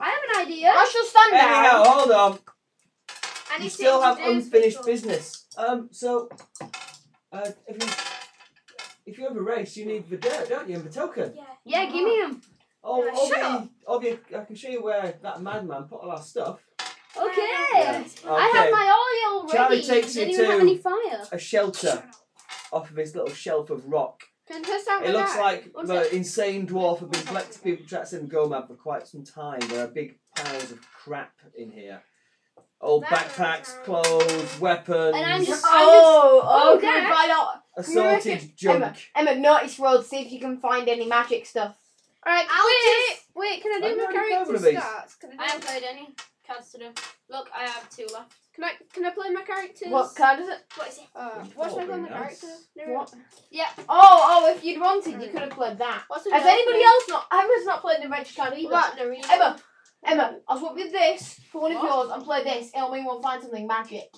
D: I have an idea.
E: I shall stand
A: Anyhow,
E: down.
A: hold on.
F: I need
A: You
F: to
A: still have
F: introduce
A: unfinished
F: people.
A: business. Um, so, uh, if you if you have a race, you need the dirt, don't you, and the token?
F: Yeah.
D: Yeah, give me him.
A: Oh,
F: Yeah,
A: all
F: shut
A: the-
F: up.
A: all the- I can show you where that madman put all our stuff.
D: Okay.
A: Yeah.
D: I have
A: Okay.
D: my oil ready.
A: Charlie takes
D: Does
A: you
D: anyone have
A: to-
D: any fire?
A: A shelter off of this little shelf of rock.
B: Can this sound
A: It looks
B: like
A: like
D: One
A: the
D: sec.
A: insane dwarf have been collecting people trapped in Gomad for quite some time. There are big piles of crap in here. Old
F: That
A: backpacks,
F: sounds-
A: clothes, weapons,
D: And I'm just-
E: Oh,
D: Oh,
E: oh, can
D: Dad.
E: we find out?
A: assorted
E: Emma,
A: junk.
E: Emma, notice road. See if you can find any magic stuff.
B: Alright,
F: I'll
B: wait, wait, can I
A: I've
B: do my
A: already covered
B: character
A: these.
B: stats? Can
D: I
B: I do
D: haven't played any cards to do. Look, I have two left.
F: Can I can I play my characters?
E: What card is it?
F: What is it? Uh,
A: It's
F: what's my
A: probably
F: play my
A: nice.
F: character?
E: What?
F: Yeah.
E: Oh, oh, if you'd wanted,
D: Mm.
E: you could have played that.
F: What's
E: Has anybody else not? Emma's not played an adventure card either.
F: What? Narina.
E: Emma, Emma, I'll swap you this for one of
F: What?
E: yours and play this. It'll mean we'll find something magic.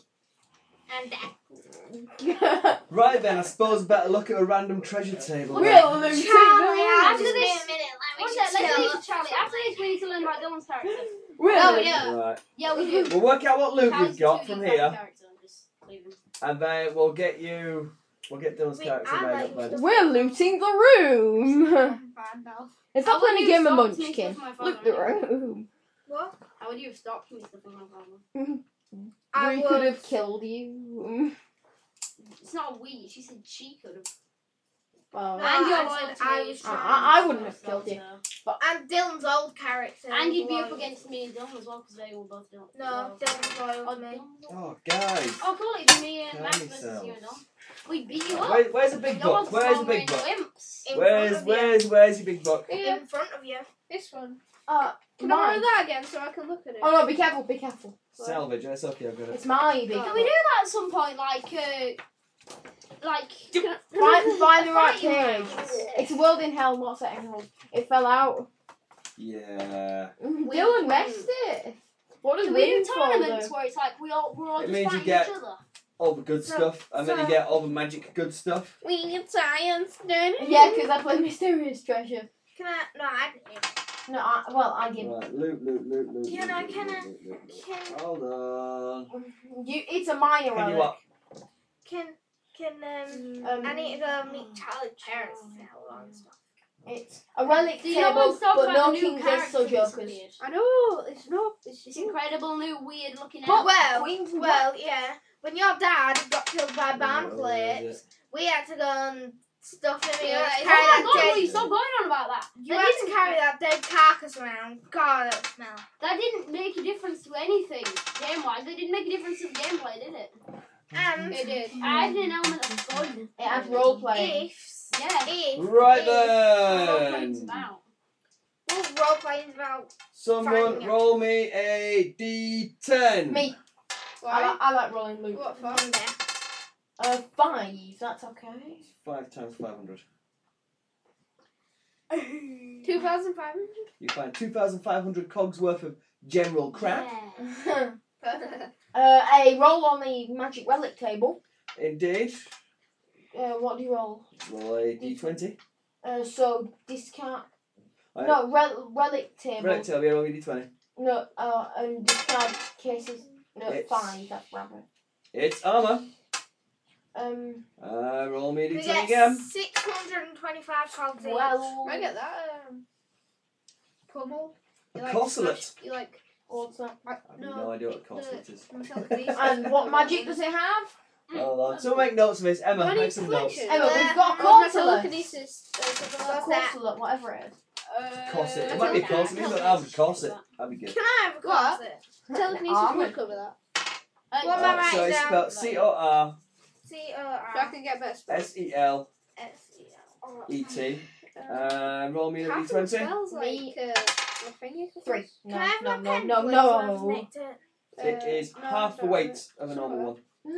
D: And that.
A: Right then, I suppose better look at a random treasure table. then.
E: Real loot.
G: Charlie,
D: After
G: Just
D: this,
G: wait a minute, like, we
D: one
G: should
D: sec, let's
G: still-
D: leave Charlie. After this, we need to learn about Dylan's character.
E: Real
D: oh,
E: loot.
D: yeah.
A: Right.
D: Yeah, we do.
A: We'll work out what loot
D: Charlie's
A: you've got
D: two
A: from
D: different
A: here,
D: characters, I'm just leaving.
A: and then we'll get you. We'll get Dylan's
F: Wait,
A: character
F: I
A: made
F: like
A: up then.
E: We're looting the room.
F: Fine, now.
E: It's
D: How
E: not playing
D: would
E: a
D: you
E: game of
D: have stopped me
E: Munchkin.
D: stuffing my phone
E: Loot
D: on
E: the
D: anyway?
E: room.
F: What?
D: How would you have stopped me stuffing my phone?
F: I
E: we could
F: would-
E: have killed you.
D: It's not we. She said she could have.
E: Well,
F: Ah,
D: and you're
F: I
D: loyal
F: said
D: to
F: I
D: me.
A: Uh,
F: was
E: trying I- I to wouldn't have killed you.
D: So-
F: And Dylan's old character.
D: And you'd be
F: was
D: up
F: loyal.
D: against me and Dylan as well because they were both Dylan.
F: No,
D: Dylan.
F: Dylan's loyal
D: Oh,
F: to me.
D: Dylan.
A: Oh, guys.
D: Oh, cool. It'd be me and
A: Kill
D: Max versus you and
A: yourselves.
D: Dylan. We beat you up.
A: Where, where's the big
D: no one's
A: book? Where's the big book?
D: wimps.
F: In
A: Where's
F: front of
A: where's where's your big book?
F: you.
I: Yeah.
F: In front of you.
I: This one.
E: uh,
F: Can I borrow
E: mine.
F: that again so I can look at it?
E: Oh no, be careful, be careful.
A: Salvage. That's okay. I've got it.
E: It's my big.
D: Can we do that at some point? Like, uh, like.
E: Find, find the right
D: Fighting
E: page.
D: rounds.
E: It's a world in hell, not set in hell. It fell out. Mm-hmm.
A: Yeah.
E: Dylan messed it. What
D: Do
E: did
D: we do
E: win for?
D: tournaments
E: though?
D: where it's like we all we're all
A: It
D: just
A: means you
D: fighting
A: get-
D: each other?
A: All the good
F: So-
A: stuff, and then you
F: so-
A: get all the magic good stuff.
F: We need science, then.
E: Yeah, because I played Mysterious Treasure.
F: Can I? No, I didn't.
E: No, I, well, I did.
A: Right, loot, loot, loot, loot.
F: Can
A: loot,
F: I-
A: loot,
F: can
A: loot,
F: I-
A: loot, loot, loot.
F: Can
A: Hold on.
E: You, it's a minor
A: Can you
E: relic.
A: what?
F: can can um? oh.
E: Um,
F: I need to go meet Charlie's parents and all that stuff.
E: It's a relic
D: Do you know
E: table,
D: what's so
E: but no
D: new
E: kings or
D: character
E: so
D: that's
E: jokers.
D: appeared?
F: I know it's not. It's
D: This
F: just
D: incredible new weird looking
F: But
D: elf.
F: well,
E: Queens and
F: well, yeah. When your dad got killed by bound
A: Where is
F: plates, we had to go and stuff him.
D: Yeah,
F: Yeah,
D: oh my
F: carry that
D: god,
F: dead.
D: will you stop going on about that?
F: You
D: That
F: had to
D: didn't,
F: carry that dead carcass around. God, that smell.
D: that didn't make a difference to anything game wise. It didn't make a difference to the gameplay, did it?
F: And
I: It did.
D: I had an element of fun.
E: It adds role playing.
F: ifs,
D: Yeah.
F: if
A: Right
D: That's what it's
A: then.
D: about.
F: well, role playing about
A: Someone
F: Fine.
A: roll me a d10.
E: Me, I like,
I: Why?
E: I like rolling loot.
I: What for?
F: Monday.
E: Uh, five. That's okay.
A: Five times five hundred.
E: Uh,
I: Two thousand five hundred.
A: You find two thousand five hundred cogs worth of general crap.
D: Yeah.
E: uh, a roll on the magic relic table.
A: Indeed.
E: Uh, what do you roll?
A: Roll a d20.
E: Uh, so discard.
A: Right.
E: No, rel- relic table.
A: Right, tell me, roll a d20.
E: No, uh, and discard cases. No,
A: It's-
E: five. That's rather.
A: It's armor.
E: Um,
A: Uh, roll me a
F: We
A: d10
F: get
A: again.
F: 625 pounds each.
E: well,
I: I get that um, pummel.
A: A
I: You like
A: corselet.
I: smash- You like
E: what's that?
A: I have no idea what a corselet is.
E: And what magic does it have?
A: Hold on. So make notes of this. Emma,
I: Money
A: make some notes.
I: collection.
F: Uh,
E: Emma, we've got a
I: Like a
E: corselet.
I: telekinesis, uh, something like
E: A
F: What's
I: that.
F: that?
E: corselet, whatever it is.
I: Uh,
A: Corset. It
D: I
A: might be
D: don't
A: corset.
D: know.
A: Maybe not armor corset. That'd be good.
F: Can I have a
I: What?
F: corset?
I: Telekinesis
E: Armor.
I: would cover that.
D: Uh,
F: What am I
A: Uh, so
F: writing
A: it's
F: down?
A: spelled C O R
F: C O R
I: So I can get better spells.
A: S E L
F: S E L.
A: E T.
I: Uh,
A: Uh, roll me a
I: half of the
A: d20.
I: spells
E: Me.
I: like uh, my finger.
E: Three.
F: Can I have
E: no,
F: my
E: no,
F: pen?
E: no,
F: please? I've
E: no,
F: nicked it.
A: It
I: Uh,
A: is
I: no,
A: half the
I: don't.
A: weight of a normal one.
E: no.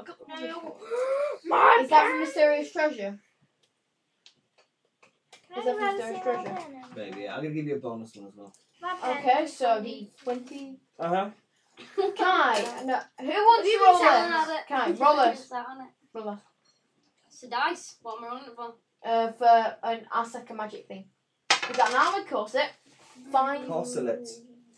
E: I got
F: No.
E: Is that from Mysterious Treasure?
F: Can
E: Is that
F: I
E: from
F: have
E: Stone's
F: a C O R
E: Treasure?
F: pen?
A: Maybe. I'm going to give you a bonus one as well.
F: My pen.
E: Okay, so the 20.
A: Uh huh.
E: Kai, no, who wants to roll this? Kai, roll this. Roll this.
D: It's a dice. What am I rolling it for?
E: Uh, for an Asaka magic thing. We've got an armored corset. Five.
A: Corselet.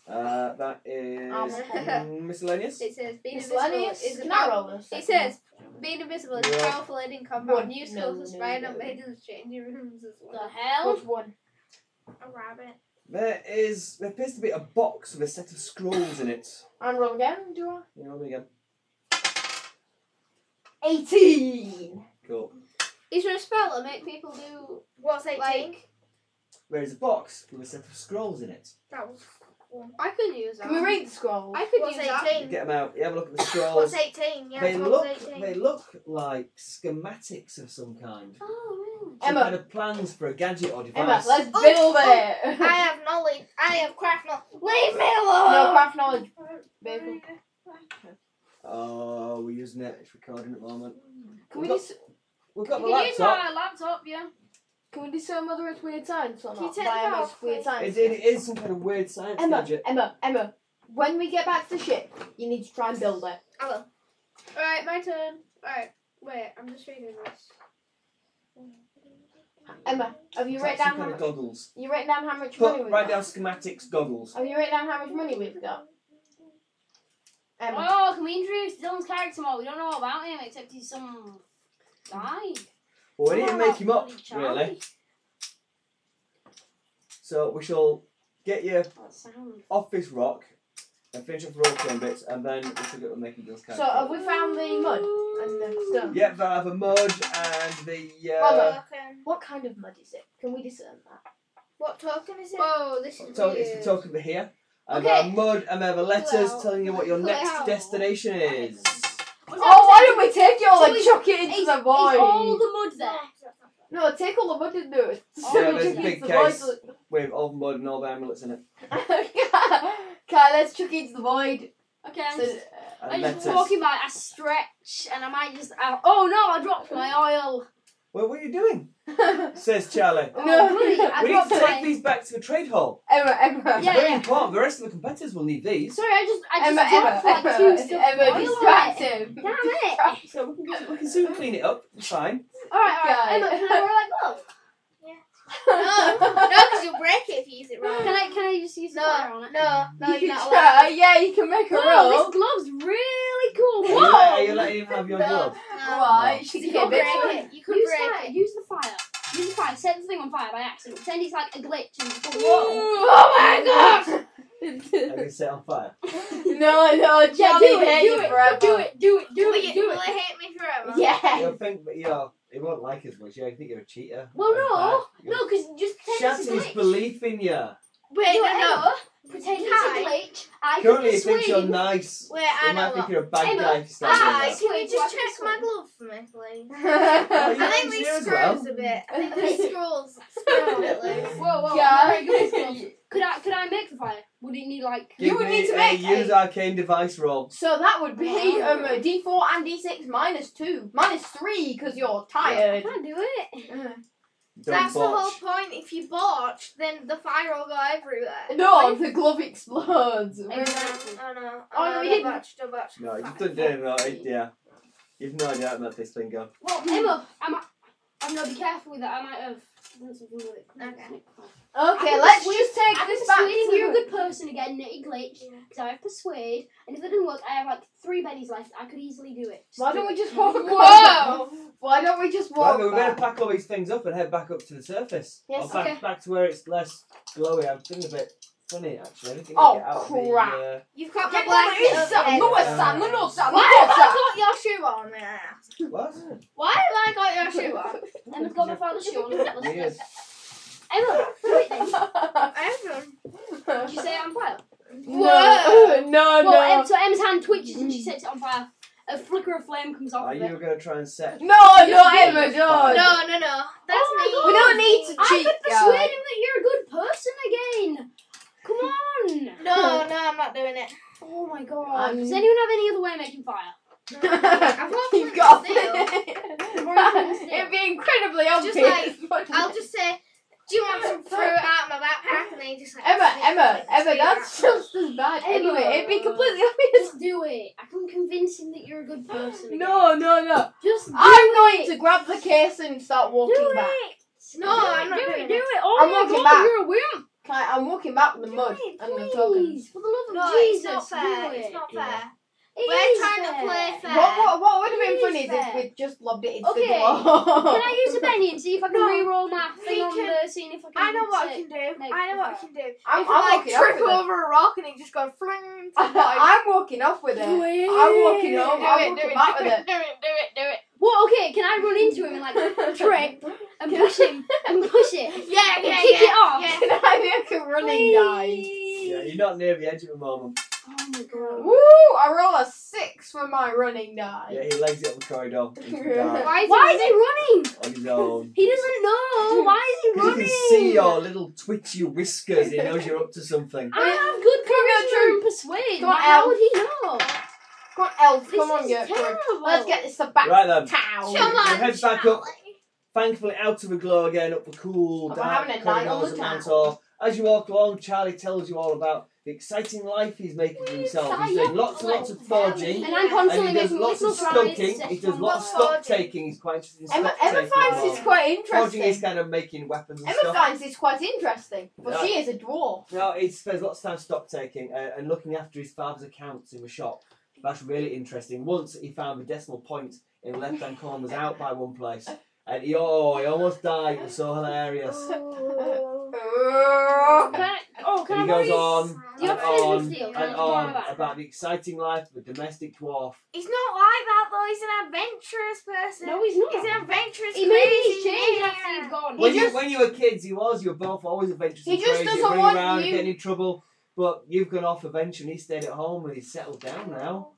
A: Uh, that is
E: Armor.
A: miscellaneous.
I: It says being invisible
E: Miscellaneous.
I: is a
E: Can I
I: power.
E: roll this?
I: It says being invisible is a
A: Yeah.
I: powerful aid in
E: One.
I: combat. New skills
E: No,
I: for spying
E: no,
I: on
E: no.
I: maidens, changing rooms as
D: The
I: well.
D: hell?
E: Which one?
F: A rabbit.
A: There is. There appears to be a box with a set of scrolls in it.
E: And roll again, do I?
A: You roll me again.
E: 18!
A: Cool.
I: Is there a spell that make people do
F: What's 18?
I: like?
A: There is a box with a set of scrolls in it.
F: that was.
I: I could use that.
E: Can we read the scroll?
I: I could
F: What's
I: use that.
A: You
F: 18?
A: get them out. You have a look at the scrolls.
F: What's 18? Yeah,
A: they
F: what's
A: look.
F: 18?
A: They look like schematics of some kind.
D: Oh,
A: Some
E: Emma.
A: kind of plans for a gadget or device.
E: Emma, let's
F: Oh,
E: build
F: oh,
E: it.
F: I have knowledge. I have craft knowledge. Leave me alone.
E: no craft knowledge. Baby.
A: Oh, we're using it. It's recording at the moment.
E: Can we
A: Look.
E: just
A: We've got
D: You
A: the
D: can use
A: laptop.
D: my laptop, yeah.
E: can we discern whether it's weird science or
F: Can
E: not?
F: you take
E: by
F: that
E: Emma's
F: off,
E: weird
F: please?
E: science.
A: It, it is some kind of weird science
E: Emma,
A: gadget.
E: Emma, Emma. When we get back to the ship, you need to try and build it.
F: Alright, my turn. Alright, wait, I'm just reading this.
E: Emma, have you
A: It's like
E: written down
A: some
E: how
A: kind
E: much,
A: of goggles.
E: you written down how much money
A: Put
E: we've
A: right down
E: got?
A: schematics goggles.
E: Have you written down how much money we've got? Emma,
D: Oh, can we introduce Dylan's character more? We don't know about him except he's some guy.
A: Well, we need to
D: Oh,
A: make him up,
D: bloody Charlie.
A: really. So we shall get your
D: That sound.
A: off this rock and finish off roll turn bits, and then we should get on making those
E: so
A: characters.
E: have we found the mud and the stone?
A: Yep, they have a mud and the.
E: Well,
A: Uh,
F: Token.
E: What kind of mud is it? Can we discern that?
F: What token is it?
B: Whoa, Oh, this is
A: to-
B: weird.
A: it's the token over here. And
F: Okay.
A: they have mud and they have letters
F: Well,
A: telling you what your next
F: well.
A: destination is.
D: What's that
E: Oh, why
D: saying?
E: don't we take it all
D: So
E: and
D: is-
E: chuck it into
D: is-
E: the
D: Is all
E: void?
D: the mud there?
E: No, take all the mud and do it. So
D: Yeah,
E: we
D: there's
E: chuck
D: a
E: it
A: big
E: into the void.
A: case. With all the mud and all the amulets in it.
E: okay, let's chuck it into the void.
D: Okay, I'm
E: So,
D: just,
E: uh,
A: And
D: I'm just
A: letters.
D: walking by. I stretch and I might just. I, oh no! I dropped my oil.
A: Well, what are you doing? Says Charlie.
E: No.
D: Oh, bloody, I
A: we need
D: dropped
A: to
D: my.
A: take these back to the trade hall.
E: Emma, Emma.
A: It's
D: Yeah,
A: very
D: yeah.
A: important. The rest of the competitors will need these.
D: Sorry, I just. I just
E: Emma, Emma,
D: dropped like two
E: Emma,
D: stuff of
E: Emma,
D: oil
E: distract
D: on it.
E: him.
D: Damn it!
E: Distract
A: So we can, we can soon clean it up. It's fine.
D: All right, all right.
E: guy.
D: Emma, can I wear like glove?
F: No, no, because you'll break it if you use it wrong.
D: Can I? Can I just use the
F: No.
D: wire on it?
F: No, no,
E: you
F: you're
E: can
F: not
E: try.
F: allowed.
E: Yeah, you can make a
D: Whoa,
E: roll.
D: this glove's really
A: Are
D: cool.
A: you,
D: Whoa!
A: let- are you letting him have your
E: No.
A: glove?
F: No.
E: Right,
F: You
E: she's a
F: can
E: bit
F: break
D: break
F: it. You can
D: use
F: break
D: fire.
F: it.
D: Use the fire. Use the fire. Set the thing on fire by accident. Pretend it's like a glitch and it's a wall.
E: Oh my god!
A: I can set on fire.
E: no, no, Charlie,
D: Yeah, do it,
E: hate
D: do
E: you
D: it,
E: forever.
D: do it, do it, do
F: Will you-
D: it, do
F: will
D: it.
F: it hate me forever?
E: Yeah.
A: You'll think, but you know, he won't like as much. Yeah, you think you're a cheater.
D: Well,
A: And
D: no,
A: bad.
D: no, because just pretend it's
A: Shatter
D: a
A: his
D: glitch.
A: belief in you.
F: Wait,
D: No,
F: no, no.
D: Emma, Pretend it's
F: Hi.
D: a glitch. I
A: Currently, he
D: can
A: thinks you're
D: persuade.
A: nice.
F: Wait, I
A: He might
F: know
A: think
F: what.
A: you're a bad
D: Emma,
A: guy if you start
F: Hi,
A: doing
F: can you just
D: Wait,
F: check my glove for me, please?
A: that.
F: I think these
A: as
F: screws
A: well.
F: a bit. I think these screws screw a bit loose.
D: Whoa, whoa, I'm not very good at spells. Could I, could I make the fire? Would it need like?
E: You
A: Give
E: would
A: me
E: need to
A: a
E: make
A: use
E: a-
A: arcane device roll.
E: So that would be
D: Wow.
E: um, a D4 and D6 minus two, minus three because you're
D: I
E: tired.
D: can't do it.
A: Don't
F: That's the whole
A: botch.
F: point. If you botch, then the fire will go everywhere. uh,
E: No, the glove explodes.
D: Exactly.
F: I know.
E: Oh,
F: I
E: no,
F: know,
E: we
F: I
E: didn't.
F: botched, I botched.
A: No,
F: Fine.
A: you've done doing no idea. You've no idea how to make this thing go.
D: Well, Emma, Hmm. I might. I'm gonna be careful with that. I might have done something with it.
F: Okay.
E: Okay,
D: I'm
E: let's
D: persuaded-
E: just take
D: I'm
E: this back.
D: persuading
E: to
D: you're a
E: the-
D: good person again, Nitty Glitch.
F: Yeah.
D: So I have persuade, and if that doesn't work, I have like three bennies left. I could easily do it. Just
E: Why
D: do
E: don't we
D: it.
E: just walk?
F: Whoa!
E: Why don't we just
A: Well,
E: walk?
A: we better
E: back?
A: pack all these things up and head back up to the surface.
E: Yes,
A: or back,
D: okay.
A: back to where it's less glowy. I'm feeling a bit funny actually. I don't think I
E: Oh,
A: get out
E: crap.
A: Of the, uh,
F: You've got my
E: Get on
F: black.
E: my inside, lower
A: Yeah.
E: side, lower side,
F: Why
E: lower
F: have
E: side.
F: I got your shoe on, may I ask?
A: What?
F: Why have I got your shoe on?
D: Emma's got my father's shoe on.
A: Weird.
D: Emma, do it then.
F: I have done.
D: Did you say it on fire?
E: No, no,
D: well, Em,
E: Oh, no. Mm.
D: so Emma's hand twitches and she sets it on fire. A flicker of flame comes off
A: Are
D: of
A: you
D: it.
A: going to try and set?
E: No, no,
D: Just
E: Emma, no.
F: No, no, no. That's
D: Oh my
F: me.
D: God.
E: We don't need to
D: I
E: cheat,
D: could
E: guys.
D: persuade him that you're a good person again. Come on.
F: No, no, I'm not doing it.
D: Oh my god.
E: Um,
D: Does anyone have any other way of making fire?
F: I've got
E: You've
F: flint
E: got
F: steel.
E: it. It'd be incredibly obvious. like,
F: I'll just say, do you want some fruit out of my backpack? And then just like
E: Emma,
F: stick
E: Emma,
F: flint
E: Emma,
F: steel
E: that's
F: out.
E: just as bad.
D: Emma.
E: Anyway, it'd be completely obvious.
D: Just do it. I can convince him that you're a good person. again.
E: No, no, no.
D: Just do
E: I'm
D: it.
E: going to grab the case and start walking
D: do
E: back.
D: it.
F: No,
D: do
F: I'm
D: it,
F: not
D: do
F: doing
D: it. Do
F: it.
D: it. Oh
E: I'm
D: my
E: walking
D: god,
E: back.
D: you're a wimp.
E: Can I, I'm walking back with the
D: Do
E: mud
D: it,
E: and the
D: please.
E: token.
D: For the love of
F: No,
D: Jesus,
F: it's not fair.
D: do it.
F: It's not fair.
A: Yeah.
D: It
F: We're
D: is
F: trying to
D: fair.
F: play fair.
E: What, what, what would have been
D: Please,
E: funny is if
D: Beth.
E: we just lobbed it into
D: Okay.
E: the glove.
D: Can I use a penny and see if I can
F: No.
D: re-roll my thing
F: We
D: on
F: can-
D: the scene if I can?
F: I know what I
D: say-
F: can do.
D: make
F: I know what I
D: fire.
F: can do.
E: I'm,
F: If I
E: I'm
F: like
E: walking off
F: trip
E: with it.
F: over a rock and it just goes fling. to the bottom.
E: I'm walking off with it.
D: Do it.
E: I'm walking off.
F: Do
E: I'm
F: it, do
E: walking
F: it,
E: back
F: do
E: with it.
F: it, do it, do it, do it.
D: Well, okay. Can I run into him and like trip and push him and push it?
F: Yeah,
D: And
F: yeah,
D: kick
F: yeah.
D: it off.
F: Yeah.
E: Can I make a running dive?
A: Yeah, you're not near the edge at the moment.
D: Oh
B: my god.
E: Woo! I roll a six for my running
A: Yeah,
E: die.
A: he legs it up the corridor into the dark
B: Why is
D: Why
B: he
D: is he running?
A: on his own.
D: He doesn't know. Why is he
A: Because
D: running?
A: he can see your little twitchy whiskers. He knows you're up to something.
D: I have good charisma
E: True.
D: and persuade.
E: Come on,
D: How
E: Elf.
D: would he know?
E: Come on, elf.
D: This
E: Come on,
D: is
E: Gertrude.
D: terrible.
E: Let's get this to back
A: Right then.
E: town.
A: Come on, Your head's back up. Thankfully, out of the glow again, up the cool,
E: We're
A: dark
E: having a night on
A: corridors of
E: the town.
A: Mantor. As you walk along, Charlie tells you all about the exciting life he's making for himself. He's doing lots and lots of forging.
D: And I'm constantly
A: And he does
D: making
A: lots
D: little
A: of skunking.
D: strides.
A: He does lots of stock taking. He's quite interested in
E: Emma,
A: stock
E: Emma
A: taking.
E: finds
A: as
E: this
A: well.
E: quite
A: Forging is
E: interesting.
A: kind of making weapons and
E: Emma
A: stuff.
E: finds this quite interesting. Well,
A: Yeah.
E: she is a dwarf.
A: No, he spends lots of time stock taking uh, and looking after his father's accounts in the shop. That's really interesting. Once he found the decimal point in the left hand corner was out by one place. And he, oh, he almost died. It was so
E: Oh,
A: hilarious.
D: Can I, oh, can
A: And he
D: I borrow
A: goes
D: your-
A: on
D: Do you
A: and
D: have a
A: on
D: business deal? Can I
A: and
D: just borrow
A: on
D: that?
A: about the exciting life of a domestic dwarf.
F: He's not like that though. He's an adventurous person.
D: No, he's not.
F: He's an adventurous.
D: He maybe he's
F: crazy
D: changed
F: man.
D: after you've gone.
A: When,
E: just-
A: you, when you were kids, he was. You were both always adventurous
E: He
A: and
E: just
A: crazy,
E: doesn't
A: running
E: want
A: around,
E: you-
A: getting in trouble. But you've gone off eventually. He stayed at home and he's settled down now.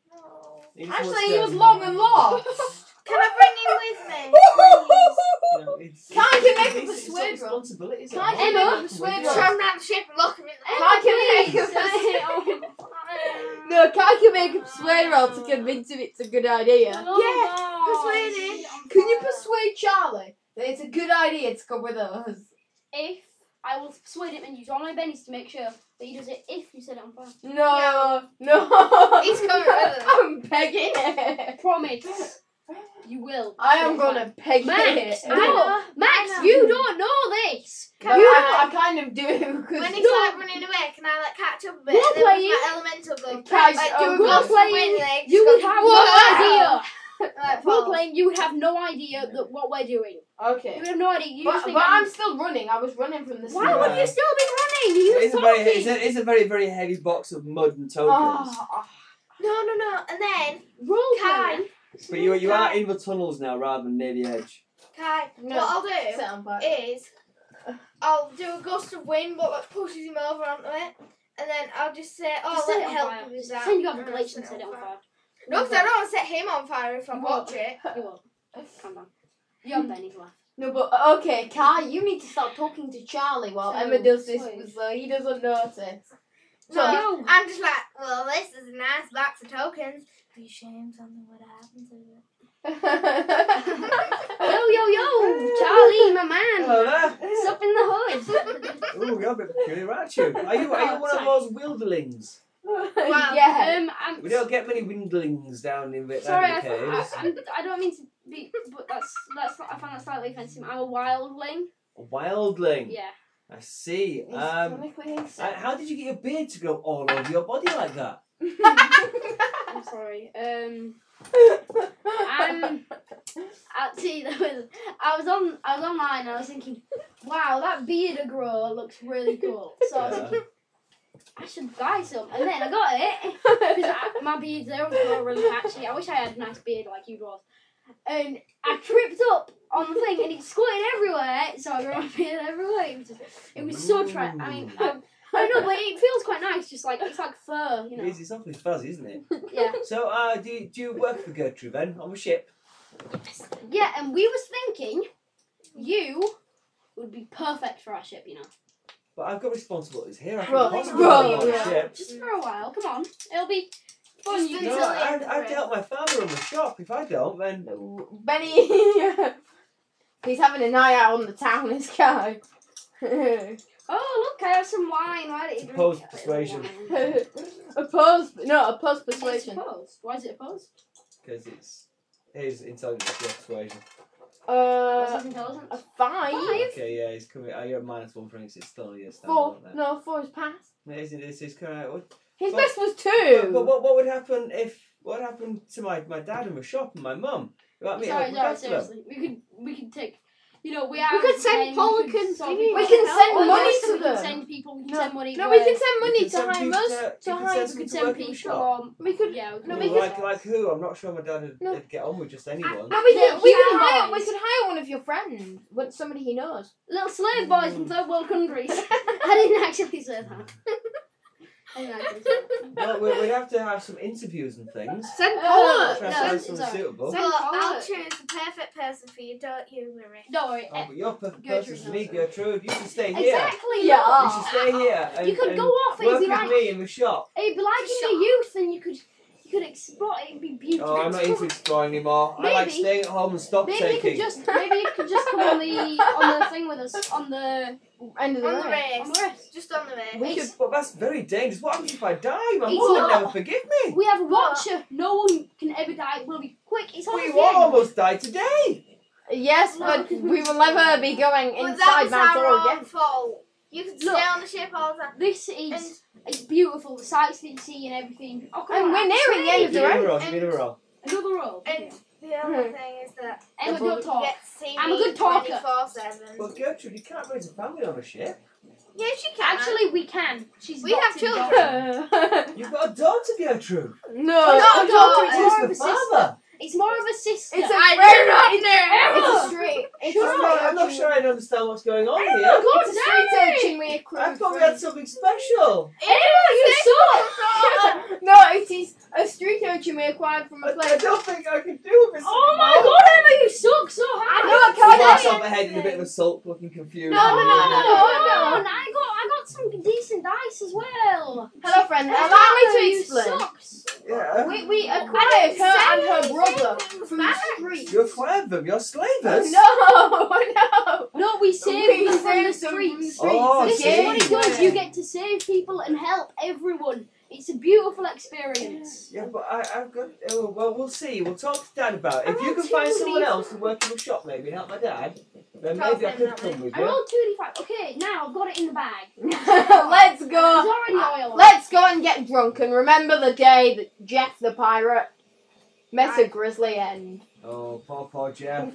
A: He just wants
E: Actually, he
A: to-
E: was long and long.
F: Can I bring him with me?
A: No, it's-
E: Can't I get
A: it's-
E: back
A: it's-
E: to
A: it's not
E: Swedra?
A: responsibility,
E: Can I
A: is it?
E: get
D: Emma?
E: back to Swedra?
A: Yeah.
F: Show him around the ship and lock him in
D: Oh,
F: there.
E: Can't
D: Please.
E: you make up?
D: Oh,
E: No, can't you make him swear roll to convince him it's a good idea?
D: my
F: persuade him.
D: gosh.
E: Can you persuade Charlie that it's a good idea to come with us?
D: If I will persuade him and use all my bennies to make sure that he does it if you set it on fire.
E: No, no.
F: He's coming with us.
E: I'm pegging it.
D: Promise. You will.
E: I am gonna peg
D: Max,
E: it.
D: I know. Max,
F: I know.
D: you don't know this.
E: No,
F: You
E: I, I kind of do.
F: When
E: Cause
F: he's like running away, can I like catch up a bit?
D: We're
F: And then with
D: playing- oh,
F: my elemental gun.
E: Catch
F: like,
E: up.
F: do a
E: We're
F: glove
D: playing-
F: with my legs,
D: You
F: go
D: would have
E: Whoa.
D: no idea.
F: Like,
D: Role
F: fall.
D: playing, you would have no idea that what we're doing. You
E: okay.
D: would have no idea. You
E: But,
D: just think
E: but
D: I'm-
E: I'm still running. I was running from the
D: Why
E: scene.
D: would you still be running? You
A: It's a,
D: talking.
A: very, it's, a, it's a very, very heavy box of mud and tokens.
E: Oh, oh.
F: No, no, no. And then
D: Role
F: Kai,
D: playing.
A: but you, you are in the tunnels now rather than near the edge.
F: Kai,
E: No.
F: what I'll do
E: Sound bite.
F: is I'll do a gust of wind, but like pushes him over onto it, and then I'll just say, "Oh,
D: Just set
F: let
D: it on
F: help
D: fire.
F: him with that."
D: Send you have a
F: and I'll
D: glitch
F: set
D: and set it on fire.
F: No, because I don't want to set him on fire if I
D: You
F: watch
D: won't.
F: it.
D: You will. Come on. You haven't got any left.
E: No, but uh, okay, Kai, you need to start talking to Charlie while
D: So,
E: Emma does this
D: sorry.
E: so he doesn't notice.
F: No,
E: So,
D: Yo.
F: I'm just like, well, this is a nice box of tokens. Be ashamed something would happen to it.
D: Yo, yo, yo! Charlie, my man!
A: Hello there.
D: It's up in the hood!
A: Ooh, you're a bit peculiar, aren't you? Are you, are
D: Oh,
A: you one of those wilderlings?
F: Wow.
E: yeah.
D: Um, I'm,
A: We don't get many windlings down in the,
D: sorry, I,
A: down in the
D: I,
A: caves.
D: I'm, I don't mean to be, but that's, that's not, I found that slightly offensive. I'm a wildling.
A: A wildling.
D: Yeah.
A: I see. Um, uh, how did you get your beard to go all over your body like that?
D: I'm sorry. Um, I'm. I, see, there was, I was on. I was online. and I was thinking, wow, that beard of grow looks really cool. So I was
A: Yeah.
D: thinking, I should buy some, and then I got it because my beards they always grow really patchy. I wish I had a nice beard like you both. And I tripped up on the thing, and it squirted everywhere. So I grew my beard everywhere. It was, just, it was so tra- I mean, I, I don't know, but it feels quite nice. Just like it's like fur,
A: It
D: you know.
A: is, it's awfully fuzzy, isn't it?
D: Yeah.
A: So, uh, do, you- do you work for Gertrude then on the ship?
D: Yeah, and we was thinking you would be perfect for our ship, you know.
A: But I've got responsibilities here. I
E: Right,
A: can't possibly
E: right,
A: go on the
E: right.
A: ship.
D: Just for a while, come on. It'll be fun. You
A: No,
D: can
F: until
D: tell
F: it-
D: it.
A: I, I, I help my father in the shop. If I don't, then
E: Benny. He's having an eye out on the town, this guy.
D: Oh, look, I have some wine. Why did you drink
A: Opposed
D: it?
A: persuasion.
D: Wine.
E: opposed, no, opposed
D: It's
E: persuasion.
D: opposed. Why is it opposed?
A: because it's his intelligence is your persuasion.
E: Uh,
D: What's his intelligence?
E: a five?
A: Okay, yeah, he's coming. Uh, you're at minus one for him, so it's still your standard.
E: Four?
A: isn't it?
E: No, four is pass.
A: No, isn't this is correct? What,
E: His
A: Well,
E: best was
A: but,
E: two.
A: but what, what would happen if what happened to my, my dad in the shop and my mum? You know what I mean?
D: sorry,
A: Like,
D: sorry,
A: look after them.
D: seriously. We could we could take you know, we are
E: could send
D: men,
E: Pollock
D: could
E: and
D: sell
E: thingy.
D: people
E: We can
D: to
E: send
D: help.
E: money
D: Yes,
E: to
D: We can
E: them.
D: send people, we can
E: No.
D: send money.
E: no,
D: to
E: we
D: where-
E: can send
A: You
E: money
A: could
E: to
A: send people
E: Hymus.
A: to-
E: To
A: you could
E: Hymus.
D: We could
A: people to
D: send
A: work in the
D: people
A: shop.
D: or
E: We could.
D: yeah, we could
E: No,
A: Well,
E: we
D: do
A: like
D: that.
A: like who? I'm not sure my dad would
E: No.
A: would get on with just anyone.
E: No, we
D: Yeah,
E: could. We
D: yeah.
E: could hire. We could hire one of your friends. What somebody he knows.
A: Hmm.
D: Little slave boys from third world countries. I didn't actually say that. Uh,
A: Well, we, we have to have some interviews and things.
E: Send
A: Try
E: Paula.
A: to
B: no,
A: find
B: it's
A: someone
D: alright.
A: suitable.
B: But
E: Send
B: I'll
E: Paula.
B: choose the perfect person for you, don't you worry.
D: Don't worry.
A: Oh,
D: eh,
A: but you're perfect person
D: Gertrude's
A: for me,
D: not.
A: Gertrude. You should stay here.
D: Exactly.
E: Yeah.
D: look.
A: You should stay here. And,
D: You could
A: and
D: go off. It'd
A: work
D: be
A: with
D: like
A: me in the shop.
D: it'd be like in the youth, and you could you could explore. It'd be beautiful.
A: Oh, I'm not into exploring anymore. I like
D: Maybe-
A: staying at home and stock
D: Maybe you
A: taking.
D: could just maybe you could just come on the on the thing with us on the
E: End of the
B: On the
E: road.
D: on the
B: race.
D: rest.
B: Just on the race.
E: We
A: Yes, but that's very dangerous. What happens if I die? My
D: It's
A: mum would
D: not-
A: never forgive me.
D: We have a watcher. No one can ever die. We'll be quick. It's
A: We
D: almost
A: all
D: the end.
A: almost died today.
E: Yes, but we will never be going
B: but
E: inside
B: that was
E: Mount
B: our
E: Thor
B: own
E: again.
B: fault. You can stay
D: Look.
B: on the ship all the time.
D: This is it's beautiful. The sights that you see and everything. Oh, come
E: And
D: on,
E: we're nearing the end of the
A: Give me a
E: road.
A: roll, give me a roll.
D: Another roll.
B: And the other thing is that
D: Emma,
B: you
D: don't Hmm. talk.
B: get to see
D: I'm a
B: me
D: good talker.
B: 24/7.
A: Well, Gertrude, you can't raise a family on a ship.
B: Yes, you can.
D: Actually, we can. She's
B: We
D: got
B: have
D: two
B: children.
D: daughters.
A: You've got a daughter, Gertrude.
E: no,
D: Not a daughter,
A: Who's
D: it's more of
A: the
D: a
A: father?
D: sister. It's more of a sister.
E: It's a
B: I
E: very-
B: don't know.
E: It's a straight. It's
A: I'm
E: a
A: not,
E: straight
A: I'm not
E: urchin-
A: sure I understand what's going on
D: Emma,
A: here.
D: God
E: It's a
D: damn
E: straight
D: it!
E: urchin we
A: I
E: accrued
A: thought we
E: from-
A: had something special.
D: Emma, you suck!
E: no, it is a street urchin we acquired from
A: I,
E: a
A: I
E: place.
A: don't think I can do this.
D: Oh my god, Emma, you suck so hard!
E: No,
A: I
E: can I?
A: myself my head in a bit of a sulk, looking confused.
E: No, no, no, no, no.
D: Come on, I got, I got some decent dice as well.
E: Hello, friend.
D: Emma,
E: Allow me to
D: you
E: explain.
D: sucks.
A: Yeah.
E: We, we acquired her and her brother from the
D: back.
E: street.
A: You're fired them. You're slavers.
E: No, no.
D: No, we saved
E: We
D: them from the
E: saved them from the
D: streets.
A: Oh,
D: this
A: okay.
D: is what it
E: yeah.
D: does. You get to save people and help everyone. It's a beautiful experience.
A: Yeah, but I, I've got. Oh, well, we'll see. We'll talk to Dad about it.
D: I
A: If you
D: want
A: can
D: to
A: find someone
D: leave.
A: else to work in the shop, maybe and help my dad, then
B: Tell
A: maybe I
B: him
A: could
B: that
A: come with
D: I
A: you.
D: rolled two d5. Okay, now I've got it in the bag.
E: Let's
D: There's
E: go.
D: already oil. on it.
E: Ah. Let's go and get drunk and remember the day that Jeff the pirate met a grizzly end.
A: Oh, poor, poor Jeff.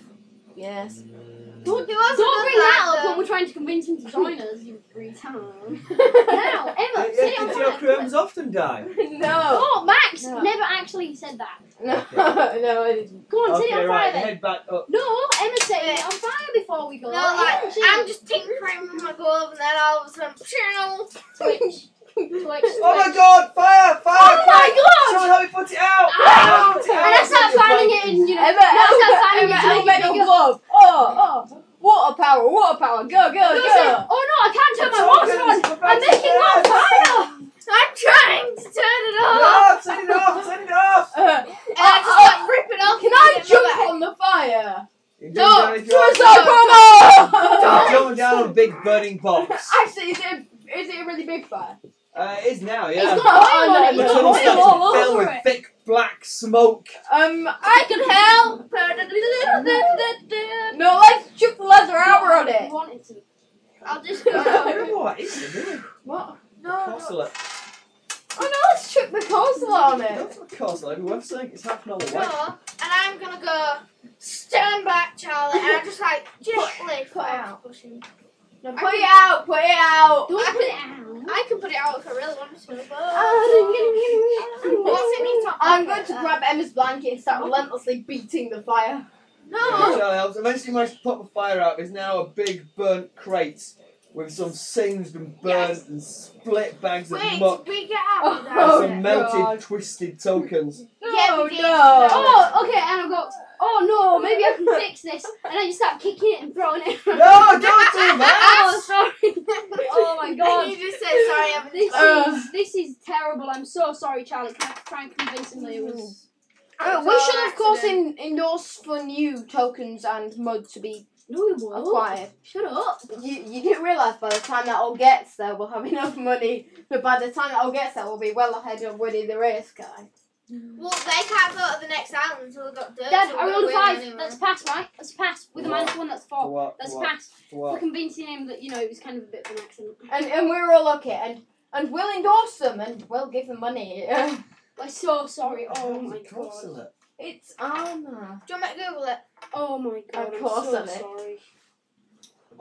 E: Yes.
A: Mm.
D: Don't,
B: wasn't
D: don't bring
B: a
D: that
B: bad
D: up when
B: though.
D: we're trying to convince him to join us, you retard. now,
E: no.
D: Emma,
A: Yeah,
D: sit
A: yeah,
D: it on
A: because
D: the
A: your
D: back.
A: crumbs often die.
E: No.
D: Oh, Max
E: No.
D: never actually said that.
E: No. I didn't.
D: Come on, sit it
A: Okay,
D: on
A: right,
D: fire then.
A: head back up.
D: No, Emma said it on fire before we go.
B: No, like,
D: Isn't she?
B: I'm just tinkering with my glove, and then all of a sudden, channel.
D: Twitch. Twitch. Twitch.
A: Oh my god, fire, fire!
D: Oh my
A: fire.
D: God!
A: Someone help me put it out!
D: Ah!
A: Put it out,
D: And I
A: put
D: start
A: it
D: finding
A: back.
D: it in, you know.
E: Emma,
D: no, I start
E: Emma,
D: finding it to make it
E: Emma, Elmedo
D: bigger.
E: glove. Oh, oh. Water power, water power. Go,
D: No,
E: go,
D: it's
E: go.
D: like, oh no, I can't turn my
A: It's all
D: water
A: good,
D: on.
A: it's the
D: I'm
A: best
D: making
A: of
D: on
A: us.
D: fire.
B: I'm trying to turn it off.
A: No, turn it off, turn it off!
E: Uh,
B: And I just
E: Oh,
B: got ripping off.
E: can I
B: and get my
E: jump
B: back.
E: on the fire?
A: No,
E: Suicide bomber!
A: Jump down a big burning box.
E: Actually, is it, is it a really big fire?
A: Uh, it is now, yeah.
D: It's got oil on it.
A: The
E: no,
D: It's
E: no,
D: got
A: tunnel starts
D: oil
E: no, no,
D: all
A: to fill
D: over
A: with
D: it.
A: thick black smoke.
E: Um,
D: I can help.
E: no, let's chuck the leather armor on it.
D: Wanted to.
B: I'll just
A: I can't
B: go.
A: remember what it is. isn't it?
E: What?
A: Corselet.
E: Oh no, let's chuck the coleslaw on
A: No,
E: it.
A: it's not corselet. We're saying it's happening all the way.
B: No, and I'm gonna go stand back, Charlie, and I'm just like gently
E: put out.
B: push him.
E: No, put it out, put it out.
D: Don't put it out.
B: Oh, I can put it out if I really wanted to. But What's
E: I'm
B: in your top
E: going
B: pocket?
E: to grab Emma's blanket and start relentlessly beating the fire.
A: Yeah,
B: No,
A: Charlie helps. Eventually, managed to pop the fire out. Is now a big burnt crate with some singed and burnt
B: Yes.
A: and split bags of
B: wait,
A: muck
B: did we get out of
A: and
E: Oh,
B: that?
A: some melted,
E: God.
A: twisted tokens.
B: Yeah, we did.
D: Oh, okay, and I've got. Oh no, maybe I can fix this. And then you start kicking it and throwing it.
A: no, don't do that!
D: Oh, sorry. Oh my god.
B: You just said sorry. I'm
D: This
E: Uh.
D: is this is terrible. I'm so sorry, Charlie. Can I try and convince him that it was?
E: Uh, we should, of course, in, endorse for new tokens and mud to be
D: No, it was.
E: acquired.
D: Oh, Shut up.
E: You, you do realise by the time that all gets there, we'll have enough money. But by the time that all gets there, we'll be well ahead of Woody the race guy.
B: Well, they can't go to the next island until they've got dirt.
D: Dad,
B: so
D: I
B: we're
D: rolled a
B: winning
D: five.
B: anyway.
D: That's a pass, right? That's a pass with a
A: What?
D: minus one. That's
A: For
D: four.
A: what?
D: That's a
A: for what,
D: pass
A: for
D: for
A: what?
D: convincing him that you know it was kind of a bit of an accident.
E: And
G: um,
E: and we're all okay. And and we'll endorse them and we'll give them money.
D: We're so sorry. Oh
A: How's
D: my
A: it
D: god.
A: corselet?
E: it's armor.
B: Do you want me to Google it?
D: Oh my god.
E: Of
D: I'm
E: course
D: so
E: of it.
D: sorry.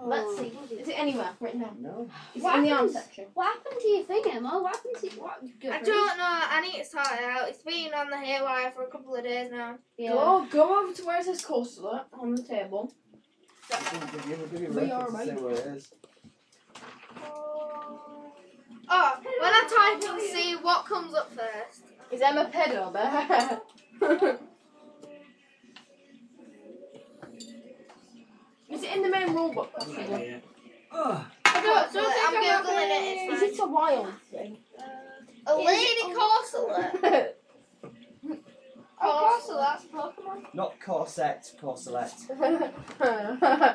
E: Let's
D: Oh.
E: see. Is it anywhere written down?
A: No.
E: It's
D: What
E: in the arm
D: happened?
E: section.
D: What happened to your thing, Emma? What happened to what?
B: I don't know. I need to sort it out. It's been on the haywire for a couple of days now.
D: Yeah.
E: Go go over to where it says corselet on the table.
A: Give you- give you
E: We are
A: reference to say where it is.
B: Oh, when I type in C
F: what comes up first?
E: Is Emma pedo there? Is it in the main rulebook?
A: Ah,
E: I don't,
F: Well, I'm
E: I'm
F: Googling it,
E: Is
F: it's
E: it a wild thing?
F: A
E: Is
F: lady corselet. Corselet's Pokemon.
A: not corset, corselet.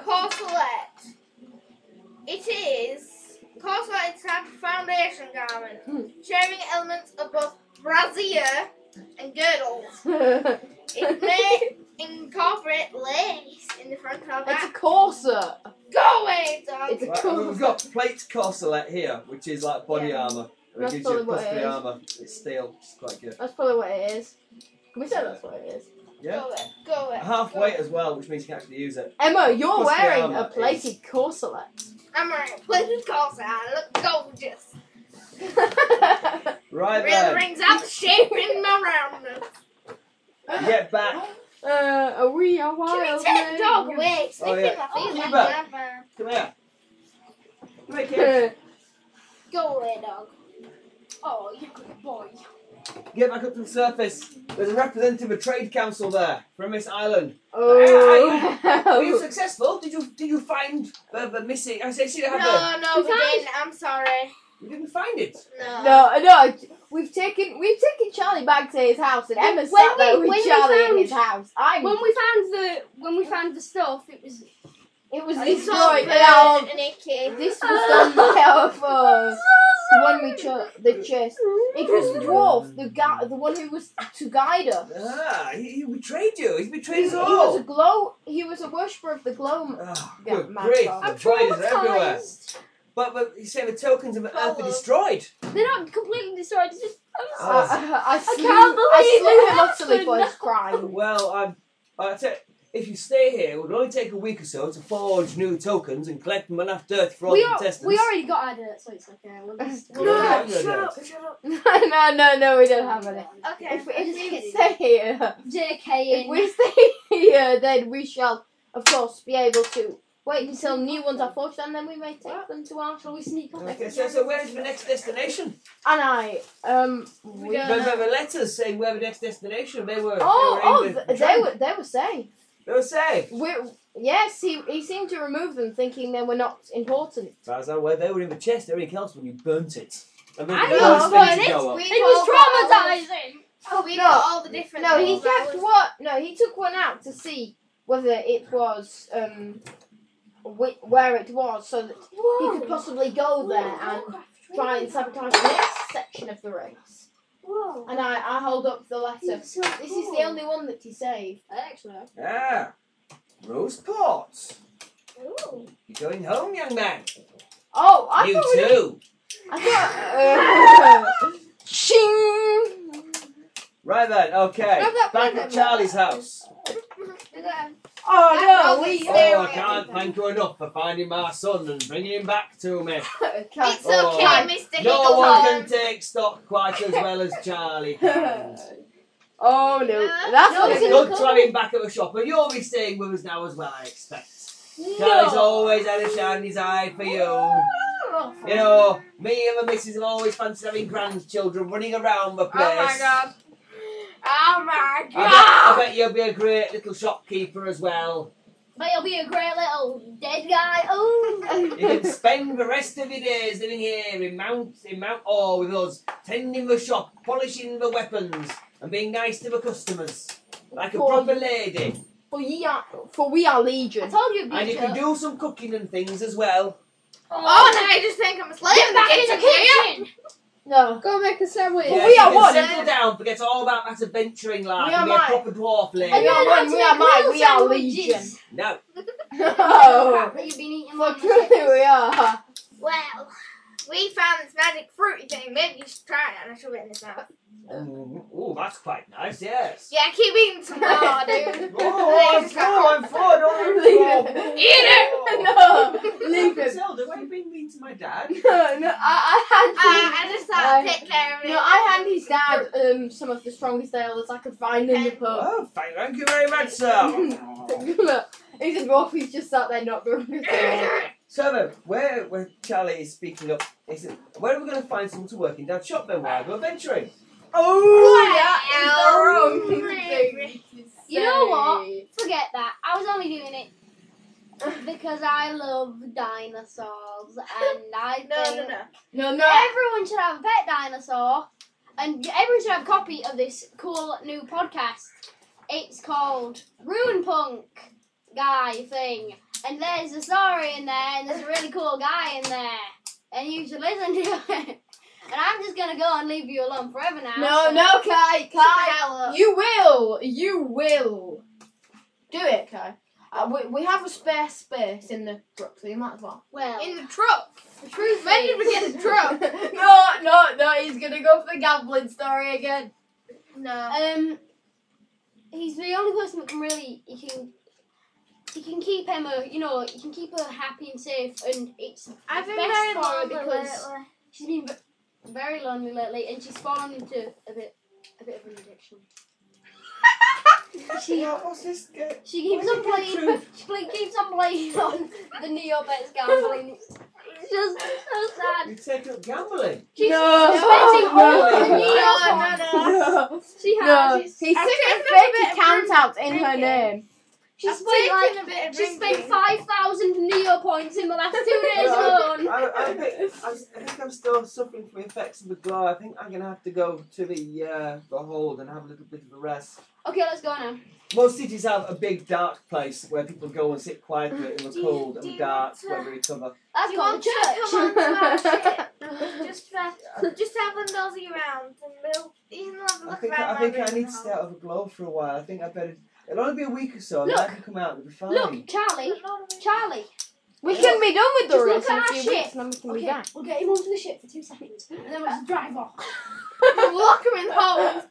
F: Corselet. It is. Corselet is a type of foundation garment, sharing elements of both brassiere and girdles. It may incorporate lace in the front or
E: it's a
F: back.
E: corset.
F: Go away, dog.
E: It's a
A: Right, well, we've
E: corset.
A: got plate corselet here, which is like body armour. It
E: That's
A: gives you
E: probably what it
A: plus
E: is.
A: armour. It's steel, which is quite good.
E: That's probably what it is. Can we say that's what it is?
A: Yeah.
F: Go away. Go away.
A: Half
F: go
A: weight as well, which means you can actually use it.
E: Emma, you're
A: Plus the
E: wearing a
A: armour
E: plated corselet.
F: I'm wearing pleasant corset. I look gorgeous.
A: Right
F: Really
A: then,
F: brings out the shape in my roundness.
A: get back.
E: uh, are we a
F: Can
E: wild
F: we take the dog
E: man?
F: away? Stick
A: Oh,
F: in
A: yeah.
F: my feet
A: Give
F: like
A: back.
F: grandma.
A: Come here. Come here, kid.
F: Go away, dog.
G: Oh, you good boy.
A: Get back up to the surface. There's a representative of Trade Council there from this island. Were you
E: oh.
A: successful? Did you did you find the, the missing? I say, see that happened.
F: No, no, we didn't. I'm sorry.
A: You didn't find it.
F: No.
E: No, no, we've taken we've taken Charlie back to his house, and Emma
G: When
E: sat
G: we-
E: there
G: when
E: with
G: we
E: Charlie in
G: found-
E: his house. I'm.
G: When we found the when we found the stuff, it was
E: it was
F: It's all
E: destroyed. Now
F: burnt and icky.
E: um, this was done by our foes. The one we chose, the chase. It was dwarf, the guy, the one who was to guide us.
A: Ah, he, he betrayed you. He's
E: He,
A: betrayed
E: he
A: us
E: was a
A: all.
E: glow. He was a worshipper of the glow.
A: Ah,
E: Yeah,
A: good
E: my
A: grief!
E: God.
A: The
E: I'm
A: briders are everywhere.
G: traumatized.
A: But, but you say the tokens of Earth are
F: Follow.
A: destroyed.
G: They're not completely destroyed. It's just I'm
E: I,
G: sorry.
A: Oh.
E: I, I slew,
G: can't believe it
E: I slew him utterly for
G: happened.
E: his crime.
A: Ah. Well, I'm. I tell if you stay here, it would only take a week or so to forge new tokens and collect them enough dirt for all
G: we,
A: the
G: al-
A: contestants.
G: we already got our dirt, so it's okay. We'll just, we'll
A: No,
G: just-
A: shut up,
F: shut up.
E: no, no, no, we don't have any.
F: Okay.
E: If, if
G: Just
E: we
G: kidding.
E: stay here,
G: JK
E: if
G: in.
E: we stay here, then we shall, of course, be able to wait until new ones are forged, and then we may take them to our.
G: Shall we sneak up?
A: Okay, so, so where is the next destination?
E: And I, um, we.
A: There there were letters saying where the next destination. They were.
E: Oh,
A: they were
E: oh,
A: in the,
E: th- they were they were safe.
A: They were safe.
E: We, yes, he he seemed to remove them, thinking they were not important.
A: Tarzan, where they were in the chest, everything else when you burnt it. And then
G: I
A: the
G: know,
A: last
G: but
A: thing to
G: it's
A: go up.
F: We
G: It was traumatizing.
F: Oh, we
E: No.
F: got all the different.
E: No, he
F: things.
E: kept what? No, he took one out to see whether it was um whi- where it was, so that he could possibly go there and try and sabotage the next section of the race.
G: Whoa.
E: And I, I hold up the letter.
G: So
E: This is the only one that he saved.
G: Actually,
A: Ah, Rose Quartz.
G: Ooh.
A: You're going home, young man.
E: Oh, I
A: you
E: thought we did-
A: too.
E: I thought. Uh, Shing!
A: Right then, okay.
E: Grab that
A: Back
E: plate
A: at
E: over
A: Charlie's house.
E: Oh no, we
F: That's
A: Oh, I
F: Yeah.
A: can't thank you enough for finding my son and bringing him back to me.
E: can't.
F: It's
A: Oh.
F: okay, Mr.
A: No one can
F: Higgleton.
A: take stock quite as well as Charlie can.
E: Oh
F: Huh?
E: no, that's
G: No,
E: what
G: it's
E: it
G: in-
E: was.
A: Good to have him back at the shop, and you'll be staying with us now as well, I expect. Charlie's always had a shine in his eye for you. You know, me and my missus have always fancied having grandchildren running around the place.
F: Oh my god. Oh
A: I
F: my
A: bet, I
F: god.
A: bet you'll be a great little shopkeeper as well.
G: but you'll be a great little dead guy. Oh.
A: You can spend the rest of your days living here in Mount in Mount Orr with us, tending the shop, polishing the weapons, and being nice to the customers. Like a proper lady.
E: For ye are, for we are
G: I
E: legion.
G: told you. it'd be
A: And
G: a
A: you can
G: joke.
A: do some cooking and things as well.
F: Oh, now you just think I'm a slave.
G: Get back in the
F: Get here.
G: kitchen.
E: No.
B: Go make a sandwich.
E: Well, we
A: you
E: are
A: can
E: one.
A: Settle down, forget all about that adventuring life,
E: We
A: and be
E: are
A: a
E: mine.
A: proper dwarf lady.
E: And we are one, we are mine, we are legion.
A: No.
D: Oh.
E: No.
G: Crap that you've been eating.
E: Well,
G: on the
E: truly
G: surface.
E: we are.
F: Well, we found this magic fruity thing. Maybe you should try it. And I shove it in his mouth.
A: Mm, Oh, that's quite nice, yes.
F: Yeah, keep eating some more, dude.
A: Oh, I'm full, I'm Oh, full, I don't
E: Leave
A: want to
E: it.
F: Eat it.
E: No, leave him.
A: Zelda, why are you being mean to my dad?
E: No, no, I,
F: Uh,
E: I
F: I
E: had.
F: just thought
E: Uh,
F: I'd take care of it.
E: no, I had his dad um, some of the strongest ales I could find in the pub.
A: Oh, thank, thank you very much, sir.
E: Look, he's a dwarf, he's just sat there not doing anything.
A: So then, where, where Charlie is speaking up, he said, where are we going to find someone to work in Dad's shop then while I go venturing? Oh!
E: that is the wrong thing.
D: You know what? Forget that. I was only doing it because I love dinosaurs and I think
E: No, no.
D: everyone should have a pet dinosaur and everyone should have a copy of this cool new podcast. It's called Rune Punk Guy Thing. And there's a story in there and there's a really cool guy in there. And you should listen to it. And I'm just gonna go and leave you alone forever now.
E: No,
D: so-
E: no, Kai, Kai.
F: Hello.
E: You will. You will. Do it, Kai. Uh, we, we have a spare space in the truck, so you might as well.
D: Well,
F: In the truck.
D: the truth
F: When
D: is-
F: did we get the truck?
E: no, no, no. He's gonna go for the gambling story again.
F: No.
D: Um, he's the only person that can really he can he can keep Emma, you know, he can keep her happy and safe, and it's
F: I've been
D: best
F: very
D: for
F: lonely
D: her because
F: lately.
D: she's been ve- very lonely lately, and she's fallen into a bit a bit of an addiction. she
A: What- What's this? guy-
D: she keeps on
A: Where's the
D: playing she play, keeps on playing on the Neo Bets gambling. It's just so sad.
A: You take up gambling.
D: She's
E: No.
D: spending all the
A: No.
D: Neo
E: No,
D: She
E: no.
D: has.
E: He's
D: She's-
E: sitting
F: taken a bit
E: fake
F: of
E: countouts in her
F: drinking.
E: name.
D: She's
F: I've
D: spent like
F: taken a bit of
D: She spent
F: drinking.
D: 5,000 Neo points in the last two days
A: No,
D: alone.
A: I, I, think, I, s- I think I'm still suffering from the effects of the glow. I think I'm going to have to go to the uh, the hold and have a little bit of a rest.
D: Okay, let's go now.
A: Most cities have a big dark place where people go and sit quietly in the
F: Do you-
A: cold
F: do
A: and
F: you
A: dark
F: want to-
A: where we recover.
D: That's
F: Do you
D: called
F: want
D: the church.
F: to come on to our ship? Just, uh, just have a nosy around and we'll you can have a
A: I
F: look
A: think I,
F: around.
A: I, think
F: my
A: I
F: room
A: need
F: and
A: to
F: all.
A: stay out of the glow for a while. I think I better. It'll only be a week or so. and I
D: Look.
A: can come out. It'll be fine.
D: Look, Charlie. Charlie.
E: We can be done with the
D: Just look
E: race
D: at
E: in a
D: our
E: few
D: shit.
E: weeks, and then we can be
D: Okay,
E: back.
D: we'll get him onto the ship for two seconds and then we'll just drive off.
F: Lock him in the hole.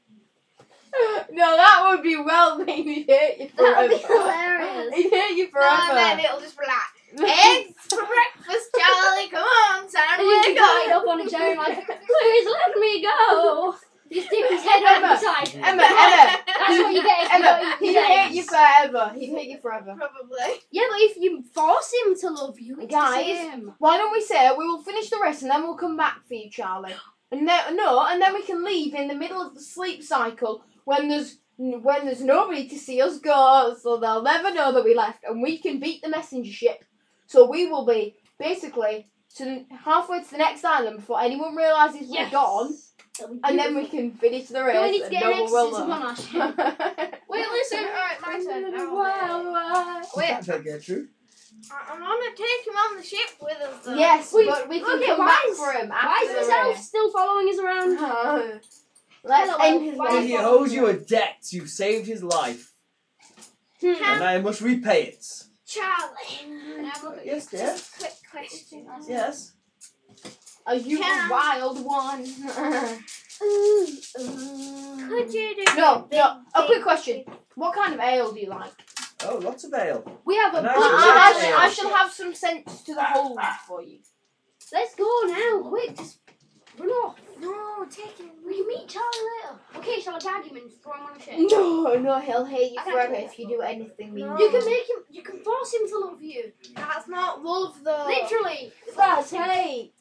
E: no, that would be well made. He'd hate you
D: That would
E: forever.
D: be hilarious.
E: He'd hate you
F: No, and then
E: forever.
F: it'll just relax. Eggs for breakfast, Charlie. Come on, time
D: And he'd
F: to
D: be tied up on a chair and like, please let me go. He's dipped his head over the side.
E: Emma, Emma,
D: That's what you get if you
E: Emma.
D: don't eat
E: He'd
D: your
E: hate
D: eggs.
E: you forever. He'd hate you forever.
F: Probably.
D: Yeah, but if you force him to love you, it's
E: Guys.
D: the same.
E: Why don't we say we will finish the race and then we'll come back for you, Charlie? And then, no, and then we can leave in the middle of the sleep cycle when there's when there's nobody to see us go, so they'll never know that we left, and we can beat the messenger ship. So we will be basically to halfway to the next island before anyone realizes we're
D: Yes.
E: gone,
D: It'll be
E: and then we
D: beautiful.
E: can finish the race.
D: Then we need to
E: and
D: get
E: no
D: an
E: one will
D: exorcism on
E: know.
D: our ship.
F: Wait, listen. Alright, my turn.
E: Oh,
F: now.
E: Wow.
A: Wait.
F: Wait,
A: Is that Gertrude?
F: I, I want to take him on the ship with us. Though.
E: Yes,
D: We-
E: but we can
D: okay,
E: come
D: why
E: back
D: is-
E: for him
D: Why
E: after
D: is
E: the
D: himself
E: race.
D: still following us around?
E: Let's
D: Hello,
E: end his
D: why-
E: life.
A: He owes you a debt. You've saved his life,
D: Hmm.
A: and I must repay it.
F: Charlie.
D: Can I have a look at
A: Yes, dear.
F: Quick question.
A: Yes.
E: Are you
F: Can
E: a
F: I-
E: wild one?
F: Could you do
E: no,
F: the
E: no. A
F: big
E: quick question. What kind of ale do you like?
A: Oh, lots of ale.
E: We have a.
A: An
E: I,
A: Irish
E: I, I,
A: ale.
E: shall- I shall have some sense to the whole for you.
D: Let's go now, quick, just run off.
F: No, take him.
D: We can meet Charlie later. Okay, shall I tag him and throw him on a ship?
E: No, no, he'll hate you
F: I can't
E: forever
F: do that.
E: if you do anything mean.
F: No.
D: You can make him, you can force him to love you.
F: That's not love, though.
D: Literally.
E: That's hate.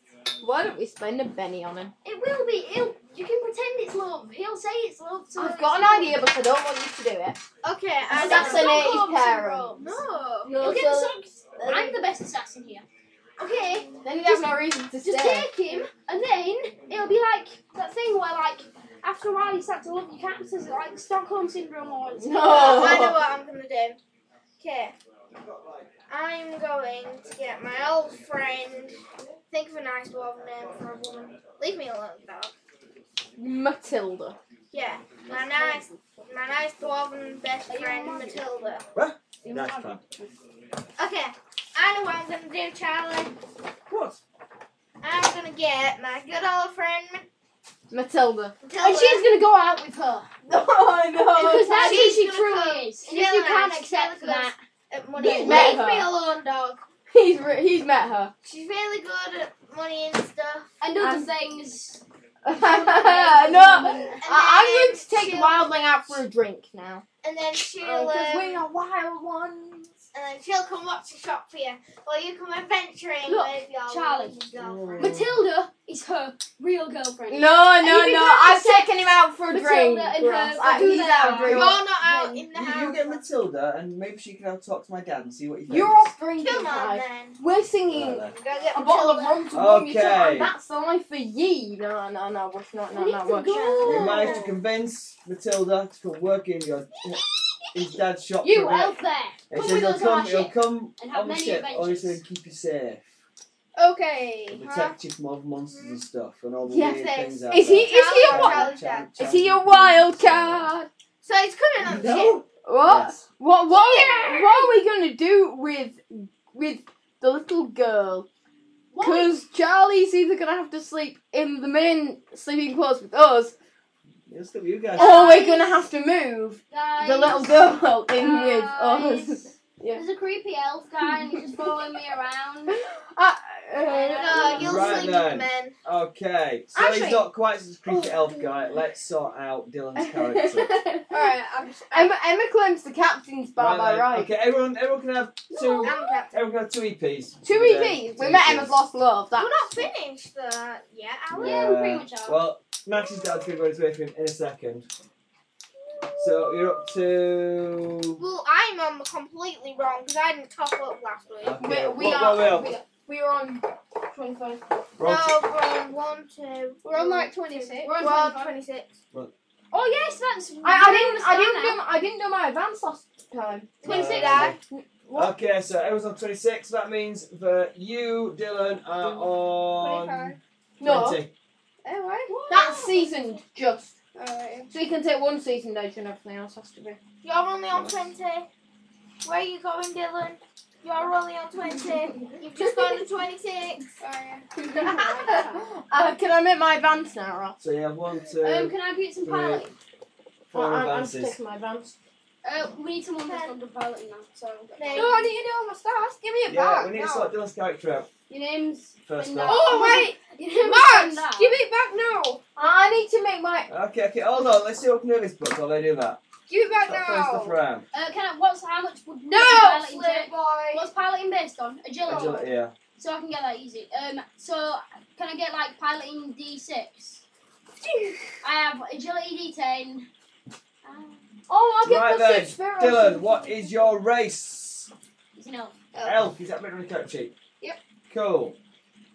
E: Why don't we spend a penny on him?
D: It will be, he'll, you can pretend it's love. He'll say it's love to
E: I've got an idea, but I don't want you to do it.
F: Okay, I
E: That's
F: don't-
E: an
D: Assassinate
E: eighty parent.
F: No.
E: No,
D: He'll get the
E: so-
D: socks. I'm the best assassin here. Okay,
E: Then you have no reason to
D: just
E: stay.
D: take him, and then it'll be like that thing where, like, after a while you start to love your characters, like Stockholm Syndrome or it's
E: No.
F: I know what I'm gonna do. Okay. I'm going to get my old friend. Think of a nice dwarf name for a woman. Leave me alone, dog.
E: Matilda.
F: Yeah, my nice, my nice dwarven best friend Matilda.
A: Nice plan.
F: Okay, I know what I'm gonna do, Charlie.
A: What?
F: I'm gonna get my good old friend
E: Oh, Matilda.
F: Matilda.
D: And she's gonna go out with her.
E: Oh
D: Because that's who
F: she's
D: she
F: gonna come.
D: truly is. And if
F: She's
D: you
F: gonna
D: can't
F: come.
D: accept
F: She's gonna
D: that,
F: at money.
E: You've
F: Leave
E: met her.
F: me alone, dog.
E: He's re- he's met her.
F: She's really good at money and stuff.
D: and other
E: And-
D: things.
E: no, I,
F: And
E: I'm
F: then
E: going to take uh,
F: she'll-
E: Wildling out for a drink now.
F: And then Sheila.
E: are wild ones.
F: um, and then she'll come watch the shop for you, or you come adventuring
D: Look,
F: with your
D: Charlie.
F: lovely girlfriend.
D: Matilda is her real girlfriend.
E: No,
D: been
E: no, no.
D: going to
E: I've
D: sex
E: taken him out for a
D: Matilda
E: drink.
D: and
E: Ross.
D: her-
E: I-
D: do
E: he's
D: that.
E: out for a
F: You're
E: drink.
F: not out in the
A: You, you
F: house.
A: get Matilda, and maybe she can have a talk to my dad and see what he thinks.
E: You're off drinking,
F: Come on
E: guys.
F: then.
E: We're
A: Right
E: singing
A: there.
F: Go get
E: a bottle of
F: Matilda.
E: rum to warm you
A: Okay.
E: up, and that's the life for ye. No, no, no. Rush, not, no,
D: We
E: no.
D: need to
E: Rush.
D: go.
A: You managed to convince Matilda to come work in your his dad's shop.
D: You
A: for a bit.
D: elf there.
A: He
D: Come
A: says
D: with
A: he'll
D: us on
A: come,
D: our
A: he'll
D: ship
A: come
D: and have
A: on the
D: many
A: ship, only so he
D: adventures.
A: can keep you safe.
F: Okay.
A: and Protect you from all the monsters and stuff and all the
E: Yeah,
A: weird
F: thanks.
A: things out
E: Is he?
A: there.
E: Is he a? Wa-
F: Charlie's dad.
E: is he a wild card?
F: So he's coming on the ship.
A: No.
E: What?
A: Yes.
E: What? What? What are we gonna do with with the little girl? Because Charlie's either gonna have to sleep in the main sleeping quarters with us,
A: Yes, look, you guys.
E: or we're
D: Guys.
E: gonna have to move
D: Guys,
E: the little girl in
D: guys,
E: with us. Yeah.
D: There's a creepy elf guy and he's just following me around.
E: I,
F: No,
E: uh,
F: you'll
A: Right
F: sleep with
A: then.
F: the men.
A: Okay, so
E: Actually- Oh.
A: he's not quite as creepy elf guy. Let's sort out Dylan's character.
F: Alright, I'm just. I'm,
E: Emma, Emma claims the captain's bar by
A: then.
E: right.
A: Okay, everyone, everyone can have two.
F: I'm captain.
A: Everyone can have two E EPs.
E: Two
A: Yeah,
E: EPs. We
A: uh, two E
E: met
A: EPs.
E: Emma's lost love.
F: We're
E: That
F: not finished the yet, are we?
D: Yeah, we pretty much are.
A: Well, Max's dad's gonna go his way for him in a second. So you're up to.
F: Well, I'm um, completely wrong because I didn't top up last week.
A: Okay,
E: we, we
A: what-
E: are.
A: what are we
E: we,
A: up?
E: we are on twenty-five.
A: We're up
F: No, we're on one, two.
B: We're on like 26.
F: We're on,
E: We're on
F: 26.
D: Oh yes, that's.
E: I, I didn't. I didn't do. I didn't do my advance last time.
F: Twenty-six.
A: Uh,
E: What?
A: Okay, so everyone's on 26. That means that you, Dylan, are on 20.
E: No,
B: Oh, right.
E: that's seasoned just.
B: Alright.
E: So you can take one seasoned edge and everything else has to be.
F: You're only on 20. Where are you going, Dylan? You're only on 20. You've just gone to 26.
E: uh, can I make my advance now, Ross?
A: So you have one, two,
D: Um, can I get some
A: Three.
D: piloting?
A: four
E: I- I'm, I'm just
A: advances.
E: taking my advance.
D: Uh, we need someone that's under piloting now. So
F: No,
E: I need to do all my stars. Give me
A: yeah, we need to
E: now.
A: sort Dylan's character out
D: your name's.
A: first
D: And
A: off.
E: Oh wait,
D: Your name's
E: Max,
D: Sandra.
E: give it back now. I need to make my.
A: Okay, okay, hold on. Let's see what can do this book while they do that.
E: Give it back
A: That first off
E: now.
A: round.
D: Uh, can I? What's how much would
E: No,
D: piloting
F: Slip
D: take?
F: boy.
D: What's piloting based on? Agility.
A: Agility, yeah.
D: So I can get that easy. Um, so can I get like piloting D6? I have agility D10.
E: Oh, I get
A: Right
E: plus
A: then,
E: six spirit.
A: Dylan, what is your race?
D: He's an elf.
A: Elf. Is that written on the character sheet?
B: Yep.
A: Cool.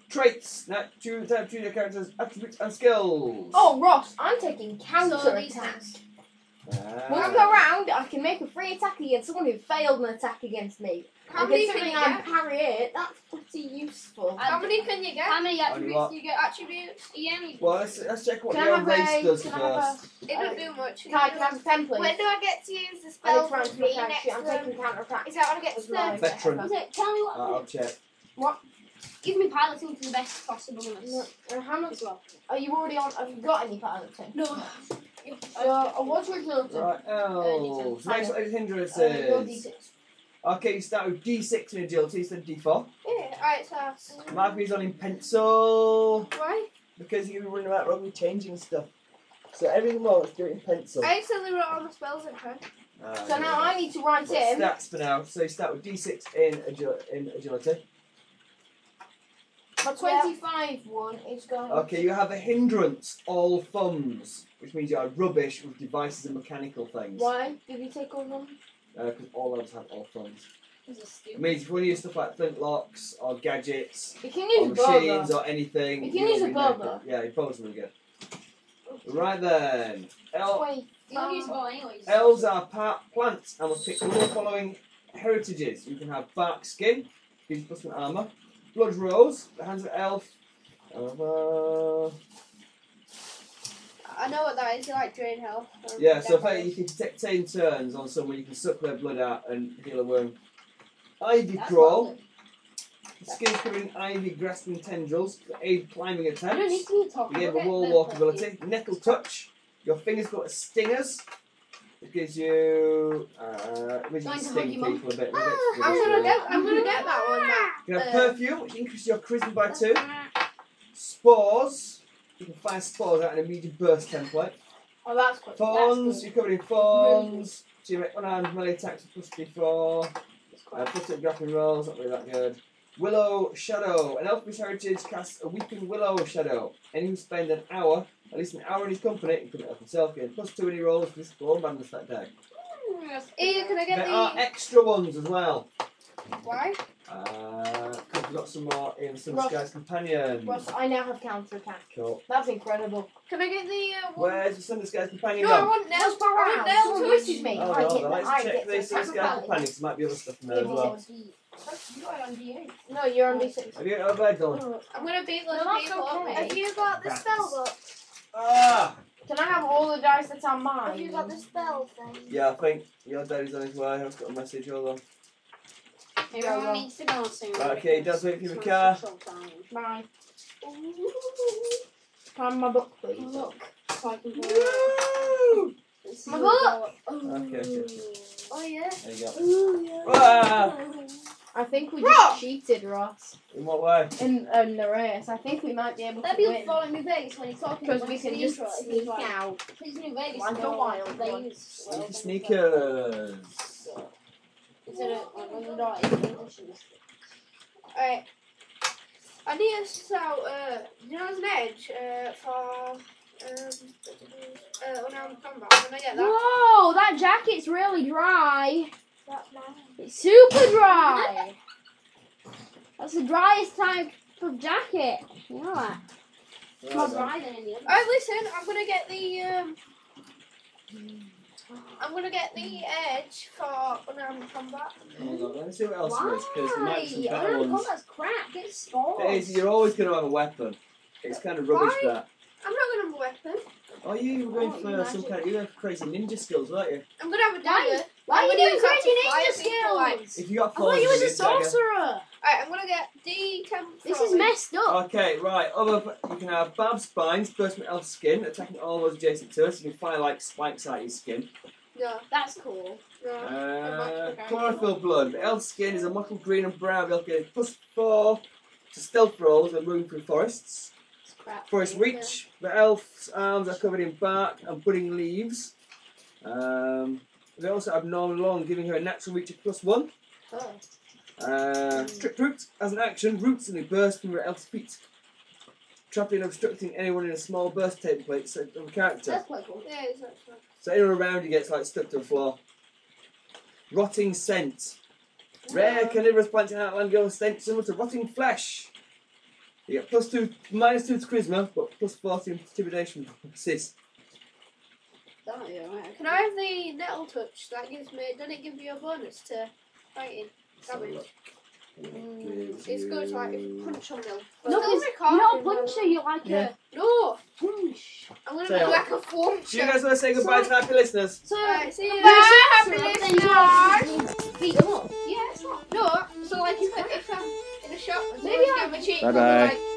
A: Traits. Now choose, now choose your character's attributes and skills.
E: Oh, Ross, I'm taking counter
D: So these
E: attack.
D: things.
A: Ah.
E: Once per round, I can make a free attack against someone who failed an attack against me.
B: How
E: and
B: many
E: considering
B: can you
E: I'm parry it, that's pretty useful.
B: How many can you get?
D: How many
A: Only
D: attributes
A: what?
D: do
B: You
D: you
B: get attributes.
D: get?
A: Well, let's, let's check what
E: Can I
A: your
E: have
A: race
E: a-
A: does
E: can I have
A: first.
B: It doesn't do much.
E: Can I, can I have a ten, please?
F: When do I get to use the
E: I
F: spell
E: need to
F: for
E: answer my
F: me
E: counter
F: next
E: sheet. I'm
F: turn?
E: taking counter attack.
F: Is that when I get to
E: As
F: turn?
E: my
A: Veteran.
E: effort.
D: Is it? Tell me what.
A: Uh, I'll check.
D: Give me piloting to the best possible of us.
E: No, uh, How much
D: As well.
E: are you already on? Have you got any piloting?
D: No.
E: So, uh, what's your agility?
A: Right, elves.
E: Fine.
A: Next what is
E: Uh, your
A: hindrances.
E: D6.
A: Okay, you start with D6 in agility instead of D4.
B: Yeah. Alright, so.
A: Mark on in pencil
B: Why?
A: because you've been running about wrong with changing stuff. So everything more, let's do it in pencil.
B: I accidentally wrote all the spells in her.
A: Ah,
E: So
A: yeah.
E: now I need to write
A: Right,
E: in.
A: Stats for now. So you start with D6 in, agil- in agility.
E: My 25 one is going.
A: Okay, you have a hindrance, all thumbs, which means you are rubbish with devices and mechanical things.
E: Why did we take all of them?
A: Because all elves have all thumbs.
D: This is
A: It
D: stupid.
A: means if you want to use stuff like flintlocks or gadgets
E: You can
A: or
E: use both.
A: machines or anything.
E: You can
A: you'll
E: use a
A: be
E: bow,
A: no good. Yeah, your bow's really good. Right then. El-
D: You can use bow anyways.
A: elves are part plants and will pick one of the following heritages. You can have bark skin, gives plus one armour, blood rose, the hands of elf. Uh,
B: I know what that is. You like drain health.
A: yeah, so if you can take 10 turns on someone, you can suck their blood out and heal a worm. Ivy
D: That's
A: crawl,
D: lovely.
A: skin covering ivy grasping tendrils, that aid climbing
D: I don't need
A: attempts.
D: to be talking.
A: You gave a
D: Okay,
A: wall
D: then,
A: walk
D: thank you.
A: ability. Nettle touch. Your fingers go to stingers. It gives you. Uh, it means you can
D: Going to
A: sting
D: hug your mum. Ah,
A: people a bit.
B: I'm gonna get. I'm gonna get that one. Matt.
A: You can have
B: uh,
E: Um,
A: perfume, which increases your charisma by two. Spores. You can find spores out in a medium burst template.
E: Oh, that's quick.
A: Thorns.
E: That's
A: You're covered in thorns. So you make unarmed melee attacks with plus three, four.
B: It's
A: Uh,
B: quite.
A: put up grappling rolls, not really that good. Willow Shadow. An elf with heritage casts a weakened Willow Shadow. Anyone who spends an hour, at least an hour in his company, including elf himself, gains plus two any rolls for this ball madness that day.
B: Ian, can I get
A: There are
B: the
A: extra ones as well.
B: why?
A: Uh, we've got some more in Sun
E: Ross.
A: Sky's Companion.
E: Ross, I now have counter attack.
A: Cool.
E: That's incredible.
B: Can I get the uh, one?
A: Where's the Sun Sky's Companion
B: No, I
A: gone?
B: want Nell.
E: That's where
B: I want
E: I'm.
B: Nell
E: Someone
B: to
E: wishes me.
A: Oh,
E: I
A: no, no,
E: get that.
A: let's
E: I
A: check
E: get
A: the
E: to
A: Sun Sky's
E: attack.
A: Companion, 'cause there might be other stuff in there as well.
E: No, you're on D6.
A: Have you got a bed done?
B: I'm gonna beat those
E: No, that's
B: people. up,
E: okay.
B: mate.
F: Have you got the
A: Rats.
F: spell book?
A: Ah!
E: Can I have all the dice that's on mine?
F: Have you got the spell thing?
A: Yeah, I think your daddy's on his way. I've got a message. Hold on.
D: Everyone needs to go soon.
A: Right, okay, Dad's waiting for the car.
E: Mine. Can I have my book, please?
D: Look, so I can do it.
A: Woo!
D: My
E: book!
A: Okay, okay.
F: Oh yeah.
A: There you go.
F: Ooh, yeah.
A: Ah!
E: I think we
B: Ross!
E: just cheated, Ross.
A: In what way?
E: In, in the race, I think we might be able
D: That'd
E: to
D: be
E: win.
D: following me Vegas when he's talking
E: Because
D: when
E: we
D: he's
E: can
D: in
E: just
D: the intro.
E: sneak
D: He's like,
E: out.
D: Please New Vegas.
E: Like a
D: no,
E: wild one.
D: Vegas.
A: Sneaky
D: Well,
A: sneakers.
D: so- Instead of like, when you're not in English, you just-
B: Alright. I need to sell, uh, you know, there's an edge uh, for um, uh, unarmed combat. Can I get that?
G: Whoa, that jacket's really dry.
F: That's mine.
G: It's super dry. That's the driest type of jacket. You know that?
A: Right,
D: It's more
A: then.
D: dry than any other.
B: Alright, listen, I'm gonna get the. Um, I'm gonna get the edge for unarmed combat.
A: Hold on, let me see what else there is, because there might be some
G: Why?
A: better
G: Oh,
A: ones.
G: that's crap. Get spoiled.
A: It is, you're always going to have a weapon. It's kind of rubbish,
B: Why?
A: that.
B: I'm not gonna have a weapon.
A: Oh, you were going
G: Oh,
A: for some kind of, you were for crazy ninja skills, weren't you?
B: I'm gonna have a
G: Why?
B: dagger.
G: Why
B: I'm
G: are you
B: gonna
G: doing
B: use that
G: crazy
B: to fire
G: ninja
B: people, like-
G: skills?
A: If you got
G: I
A: four,
G: thought you was a
A: did, dagger.
G: sorcerer.
B: Alright, I'm gonna get D10.
G: This is messed up.
A: Okay, right. Other, you can have bab spines, burst from elf skin, attacking all those adjacent to us. You can fire like spikes out of your skin.
B: No,
G: That's cool.
B: no.
A: Uh, chlorophyll blood. Elf skin is a mottled green and brown. Elf skin plus four to stealth rolls when moving through forests.
G: It's crap.
A: Forest reach. The elf's arms are covered in bark and budding leaves. Um, they also have no long, giving her a natural reach of plus one.
G: Oh.
A: Uh, Stripped root as an action, roots suddenly burst from your elf's feet, trapping and obstructing anyone in a small burst taking place of a character.
G: That's quite cool.
B: Yeah, it's not fun.
A: So anyone around you gets like stuck to the floor. Rotting scent. Rare carnivorous plants in Outland Girl scent similar to rotting flesh. You get plus two, minus two to charisma, but plus four to intimidation. Sis.
D: That might be alright.
B: Can I have the nettle touch? That gives me. Doesn't it give you a bonus to fighting damage? Mm,
A: Gives
B: It's good to like if you
A: you-
B: punch on them.
G: No,
B: Still
G: it's-
B: recording,
G: You're not a
B: though.
G: puncher, you're like
A: Yeah.
B: No,
G: a punch.
B: I'm gonna
A: So-
B: be like a form
A: Do you guys want to say goodbye to happy listeners?
G: So,
B: Alright, see you.
G: Bye,
B: Bye, happy
G: Beat them up.
B: Yeah, it's not. No, so like if, if I'm in a shop,
G: Maybe
B: maybe
G: I-
B: I'm a cheat.
H: Bye-bye.
B: Like,